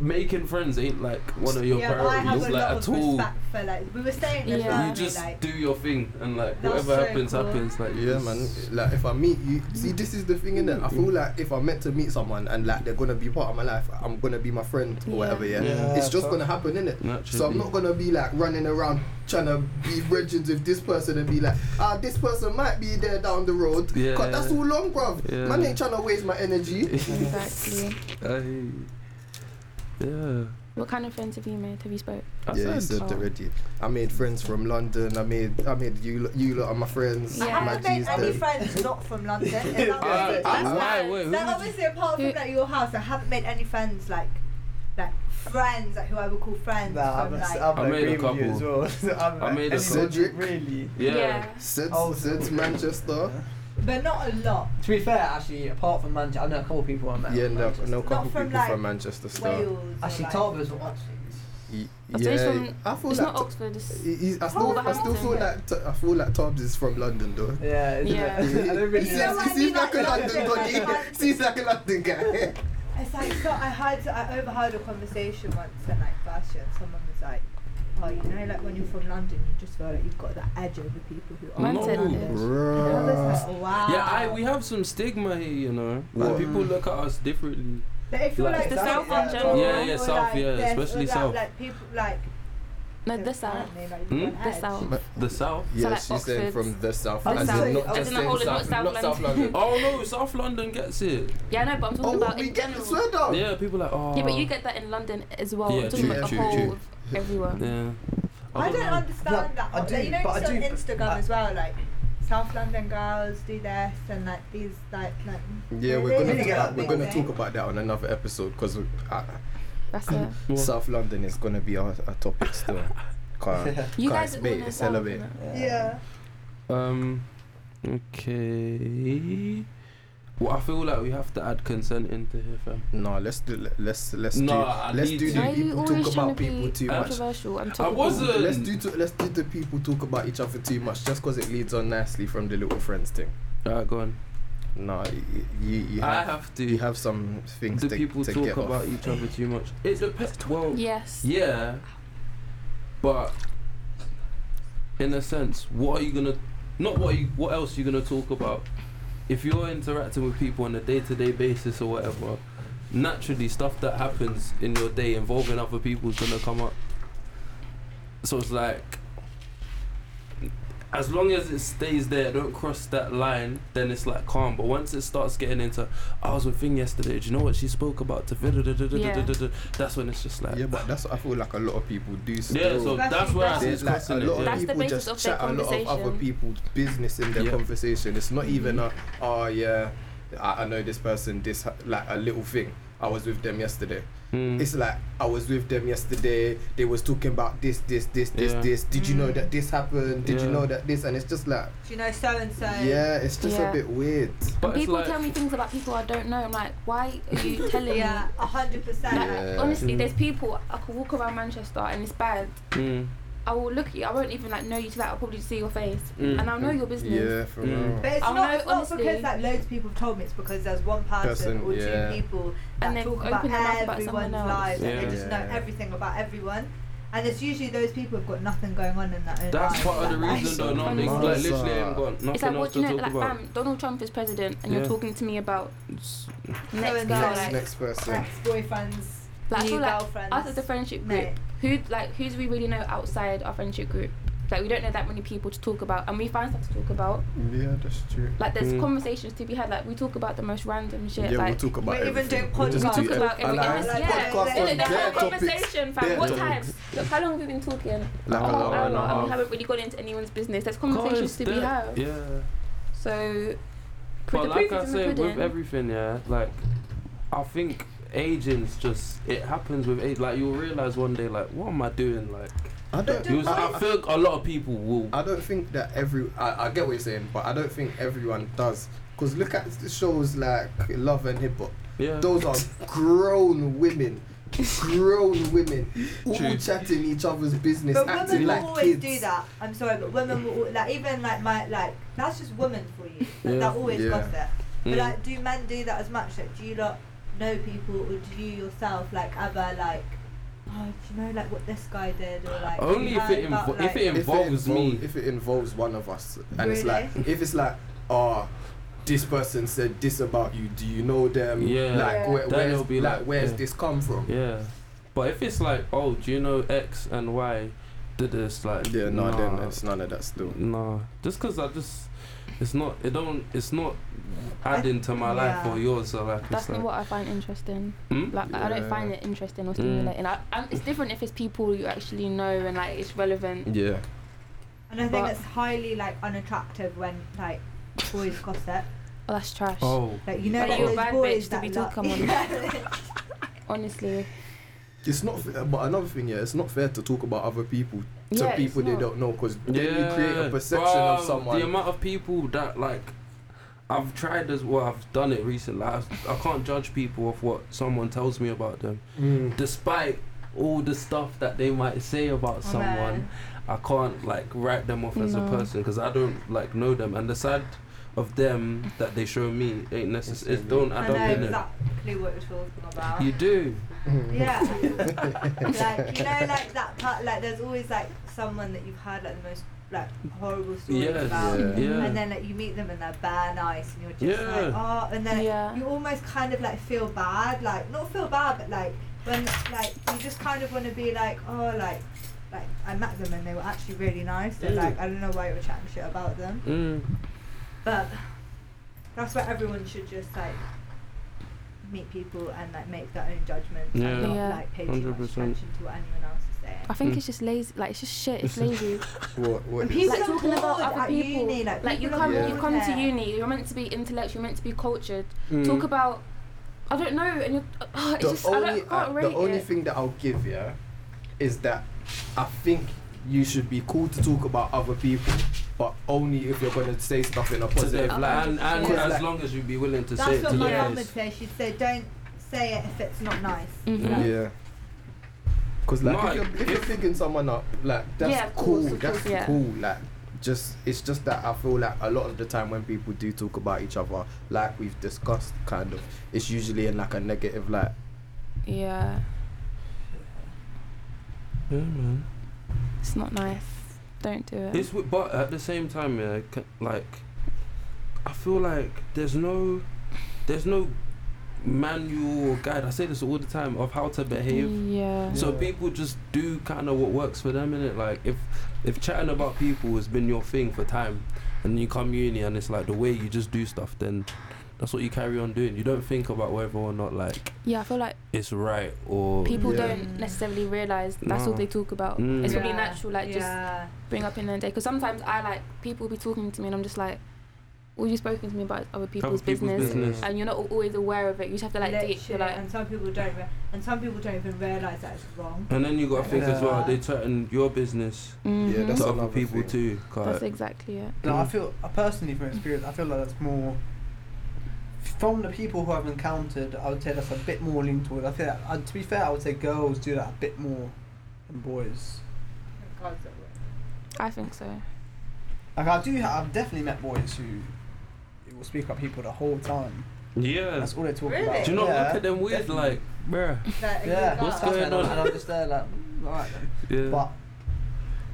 B: making friends ain't like one of your
E: yeah, but I have
B: priorities
E: a
B: like
E: lot
B: at
E: of
B: all.
E: respect for like we were saying this
C: Yeah.
E: earlier,
B: You just
E: like
B: do your thing and like
E: That's
B: whatever
E: so
B: happens
E: cool.
B: happens. Like
A: Yeah,
B: it's-
A: man. Like, if I meet you, see, this is the thing, innit? I feel
B: Mm.
A: like if I'm meant to meet someone and like they're gonna be part of my life, I'm gonna be my friend or
C: Yeah.
A: whatever. Yeah,
K: Yeah,
A: it's just
K: so-
A: gonna happen, innit?
B: Naturally.
A: So I'm not gonna be like running around trying to be bridges with this person and be like, ah, this person might be there down the road.
B: Yeah.
A: Cause that's all long, bruv.
B: Yeah.
A: Man ain't trying to waste my energy.
C: exactly.
B: I, yeah.
C: What kind of friends have you made? Have you spoke?
B: I
A: yeah, you
B: said-
A: said
C: Oh.
A: already. I made friends from London. I made I made you lot- you lot are my friends.
E: I
C: Yeah.
E: haven't
A: Maggie's
E: made any
A: there.
E: friends not from London. Is
K: Yeah,
E: that what it
B: I-
E: is? That's
B: I-
E: why-
B: wait, who would
E: like,
B: you-
E: obviously, apart from
C: who-
E: like your house, I haven't made any friends like like friends like who I would call friends.
K: Nah,
E: from,
K: I'm,
E: like,
K: I'm
B: I made a
K: agree with you as well. I'm
B: I made a
K: and
B: couple.
K: Cedric, Really?
B: Yeah.
A: Since
K: Oh.
A: since Manchester.
E: but not a lot.
K: To be fair, actually, apart from Manchester, I know a couple of people I met.
A: Yeah,
K: in
A: no,
K: Manchester.
A: no couple
E: from,
A: people
E: like,
A: from Manchester still.
E: Wales. or,
K: Actually,
E: like-
K: Tarver's one.
A: Y-
C: I suppose
A: Yeah,
C: from-
A: I feel
C: It's
A: like
C: not Oxford. It's,
A: He- he- I still, I still feel like t- I feel like Tubbs is from London though.
K: Yeah, isn't
C: Yeah.
A: He, he,
K: it? I don't really
A: seems,
E: Yeah,
K: know.
E: like-
A: he seems like a London guy.
E: London.
A: Seems like a London guy.
E: It's like so I heard I overheard a conversation once in like last year and someone was like, Oh, you know like when you're from London you just feel like you've got that edge over people who aren't
B: No,
C: Mine said
E: from
C: it.
E: London. And I was
A: Bruh.
E: like, wow.
B: Yeah, I, we have some stigma here, you know. Like
A: What?
B: people look at us differently.
E: But I feel
B: Like,
E: like
B: the
E: that-
C: South in general.
B: Yeah, yeah,
E: or
B: South,
E: like
B: yeah,
E: this, or
B: especially
E: that,
B: South.
E: Like people like
C: no, the south.
E: apparently, like,
B: Hmm?
E: you've got an
C: The
E: edge.
C: south.
A: But-
B: The South.
A: Yeah,
C: like
A: she's saying
C: Oxford.
A: from the south,
E: Oh,
A: as
E: south.
A: in not
E: As
A: just
C: in the
A: saying
C: whole of
A: south,
C: South
A: not South London.
C: London.
B: Oh no, South London gets it.
C: Yeah, I know, but I'm talking
A: oh,
C: about
A: we
C: in
A: get the
C: general.
A: sweat down.
B: Yeah, people like oh.
C: Yeah, but you get that in London as well.
B: Yeah,
C: I'm talking
B: true,
C: about
A: true,
C: the whole
A: true.
C: of everywhere.
B: Yeah.
E: I don't
B: know.
E: understand
K: No,
E: that.
K: I
E: whole- like,
K: do,
E: you know,
K: but I
E: it's on
K: do, but
E: Instagram
K: I-
E: as well, like South London girls do this and like these like like
A: Yeah, we're
E: they
A: gonna
K: Yeah.
A: talk,
E: really get
A: about-
E: that
A: we're
E: big
A: gonna
E: thing.
A: talk about that on another episode because
C: That's it.
B: Well,
A: South London is gonna be our, our topic still. Can't,
K: Yeah.
C: You
A: can't
C: guys are
A: debate,
C: all know
A: it's
C: South,
A: elevate.
C: innit?
E: Yeah.
B: Um. Okay. Well, I feel like we have to add consent into here, fam.
A: No, let's do le- let's let's
B: No, I
A: do let's
B: need
A: do
B: to.
A: the
C: Why are you
A: people
C: always
A: talk
C: trying
A: about
C: to be
A: people too much.
C: controversial? I'm
B: I
C: talking
B: wasn't.
A: Let's do to, let's do the people talk about each other too much just because it leads on nicely from the little friends thing.
B: Alright, go on.
A: No, y- y- you you
B: I
A: have,
B: have to.
A: you have some things
B: do
A: to,
B: people
A: to
B: talk
A: get
B: about
A: off.
B: each other too much? It depends. Well,
C: Yes.
B: yeah, but in a sense, what are you gonna? Not what you. What else you gonna talk about? If you're interacting with people on a day-to-day basis or whatever, naturally stuff that happens in your day involving other people is gonna come up. So it's like, as long as it stays there, don't cross that line, then it's like calm. But once it starts getting into, "Oh, I was with Thing yesterday, do you know what she spoke about? To da-da-da-da-da-da-da-da," That's when it's just like,
A: Yeah, but that's what I feel like a lot of people do. Still.
B: yeah, so
E: That's
B: that's where I see
A: They-
B: it's
A: like, a
B: crossing it.
A: lot of
C: That's the
B: yeah.
A: people
C: basis
A: just
C: of their
A: chat a lot of other
C: conversation.
A: people's business in their
B: Yeah.
A: conversation. It's not even
B: Mhm.
A: a oh yeah, I, I know this person. This ha- like a little thing. I was with them yesterday.
B: Mm.
A: It's like I was with them yesterday. They was talking about this, this, this, this,
B: Yeah.
A: this. Did you know
E: Mm.
A: that this happened? Did you
B: Yeah.
A: know that this? And it's just like,
E: Do you know so and so?
A: yeah, it's just
C: Yeah.
A: a bit weird.
B: But it's
C: people
B: like-
C: tell me things about people I don't know. I'm like, why are you telling
E: Yeah,
C: me?
E: a hundred percent.
C: Like,
A: Yeah.
C: honestly,
B: Mm.
C: there's people I could walk around Manchester and it's bad.
B: Mm.
C: I will look at you. I won't even like know you to that. I'll probably see your face
B: Mm.
C: and I'll know your business.
A: Yeah, for
B: Mm.
A: real.
E: But it's
C: I'll
E: not,
C: know,
E: it's not
C: Oh, honestly.
E: because like loads of people have told me. It's because there's one person,
A: Person,
E: or two
A: yeah.
E: people
C: And
E: that
C: they've
E: talk about
C: opened their mouth about someone
E: everyone's
C: else.
E: lives, and
B: Yeah.
E: they just know
A: Yeah.
E: everything about everyone. And it's usually those people who've got nothing going on in their own
B: That's
E: lives,
B: part of the
E: like,
B: reason though, no,
C: Honestly.
B: niggas like literally ain't got nothing
C: It's like,
B: else
C: what
B: to
C: do you know?
B: talk
C: Like, um,
B: about.
C: fam, Donald Trump is president, and
B: Yeah.
C: you're talking to me about
B: It's-
C: next
E: and
C: girl.
E: that.
A: Next,
C: Like,
A: next person.
E: ex-boyfriends,
C: like, I
E: new
C: feel like
E: girlfriends.
C: us as a friendship group,
E: mate.
C: who like who do we really know outside our friendship group? Like, we don't know that many people to talk about, and we find stuff to talk about.
A: Yeah, that's true.
C: Like, there's
B: Mm.
C: conversations to be had. Like, we talk about the most random shit.
A: yeah,
C: like,
A: we'll talk about
E: We're even
A: everything.
E: doing
A: We'll just
C: Talk
E: podcasts.
A: do
E: Dude,
C: about
A: it. And
C: everything.
A: I
E: else,
A: have
E: yeah.
A: podcasts
E: Yeah,
A: on
C: Isn't it? The
A: their
C: whole
A: topics.
C: conversation, fam.
A: Their
C: what
A: topics.
C: times? Look, how long have we been talking?
A: Like an
B: Oh,
C: a whole
A: hour
C: hour,
A: and a
C: and we
A: half.
C: haven't really gone into anyone's business. There's
B: Guys,
C: conversations to be
B: that-
C: had.
B: Yeah.
C: So, put
B: But
C: the
B: like
C: proof
B: I
C: is in the
B: said, with
C: pudding.
B: everything, yeah, like I think agents just it happens with age. Like you'll realize one day, like, what am I doing? Like,
A: I don't.
B: you
A: I-
B: I
A: I-
B: think a lot of people will.
A: I don't think that every I, I get what you're saying, but I don't think everyone does. Cause look at the shows like Love and Hip Hop.
B: Yeah.
A: Those are grown women
F: grown women all
A: True.
F: chatting each other's business,
E: But women
F: acting
E: will
F: like
E: always
F: kids.
E: do that. I'm sorry, but women will al- like even like my like that's just women for you. Like,
B: Yeah.
E: That always
A: Yeah.
E: got it. But
B: Mm.
E: like, do men do that as much? Like, do you not know people, or do you yourself like ever like? Oh, do you know like what this guy did, or like? have you
B: Only if
E: heard
B: it,
E: about,
B: invo-
E: like,
B: if it involves
A: invol-
B: me.
A: If it involves one of us, and it's like
E: Really?
A: if it's like, oh, this person said this about you. Do you know them?
B: Yeah.
A: Like
E: Yeah.
A: where,
B: Then
A: where's
B: it'll be
A: like,
B: like,
A: where's
B: yeah.
A: this come from?
B: Yeah. But if it's like, oh, do you know X and Y did this? Like,
A: Yeah, no,
B: nah,
A: then it's none of that still.
B: Nah. Just because I just, it's not, it don't, it's not adding to my life
E: yeah.
B: or yours. So like,
C: That's
B: it's
C: not
B: like,
C: what I find interesting.
B: Hmm?
C: Like I don't find
A: Yeah.
C: it interesting
B: Mm.
C: or stimulating. I, i it's different if it's people you actually know and like it's relevant.
A: Yeah.
E: And I think
C: But-
E: it's highly like unattractive when like boys gossip.
C: Oh, that's trash.
B: Oh.
E: Like you know,
C: But
E: like,
C: you're a
E: those
C: bad
E: boys
C: bitch to
E: that
C: be
E: like-
C: talking on.
E: Yeah.
C: Honestly,
A: It's not, fair, but another thing, yeah, it's not fair to talk about other people to
C: yeah, it's
A: people they
C: not.
A: don't know because then you create a perception of
B: bruv,
A: someone.
B: The amount of people that like, I've tried as well. I've done it recently. I, I can't judge people of what someone tells me about them,
A: Mm.
B: despite all the stuff that they might say about
E: Oh,
B: someone.
E: man.
B: I can't like write them off as a
C: No.
B: person because I don't like know them, and the side of them that they show me ain't necessary. It don't
E: I
B: add
E: know
B: up in
E: exactly what you're talking about.
B: it. You do.
E: Yeah. like you know, like that part. Like there's always like someone that you've heard like the most like horrible stories
B: Yes.
E: about,
A: Yeah.
B: Yeah.
E: and then like you meet them and they're bare nice, and you're just like,
B: Yeah.
E: oh, and then like,
C: Yeah.
E: you almost kind of like feel bad, like not feel bad, but like when like you just kind of want to be like, oh, like. Like I met them and they were actually really nice. And
B: Mm.
E: like I don't know why you were chatting shit about them,
B: Mm.
E: but that's where everyone should just like meet people and like make their own judgments
B: Yeah.
E: and not
C: Yeah.
E: like pay too much
B: 100%.
E: attention to what anyone else is saying.
C: I think
B: Mm.
C: it's just lazy. Like it's just shit. It's lazy.
A: What, what
E: And
A: is-
E: people
C: like
E: are
C: talking about
E: bored
C: other
E: at
C: people.
E: uni, like,
C: like you
E: people are
C: come,
A: Yeah.
C: you
E: bored
C: come to
E: there.
C: uni. You're meant to be intellectual. You're meant to be cultured.
B: Mm.
C: Talk about. I don't know, and you're. Uh, it's
A: the
C: just I
A: only,
C: don't,
A: uh,
C: can't rate
A: the only
C: it.
A: thing that I'll give yeah, is that I think you should be cool to talk about other people, but only if you're going to say stuff in a
B: To them,
A: positive
B: like,
A: light.
B: and, and
A: Yeah.
B: as long as you be willing to say
E: That's
B: it to
E: what
B: the
E: my
B: face.
E: mum would say. She'd say, "Don't say it if it's not nice."
C: Mhm.
B: Yeah.
A: Yeah. Because like,
B: No,
A: if, you're, if you're
B: if-
A: picking someone up, like that's
C: Yeah, of
A: cool.
C: course, of
A: that's
C: course, yeah.
A: cool. Like, just it's just that I feel like a lot of the time when people do talk about each other, like we've discussed, kind of, it's usually in like a negative light.
C: Yeah,
B: Yeah, man.
C: it's not nice. Don't do it.
B: It's wi- but at the same time, yeah, c- like I feel like there's no there's no manual or guide. I say this all the time of how to behave.
C: Yeah.
B: So people just do kind of what works for them, innit? Like if if chatting about people has been your thing for time, and you come uni and it's like the way you just do stuff, then that's what you carry on doing. You don't think about whether or not like
C: Yeah, I feel like
B: it's right or
C: people
A: Yeah.
C: don't necessarily realize that's all
B: No.
C: they talk about.
B: Mm.
C: It's
B: Yeah.
C: really natural, like just
E: yeah.
C: bring up in their day. Because sometimes I like people will be talking to me and I'm just like, well, you've spoken to me about other people's, business,
B: business.
C: and you're not al- always aware of it. You just have to like
E: Literally,
C: deep. You're like,
E: and some people don't. Re- and some people don't even realise that it's wrong.
B: And then you gotta think as well.
E: Yeah.
B: They turn your business
C: mhm.
A: That's
B: to other
A: another
B: people
A: thing.
B: too.
C: That's
B: Correct.
C: exactly it.
K: No, I feel I personally, from experience, I feel like that's more from the people who I've encountered. I would say that's a bit more lean towards. I feel that, uh, to be fair, I would say girls do that a bit more than boys.
E: Regardless of what.
C: I think so.
K: Like I do, I've definitely met boys who will speak about people the whole time.
B: Yeah.
K: That's all they talk
E: Really?
K: about.
B: Do you not
K: Yeah,
B: look at them weird
K: definitely.
B: like, bruh?
E: Like,
K: Yeah,
E: regardless.
B: What's going
K: and
B: on?
K: I'm- And I'm just there like, "Mm, alright then.
B: Yeah.
K: But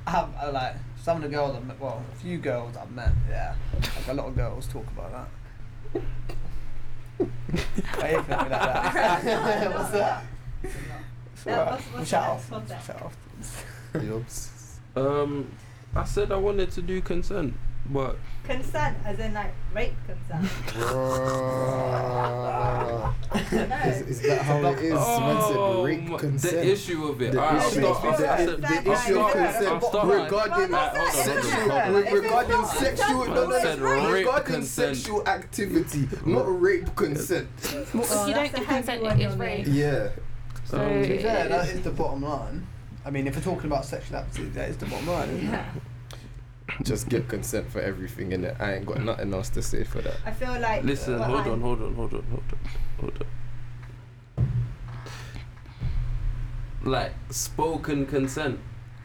K: I have uh, like some of the girls I've met. Well, a few girls I've met. Yeah, like a lot of girls talk about that. Why are you looking at me like that? What's that? It's
E: Yeah,
K: alright.
E: what's-
K: We'll
E: what's
K: chat
E: the next
K: after-
E: topic?
K: chat after.
B: Um, I said I wanted to do consent, but
E: Consent, as in like rape consent.
A: is, is that how it is?
B: Oh,
A: when said
B: my-
A: rape consent.
B: the issue of it.
A: The
B: Alright, I'll
A: issue,
B: start.
A: the,
B: I'll start-
A: the,
E: I'll
A: the issue of
E: start-
B: I'll
A: consent
B: start-
A: regarding
E: Well, that's it,
B: Hold
A: sexual,
B: on,
E: isn't
A: re-
E: it? If it's
A: regarding
E: not
A: sexual, no,
E: consent,
A: no,
E: it's
A: it's
E: rape.
A: regarding
B: consent.
A: sexual activity, not rape consent.
C: Well, if you
E: that's
C: don't
E: a
C: give
E: heavy
C: consent,
E: one,
C: it's
E: isn't it?
C: rape.
A: Yeah,
C: So
B: Um,
K: To be fair,
C: it
K: that
C: is-
K: is the bottom line. I mean, if we're talking about sexual activity, that is the bottom line. Isn't
E: yeah.
A: just get consent for everything, and I ain't got nothing else to say for that.
E: I feel like.
B: Listen,
E: what
B: hold
E: I-
B: on, hold on, hold on, hold on, hold on. like spoken consent.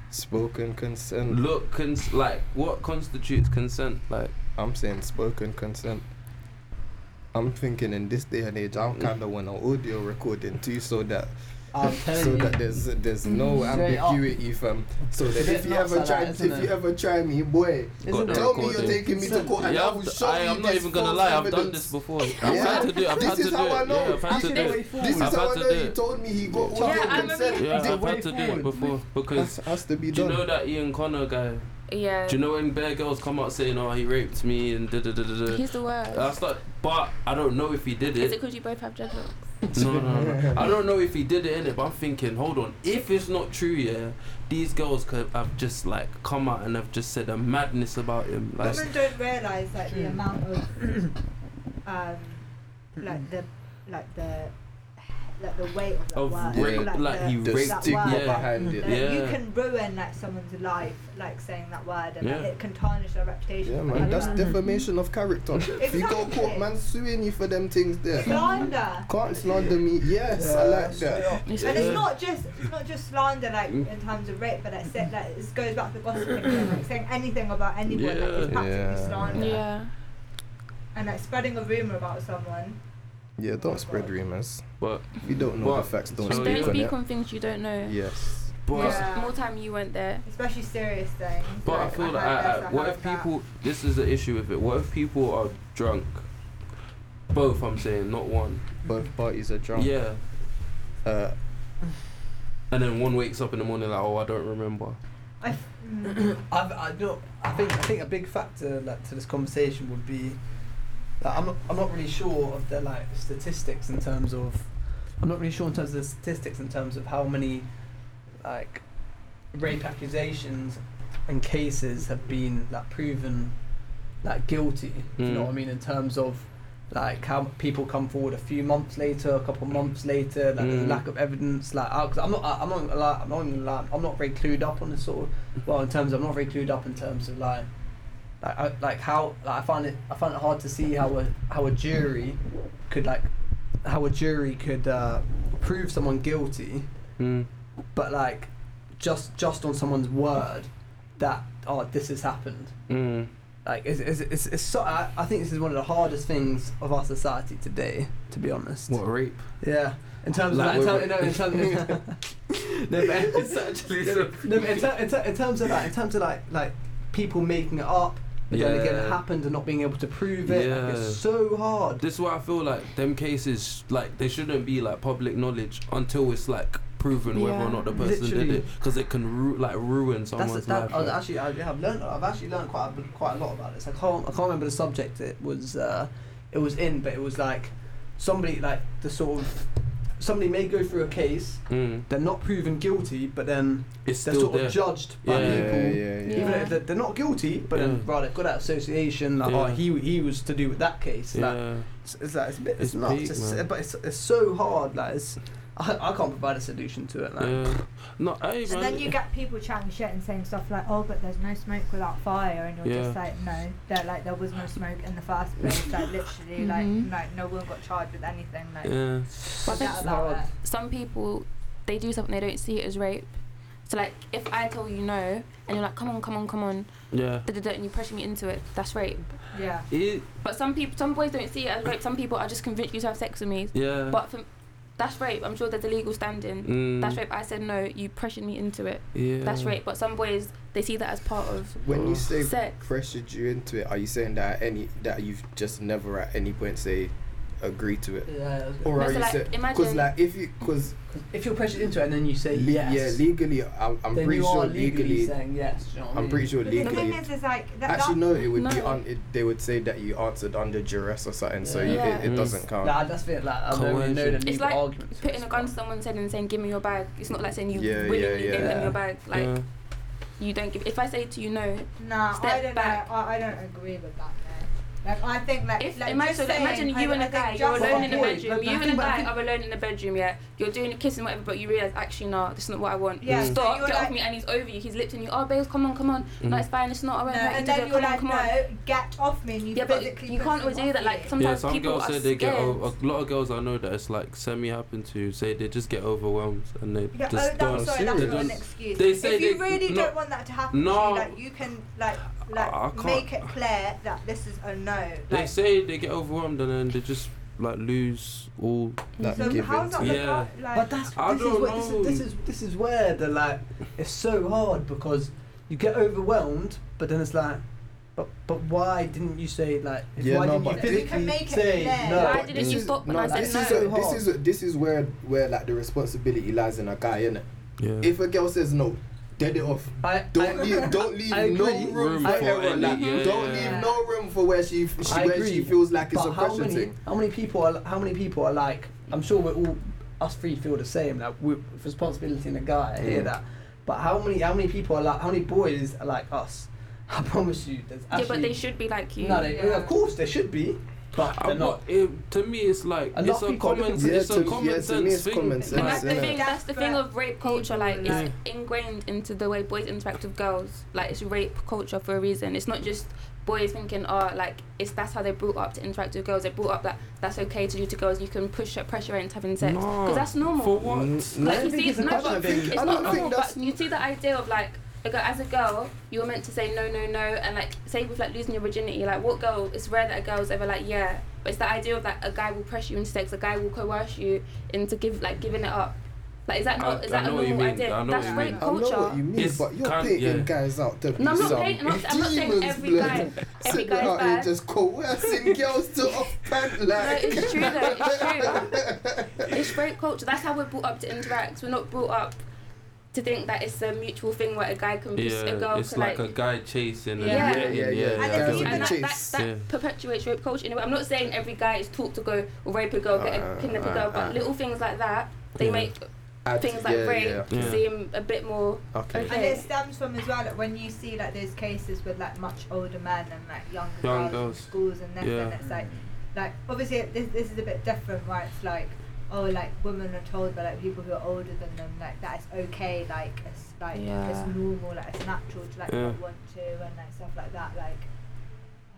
A: Spoken consent.
B: Look, cons- like what constitutes consent? Like
A: I'm saying spoken consent. I'm thinking in this day and age,
E: Mm.
A: I'm kind of want an audio recording too, so that
K: Um,
D: I'm
A: so
D: telling you.
A: that there's there's no
D: Straight up.
A: ambiguity, fam. So that
D: It's a
A: if
D: bit
A: you ever
D: nuts like
A: try,
D: that,
A: if
D: isn't
A: you
D: it?
A: ever try me, boy,
D: Isn't
B: the
D: it?
A: tell me you're
B: recording.
A: taking me to court, and
B: yeah,
A: I
B: I've
A: will
B: d-
A: show
B: I,
A: you
B: am not
A: this
B: even gonna
A: false
B: lie. I've done
A: evidence.
B: this before. I've had
A: Yeah.
B: to do. it, I've
A: This
B: had to
A: is
B: do.
A: how I
B: it.
A: know.
B: Yeah, I've had to do.
A: This
B: it.
A: This is
B: I've
A: how
B: had
A: I
B: to
A: know
B: do
A: you
B: it.
A: told me he got
B: Yeah,
A: audio
C: I remember
A: consent.
C: you-
B: Yeah,
D: It's a
B: I've
D: way
B: had to do it
D: forward.
B: before because
A: Has, has to be
B: do you
A: done.
B: know that Ian Connor guy?
C: Yeah.
B: Do you know when bear girls come out saying, "Oh, he raped me" and da da da da da?
C: He's the worst.
B: I start, but I don't know if he did
C: Is it
B: it.
C: because you both have dreadlocks?
B: No, no, no, no. I don't know if he did it in it, but I'm thinking, hold on, if it's not true, yeah, these girls could have just like come out and have just said a madness about him. Like,
E: Women don't realise like the
D: True.
E: amount of um like the like the like the weight of that
B: Of
E: word.
B: rape,
E: like,
B: like
E: the,
B: he
E: that
B: raped
E: word.
A: stigma
B: Yeah.
A: behind it.
E: Like, You
B: Yeah.
E: can ruin like someone's life like saying that word and like,
B: Yeah.
E: it can tarnish their reputation.
A: Yeah,
E: for
A: man,
E: life.
A: that's defamation of character. If you go court,
E: Exactly.
A: man, suing you for them things there.
E: slander.
A: Can't slander me. Yes, I like that.
E: And it's
B: Yeah.
E: not just it's not just slander like in terms of rape, but that's it. Like it goes back to gossiping, like, saying anything about anyone like, is
B: Yeah.
E: practically
A: Yeah.
E: slander.
C: Yeah.
E: And like spreading a rumor about someone.
A: Yeah, don't spread rumors.
B: but
A: If you don't know
B: Well,
A: the facts, don't
B: so
C: Just
B: Oh,
C: don't
B: yeah.
A: speak
C: speak
A: on
C: on things you don't know.
A: it. Yes.
B: but
E: Yeah.
C: More time you went there.
E: especially serious things.
B: but I
E: like,
B: feel
E: I've
B: like
E: had
B: I,
E: this,
B: I,
E: I've
B: what
E: had
B: if
E: that.
B: people? This is the issue with it. What if people are drunk? Both, I'm saying, not one.
A: Both parties are drunk.
B: Yeah,
A: Uh,
B: and then one wakes up in the morning like, oh, I don't remember.
E: I f- mm,
D: I've, I don't. I think I think a big factor like, to this conversation would be that I'm not, I'm not really sure of the like statistics in terms of I'm not really sure in terms of the statistics in terms of how many like rape accusations and cases have been like proven like guilty. if You know
B: Mm.
D: what I mean in terms of like how people come forward a few months later, a couple months later, like there's a
B: Mm.
D: lack of evidence. Like I, cause I'm not, I, I'm not, gonna lie, I'm not, gonna lie, I'm not very clued up on this sort of well in terms of, I'm not very clued up in terms of like like I, like how like I find it I find it hard to see how a how a jury could like how a jury could uh, prove someone guilty
B: Mm.
D: but like just just on someone's word that oh this has happened
B: Mm.
D: like it's, it's, it's, it's so I, I think this is one of the hardest things of our society today to be honest
B: What rape?
D: yeah in terms
B: Like,
D: of like,
B: we're-
D: in terms, no, in terms, no, but-
B: It's actually
D: no, but in, ter- in, ter- in terms of like, in terms of like, like people making it up, but then again, it
B: Yeah.
D: happened and not being able to prove it. Like,
B: Yeah.
D: it's so hard.
B: This is why I feel like them cases, like they shouldn't be like public knowledge until it's like proven whether
C: Yeah.
B: or not the person
D: Literally.
B: did it, because it can ru- like ruin
D: That's
B: someone's
D: that.
B: life.
D: I, actually, I, yeah, I've learned. I've actually learned quite a, quite a lot about this. I can't. I can't remember the subject it was. Uh, it was in, but it was like somebody like the sort of somebody may go through a case.
B: mm.
D: They're not proven guilty, but then
B: It's
D: they're
B: still
D: sort
B: there.
D: of judged by
B: Yeah,
A: yeah,
D: people.
A: yeah, yeah.
D: Even
C: Yeah.
D: if they're, they're not guilty, but
B: Yeah.
D: then right, they've got that association. Like,
B: Yeah.
D: oh, he he was to do with that case. Like,
B: yeah.
D: It's, it's like it's a bit, it's,
B: It's
D: nuts,
B: peak,
D: it's-
B: man.
D: but it's, it's so hard. Like it's, I, I can't provide a solution to it. Like
B: yeah. No, hey, man.
E: and then you get people chatting shit and saying stuff like, "Oh, but there's no smoke without fire," and you're just
B: Yeah.
E: like, "No, there like there was no smoke in the first place. Like literally,
C: Mhm.
E: like no, no one got charged with anything. Like
B: yeah.
C: But
E: forget
C: that's
E: about
D: hard.
E: it."
C: Some people, they do something they don't see it as rape. So like, if I tell you no, and you're like, come on, come on, come on,
B: Yeah.
C: da, da, da, and you pressure me into it, that's rape.
E: Yeah,
B: It,
C: But some people, some boys don't see it as rape. Some people are just convinced you to have sex with me.
B: yeah.
C: But for, that's rape. I'm sure there's a legal standing.
B: mm,
C: That's rape. I said no. You pressured me into it.
B: Yeah.
C: That's rape. But some boys, they see that as part of
A: When you
B: Oh.
A: say
C: sex.
A: pressured you into it, are you saying that at any that you've just never at any point say agree to it,
D: yeah.
A: or
C: No,
A: are
C: so,
A: you
C: like,
A: saying because
C: imagine-
A: like if you because
D: If you're pressured into it and then you say
A: le-
D: yes,
A: yeah legally I'm, I'm
D: then
A: pretty
D: you
A: sure
D: are legally,
A: legally
D: saying yes. do you know what I
A: I'm
D: mean?
A: pretty sure
E: but the thing
A: legally
E: is, is like that,
A: actually
E: that-
A: no it would be
C: No.
A: un, it, they would say that you answered under duress or something so you,
C: Yeah.
A: it, it
B: Mm.
A: doesn't count.
D: Nah, that's it. Like I don't really know the
B: Coercion.
D: legal
C: It's like
D: arguments. for
C: Putting a
D: this,
C: gun to
D: but-
C: someone's head and saying, "Give me your bag." It's not like saying you
A: Yeah,
C: willingly
A: yeah,
C: gave
D: yeah.
C: them your bag. Like
B: yeah. mm.
C: you don't give. If I say to you no,
E: nah, I
C: Step
E: don't
C: back.
E: know. I, I don't agree with that. though. Like I think like,
C: If
E: like
C: imagine,
E: just
C: so, like,
E: saying,
C: imagine you
E: I-
C: and
E: I
C: a
E: think
C: guy, you're
E: just-
C: alone in a
K: But I think-
C: bedroom. You "Oh, and a
K: but I
C: guy
K: think-
C: are alone in a bedroom, yeah. You're doing a kiss and whatever, but you realize actually no, this isn't what I want.
E: Yeah, so
C: Stop,
E: you're
C: get
E: like-
C: off me, and he's over you. He's lifting you. Oh, babes, come on, come on. No,
B: Mhm.
C: it's fine. It's not. I
E: No,
C: won't hurt
E: and
C: you.
E: then
C: Come
E: you're
C: on,
E: like,
C: come on.
E: no, get off me, and you
C: Yeah, but
E: physically
C: you
E: push
C: can't
E: them
C: always do
E: off
C: that.
E: you.
C: Like
B: Yeah,
C: sometimes
B: some
C: people
B: girls
C: are
B: say they get
C: scared.
B: over. A lot of girls I know that it's like semi happened to say they just get overwhelmed and they
E: Yeah,
B: just
E: oh,
B: don't.
E: that's, sorry, that's
B: they
E: not an
B: don't-
E: excuse.
B: they say
E: if you
B: they-
E: really
B: no.
E: don't want that to happen, to
B: No.
E: you, like you can like
B: I
E: like
B: can't-
E: make it clear that this is a no.
B: They
E: like-
B: say they get overwhelmed and then they just like lose all.
A: That
E: so
A: give
E: how's
A: in
E: that
A: to-
E: the
B: Yeah.
E: part- like,
K: But that's
B: I
K: this is,
B: don't
K: what, this, is, this
B: know.
K: is this is where the like it's so hard because you get overwhelmed, but then it's like, but but why didn't you say like? if-
A: Yeah,
K: why
A: no,
K: didn't
A: but
K: you
A: this-
E: You
K: physically
E: can make it
K: say
E: clear.
K: no?
C: Why
A: But
C: didn't
A: this
C: you
A: is-
C: stop when
A: no,
C: I said
A: this
C: no?
A: is a- this is a- this is where where like the responsibility lies in a guy, innit?
B: Yeah.
A: If a girl says no, dead it off.
K: I,
A: Don't
K: I,
A: leave, don't leave
K: I
A: no
K: agree.
A: room, for
K: I-
A: error. Like,
B: yeah,
A: don't
B: yeah.
A: leave no room for where she, she
K: I
A: where she
K: agree.
A: feels like it's
K: But
A: a
K: how
A: pressure
K: many
A: thing.
K: how many people are how many people are like? I'm sure we're all us three feel the same. Like with responsibility in a guy, I hear
A: Mm.
K: that. But how many how many people are like? How many boys are like us? I promise you, there's
C: Yeah, but
K: actually-
C: they should be like you.
K: No, they,
E: Yeah.
K: of course they should be, but
B: I-
K: they're not.
B: but it- to me, it's like
K: A lot
B: it's
K: of
B: a
K: people are
B: common,
K: looking-
B: it's
A: Yeah,
B: a
A: to-
B: common
A: yeah, to me
B: sense
A: it's
B: thing.
A: common sense,
C: And
B: Like,
C: that's the
A: Yeah.
C: thing. That's the thing of rape culture. Like it's
B: Yeah.
C: ingrained into the way boys interact with girls. Like it's rape culture for a reason. It's not just boys thinking, oh, like it's that's how they're brought up to interact with girls. They're brought up that that's okay to do to girls. You can push it, pressure it into having sex because
B: No.
C: that's
B: For
C: normal.
B: what?
A: Mm,
C: like
K: I
C: you
K: think
C: see,
K: it's a
C: no,
K: culture
C: it's,
K: thing.
A: I don't
C: not
A: think
C: normal.
A: that's-
C: But you see the idea of like. a girl- As a girl, you were meant to say no, no, no, and like say with like losing your virginity. Like what girl? It's rare that a girl's ever like yeah. But it's the idea of like a guy will pressure you into sex, a guy will coerce you into give like giving it up. Like is that not
B: I-
C: is
B: I
C: that a
B: know what you
C: normal
B: mean.
C: idea?
B: I know
C: That's
B: what you
C: rape
B: mean.
A: I know
C: culture.
A: what you mean,
B: It's
A: but you're
B: can't-
A: painting
B: yeah.
A: guys out to
C: No, I'm
A: be
C: not
A: some
C: painting- I'm not- I'm not saying
A: demons,
C: every
A: blood.
C: guy- every
A: Sitting
C: guy's
A: out
C: bad.
A: here just coercing girls to off pant
C: No,
A: like.
C: it's true though. It's true. it's rape culture. That's how we're brought up to interact. We're not brought up to think that it's a mutual thing where a guy can push a
B: yeah,
C: girl
B: it's
C: can
B: like,
C: like.
B: a guy chasing.
C: Yeah.
B: and
A: Yeah, yeah,
B: yeah,
A: yeah.
E: And
B: I
E: it's
B: get what you
E: even
B: mean.
C: and that,
A: chase.
C: that, that
B: Yeah.
C: perpetuates rape culture. Anyway, I'm not saying every guy is taught to go rape a girl, get
A: Uh,
C: a, kidnap a
A: uh,
C: girl, but
A: uh.
C: little things like that they
B: Yeah.
C: make
A: Add-
C: things like
A: yeah,
C: rape
A: yeah,
B: Yeah.
C: seem a bit more.
A: Okay.
E: And it stems from as well like, when you see like those cases with like much older men and like younger
B: Young
E: girls,
B: girls.
E: in schools and this and
B: Yeah.
E: it's like like obviously it- this, this is a bit different right it's like oh like women are told by like people who are older than them like that it's okay like it's like
C: Yeah.
E: it's normal like it's natural to like
B: Yeah.
E: not want to and like stuff like that like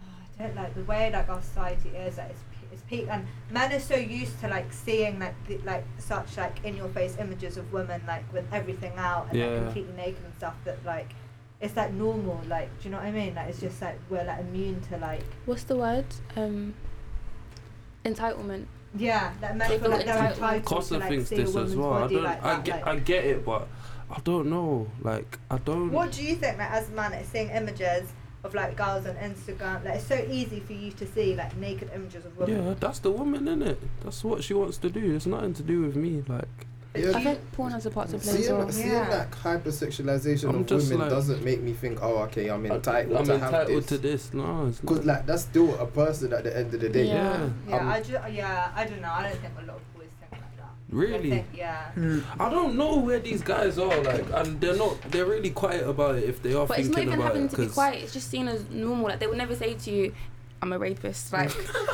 E: oh, I don't like the way like our society is like it's pe- it's peak and men are so used to like seeing like the, like such like in your face images of women like with everything out and
B: Yeah.
E: like, completely naked and stuff that like it's like normal like do you know what I mean like it's just like we're like immune to like
C: What's the word? Um, entitlement.
E: yeah like men
C: They
E: feel like
C: feel
E: they're
C: entitled.
E: entitled to
B: Costa
E: like
B: thinks
E: see a
B: this
E: woman's
B: as well. I
E: body
B: don't.
E: like
B: I
E: that,
B: get.
E: like.
B: I get it, but I don't know. Like I don't.
E: what do you think like as a man it's seeing images of like girls on Instagram like it's so easy for you to see like naked images of women
B: yeah, that's the woman in it. That's what she wants to do. It's nothing to do with me. Like
A: Yeah,
C: I think porn has a part to play as
A: Seeing,
C: well.
A: seeing
E: Yeah.
A: that hypersexualization
B: I'm
A: of
B: just
A: women
B: like-
A: doesn't make me think, oh, okay, I'm
B: I-
A: entitled
B: I'm
A: to have
B: entitled
A: this.
B: to this. No, it's
A: Because
B: not.
A: like that's still a person at the end of the day.
C: Yeah.
E: yeah
A: Um,
E: I just yeah I don't know I don't think a lot of boys think like that I
B: Really, Mm.
E: think, yeah
B: I don't know where these guys are. Like, and they're not. They're really quiet about it if they are
C: But it's
B: thinking
C: not even
B: about
C: having
B: it.
C: to be
B: 'cause-
C: quiet. It's just seen as normal. Like they would never say to you, "I'm a rapist." Like,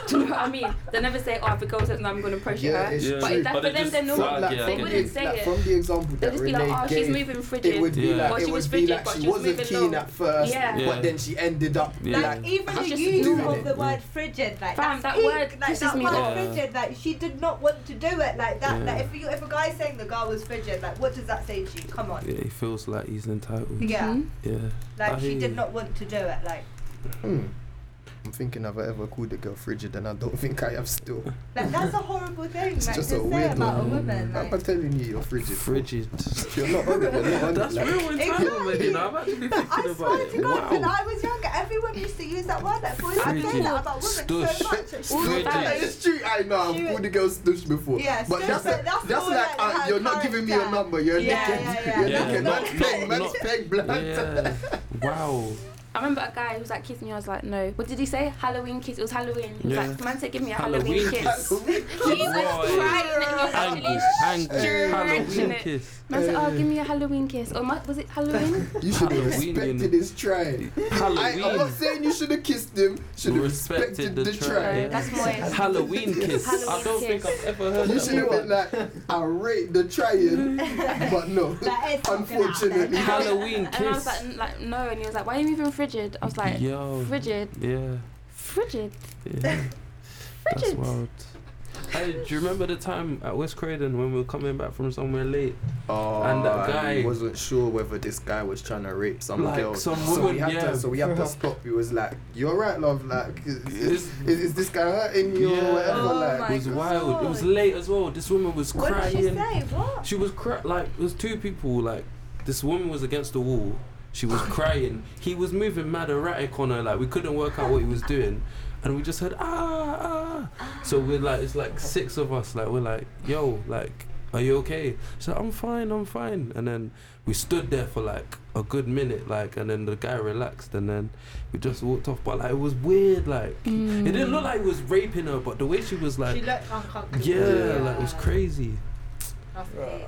C: do you know what I mean? They never say, "Oh, if a girl says no, I'm going to pressure
A: Yeah,
C: her."
A: it's
B: Yeah.
C: But if
A: true.
C: that's
B: But
C: for
B: they
C: them,
B: just
C: they're
B: No,
A: From,
C: normal.
B: flag
A: like,
B: it, yeah,
C: they
A: from
C: wouldn't
A: the-
C: say
A: like,
C: it.
A: from the example
C: They'll
A: that
C: just be
A: Renee
C: like, "Oh, she's
A: gave,
C: moving
A: it
C: frigid."
A: would be
B: Yeah.
A: like
C: Or
A: it
C: she was
A: would be
C: frigid,
A: like
C: but
A: she
C: she was
A: wasn't
C: moving
A: keen
C: low.
A: at first,
C: Yeah.
B: Yeah.
A: but then she ended up
B: Yeah.
A: like
E: Like even the
C: It's just
E: use
C: normal.
E: of the word frigid, like
C: Fam,
E: that's
C: that
E: peak,
C: word
E: like
C: pisses
E: that
C: me
E: word
B: off.
E: frigid, like she did not want to do it, like that.
B: Yeah.
E: Like if you, if a guy's saying the girl was frigid, like what does that say to you? Come on,
B: Yeah, he feels like he's entitled.
E: Yeah.
C: Mhm.
B: Yeah.
E: like
B: I
E: she
B: hear
E: did
B: you.
E: not want to do it, like
A: Hmm. I'm thinking have I ever called a girl frigid and I don't think I have still.
E: like that's a horrible thing,
A: It's
E: like
A: just
E: to
A: a
E: say
A: weird
E: about a
B: one.
E: woman.
A: I'm
E: Like.
A: telling you you're frigid.
B: Frigid.
A: You're not on it, you're not on
B: That's
A: it. like-
B: real entitlement.
E: Exactly.
B: You know, I'm actually thinking
E: I
B: about
E: swear
B: it.
E: to God, when
B: wow.
E: I was younger, everyone used to use that word. Like boys would say
B: Frigid.
E: that about women so
B: Stush.
E: much. It's
C: All
E: just
C: Frigid.
E: like-
A: It's true. I know. I've
E: She-
A: called the girl stush before.
E: Yeah,
A: but
E: stush,
A: that's
E: but
A: like,
E: that's
A: that's,
E: more
A: like,
E: like
A: uh,
E: her
A: you're not giving me your
E: character.
A: number. You're
E: Yeah,
A: naked.
E: yeah, yeah.
A: You're
B: Yeah,
A: naked.
B: not-
A: Not peg.
B: not-
A: Man's
B: not-
A: peg blood.
B: Yeah. Wow.
C: I remember a guy who was like, kiss me. I was like, no. What did he say? Halloween kiss. It was Halloween. He was
B: Yeah.
C: like, man said, give me a
B: Halloween
C: Halloween, kiss.
B: kiss.
C: he was
B: Boy.
C: crying. and He was actually
B: Angus, Angus,
C: You're
B: Halloween
C: imagining it.
B: kiss.
C: Man
A: Uh.
C: said, oh, give me a Halloween kiss. Or mu- was it Halloween?
A: You should have
B: Halloween, you know.
A: respected his try. I, I'm not
B: Halloween.
A: saying you should have kissed him. Should have
B: Respected
A: respected,
B: the
A: the,
B: try.
A: try.
B: Yeah.
C: That's more.
B: Halloween kiss. I don't think I've ever heard
A: You
B: that
A: should have
B: before.
A: been like, I rate the trying, but no.
E: That is not gonna
A: Unfortunately.
E: happen.
B: Halloween
C: And I was
B: kiss.
C: like, n- like, no. And he was like, why are you even frigid? I was like,
B: Yo.
C: frigid,
B: Yeah.
C: frigid.
B: Yeah. That's
C: Frigid.
B: wild. Hey, do you remember the time at West Croydon when we were coming back from somewhere late?
L: Oh,
B: And that
L: I
B: guy-
L: wasn't sure whether this guy was trying to rape some
B: Like,
L: girl.
B: some
L: so
B: woman,
L: we had
B: yeah.
L: to, so we had to stop. He was like, "You're right, love. Like, is, is, is, is this guy hurting you
B: Yeah.
L: or whatever?
E: Oh
L: like,
E: my
B: It was
E: God.
B: wild. It was late as well. This woman was
E: What did
B: crying.
E: she say? What?
B: She was cry- like it was two people like this woman was against the wall. She was crying. He was moving mad erratic on her like we couldn't work out what he was doing, and we just heard ah ah. So we're like it's like six of us like we're like yo like are you okay? She's like I'm fine I'm fine. And then we stood there for like a good minute like and then the guy relaxed and then we just walked off. But like it was weird like it didn't look like he was raping her, but the way she was
E: She
B: like
E: looked uncomfortable.
B: yeah like it was crazy.
E: Lovely.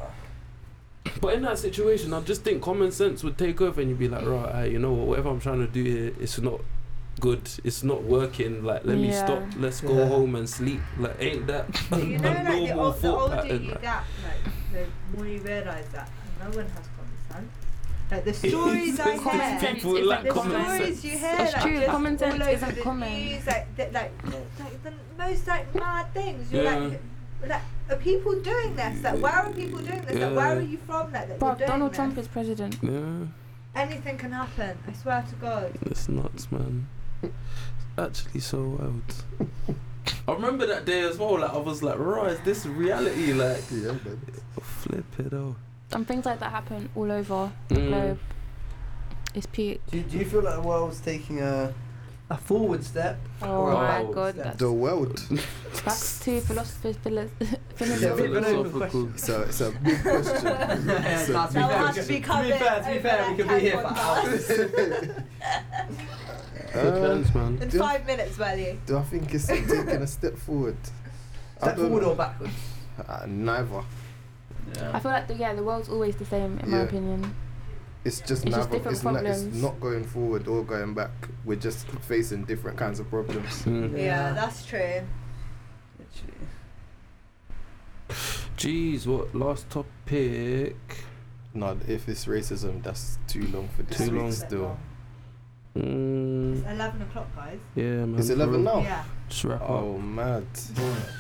B: But in that situation, I just think common sense would take over, and you'd be like, right, aight, you know what? Whatever I'm trying to do here, it's not good. It's not working. Like, let me
C: Yeah.
B: stop. Let's go
M: Yeah.
B: home and sleep. Like, ain't that a,
E: You know,
B: a
E: like the,
B: normal
E: old, the
B: thought
E: older
B: pattern?
E: you
B: Like,
E: get, like, the more you realise that no one has common sense. Like the stories I
B: It's
C: Common
E: hear,
C: sense
B: people
C: isn't
B: lack
E: the
B: common
E: stories
B: sense.
E: you hear,
C: That's
E: like,
C: true,
E: just
C: common
E: all
C: sense
E: over
C: isn't
E: the
C: common.
E: News, like, the, like, like the most like mad things. You're
B: Yeah.
E: like, like, are people doing this? Like, why are people doing this? Like, where
B: Yeah.
E: are you from? Like, that
C: Bro,
E: you're doing
C: Donald
E: this?
C: Trump is president.
B: Yeah,
E: Anything can happen. I swear to God.
B: it's nuts, man. It's actually so wild. I remember that day as well. Like, I was like, right, is this reality? Like,
A: Yeah, man.
B: flip it out.
C: And things like that happen all over the
B: Mm.
C: globe. It's peak.
D: Do, do you feel like the world's taking a a forward step?
C: Oh
D: Wow.
C: my god, that's,
A: The world.
C: that's two philosophers. philo-
A: Yeah, but-
C: philosophers.
A: So it's a big question.
D: Yeah,
A: So-
D: nah, to be
E: That
D: fair,
E: one
D: we
E: has to be
D: could-
E: covered.
D: To be fair, to be
E: over
D: fair, we
E: that
D: could be here for
E: Capricorn
D: hours.
A: Uh,
B: Depends, man.
E: In
A: Yeah.
E: five minutes, Welly.
A: do I think it's taking a step forward? I
D: Step
A: don't
D: forward
A: know.
D: or backwards?
A: Uh, neither.
C: I feel like the, yeah, the world's always the same in my
A: Yeah.
C: opinion.
A: It's just
C: It's just
A: neither.
C: different
A: it's, not, it's
C: problems.
A: not going forward or going back. We're just facing different kinds of problems.
B: Mm.
E: Yeah, that's true.
D: Literally.
B: Jeez, what last topic?
A: No, if it's racism, that's too long for this
B: Too
A: week
B: long.
A: still.
B: Mm,
E: It's 11 o'clock, guys.
B: yeah, man.
A: It's 11 now?
E: Yeah.
B: Just wrap
A: Oh, mad.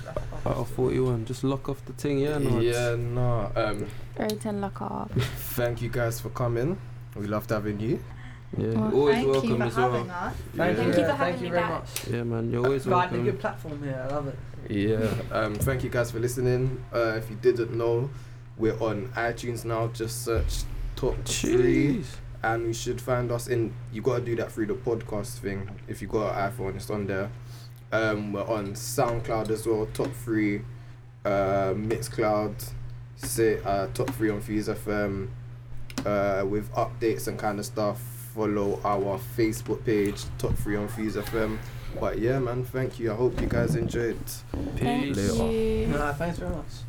B: up. Out of 41, just lock off the thing, yeah, no.
A: Yeah, no. Um,
C: Everton luck up.
A: thank you guys for coming. We loved having you.
B: Yeah,
C: Well,
B: you're always
E: Thank you
B: welcome
E: for
B: as
E: having
B: well.
E: us.
B: Thank you
A: yeah.
C: for having
D: Thank you
C: me
D: very
C: back.
D: much.
B: Yeah, man, you're always
D: Providing a
B: welcome.
D: good platform here. I love it.
A: Yeah. Um, thank you guys for listening. Uh, if you didn't know, we're on iTunes now. Just search Top Three,
B: Jeez.
A: and you should find us in. You gotta do that through the podcast thing. If you got an iPhone, it's on there. Um, we're on SoundCloud as well. Top Three, uh, Mixcloud, say uh, Top Three on Fuse FM, uh, with updates and kind of stuff. Follow our Facebook page, Top Three on Fuse FM. But yeah, man, thank you. I hope you guys enjoyed.
B: Peace.
C: Thank you.
D: No, thanks very much.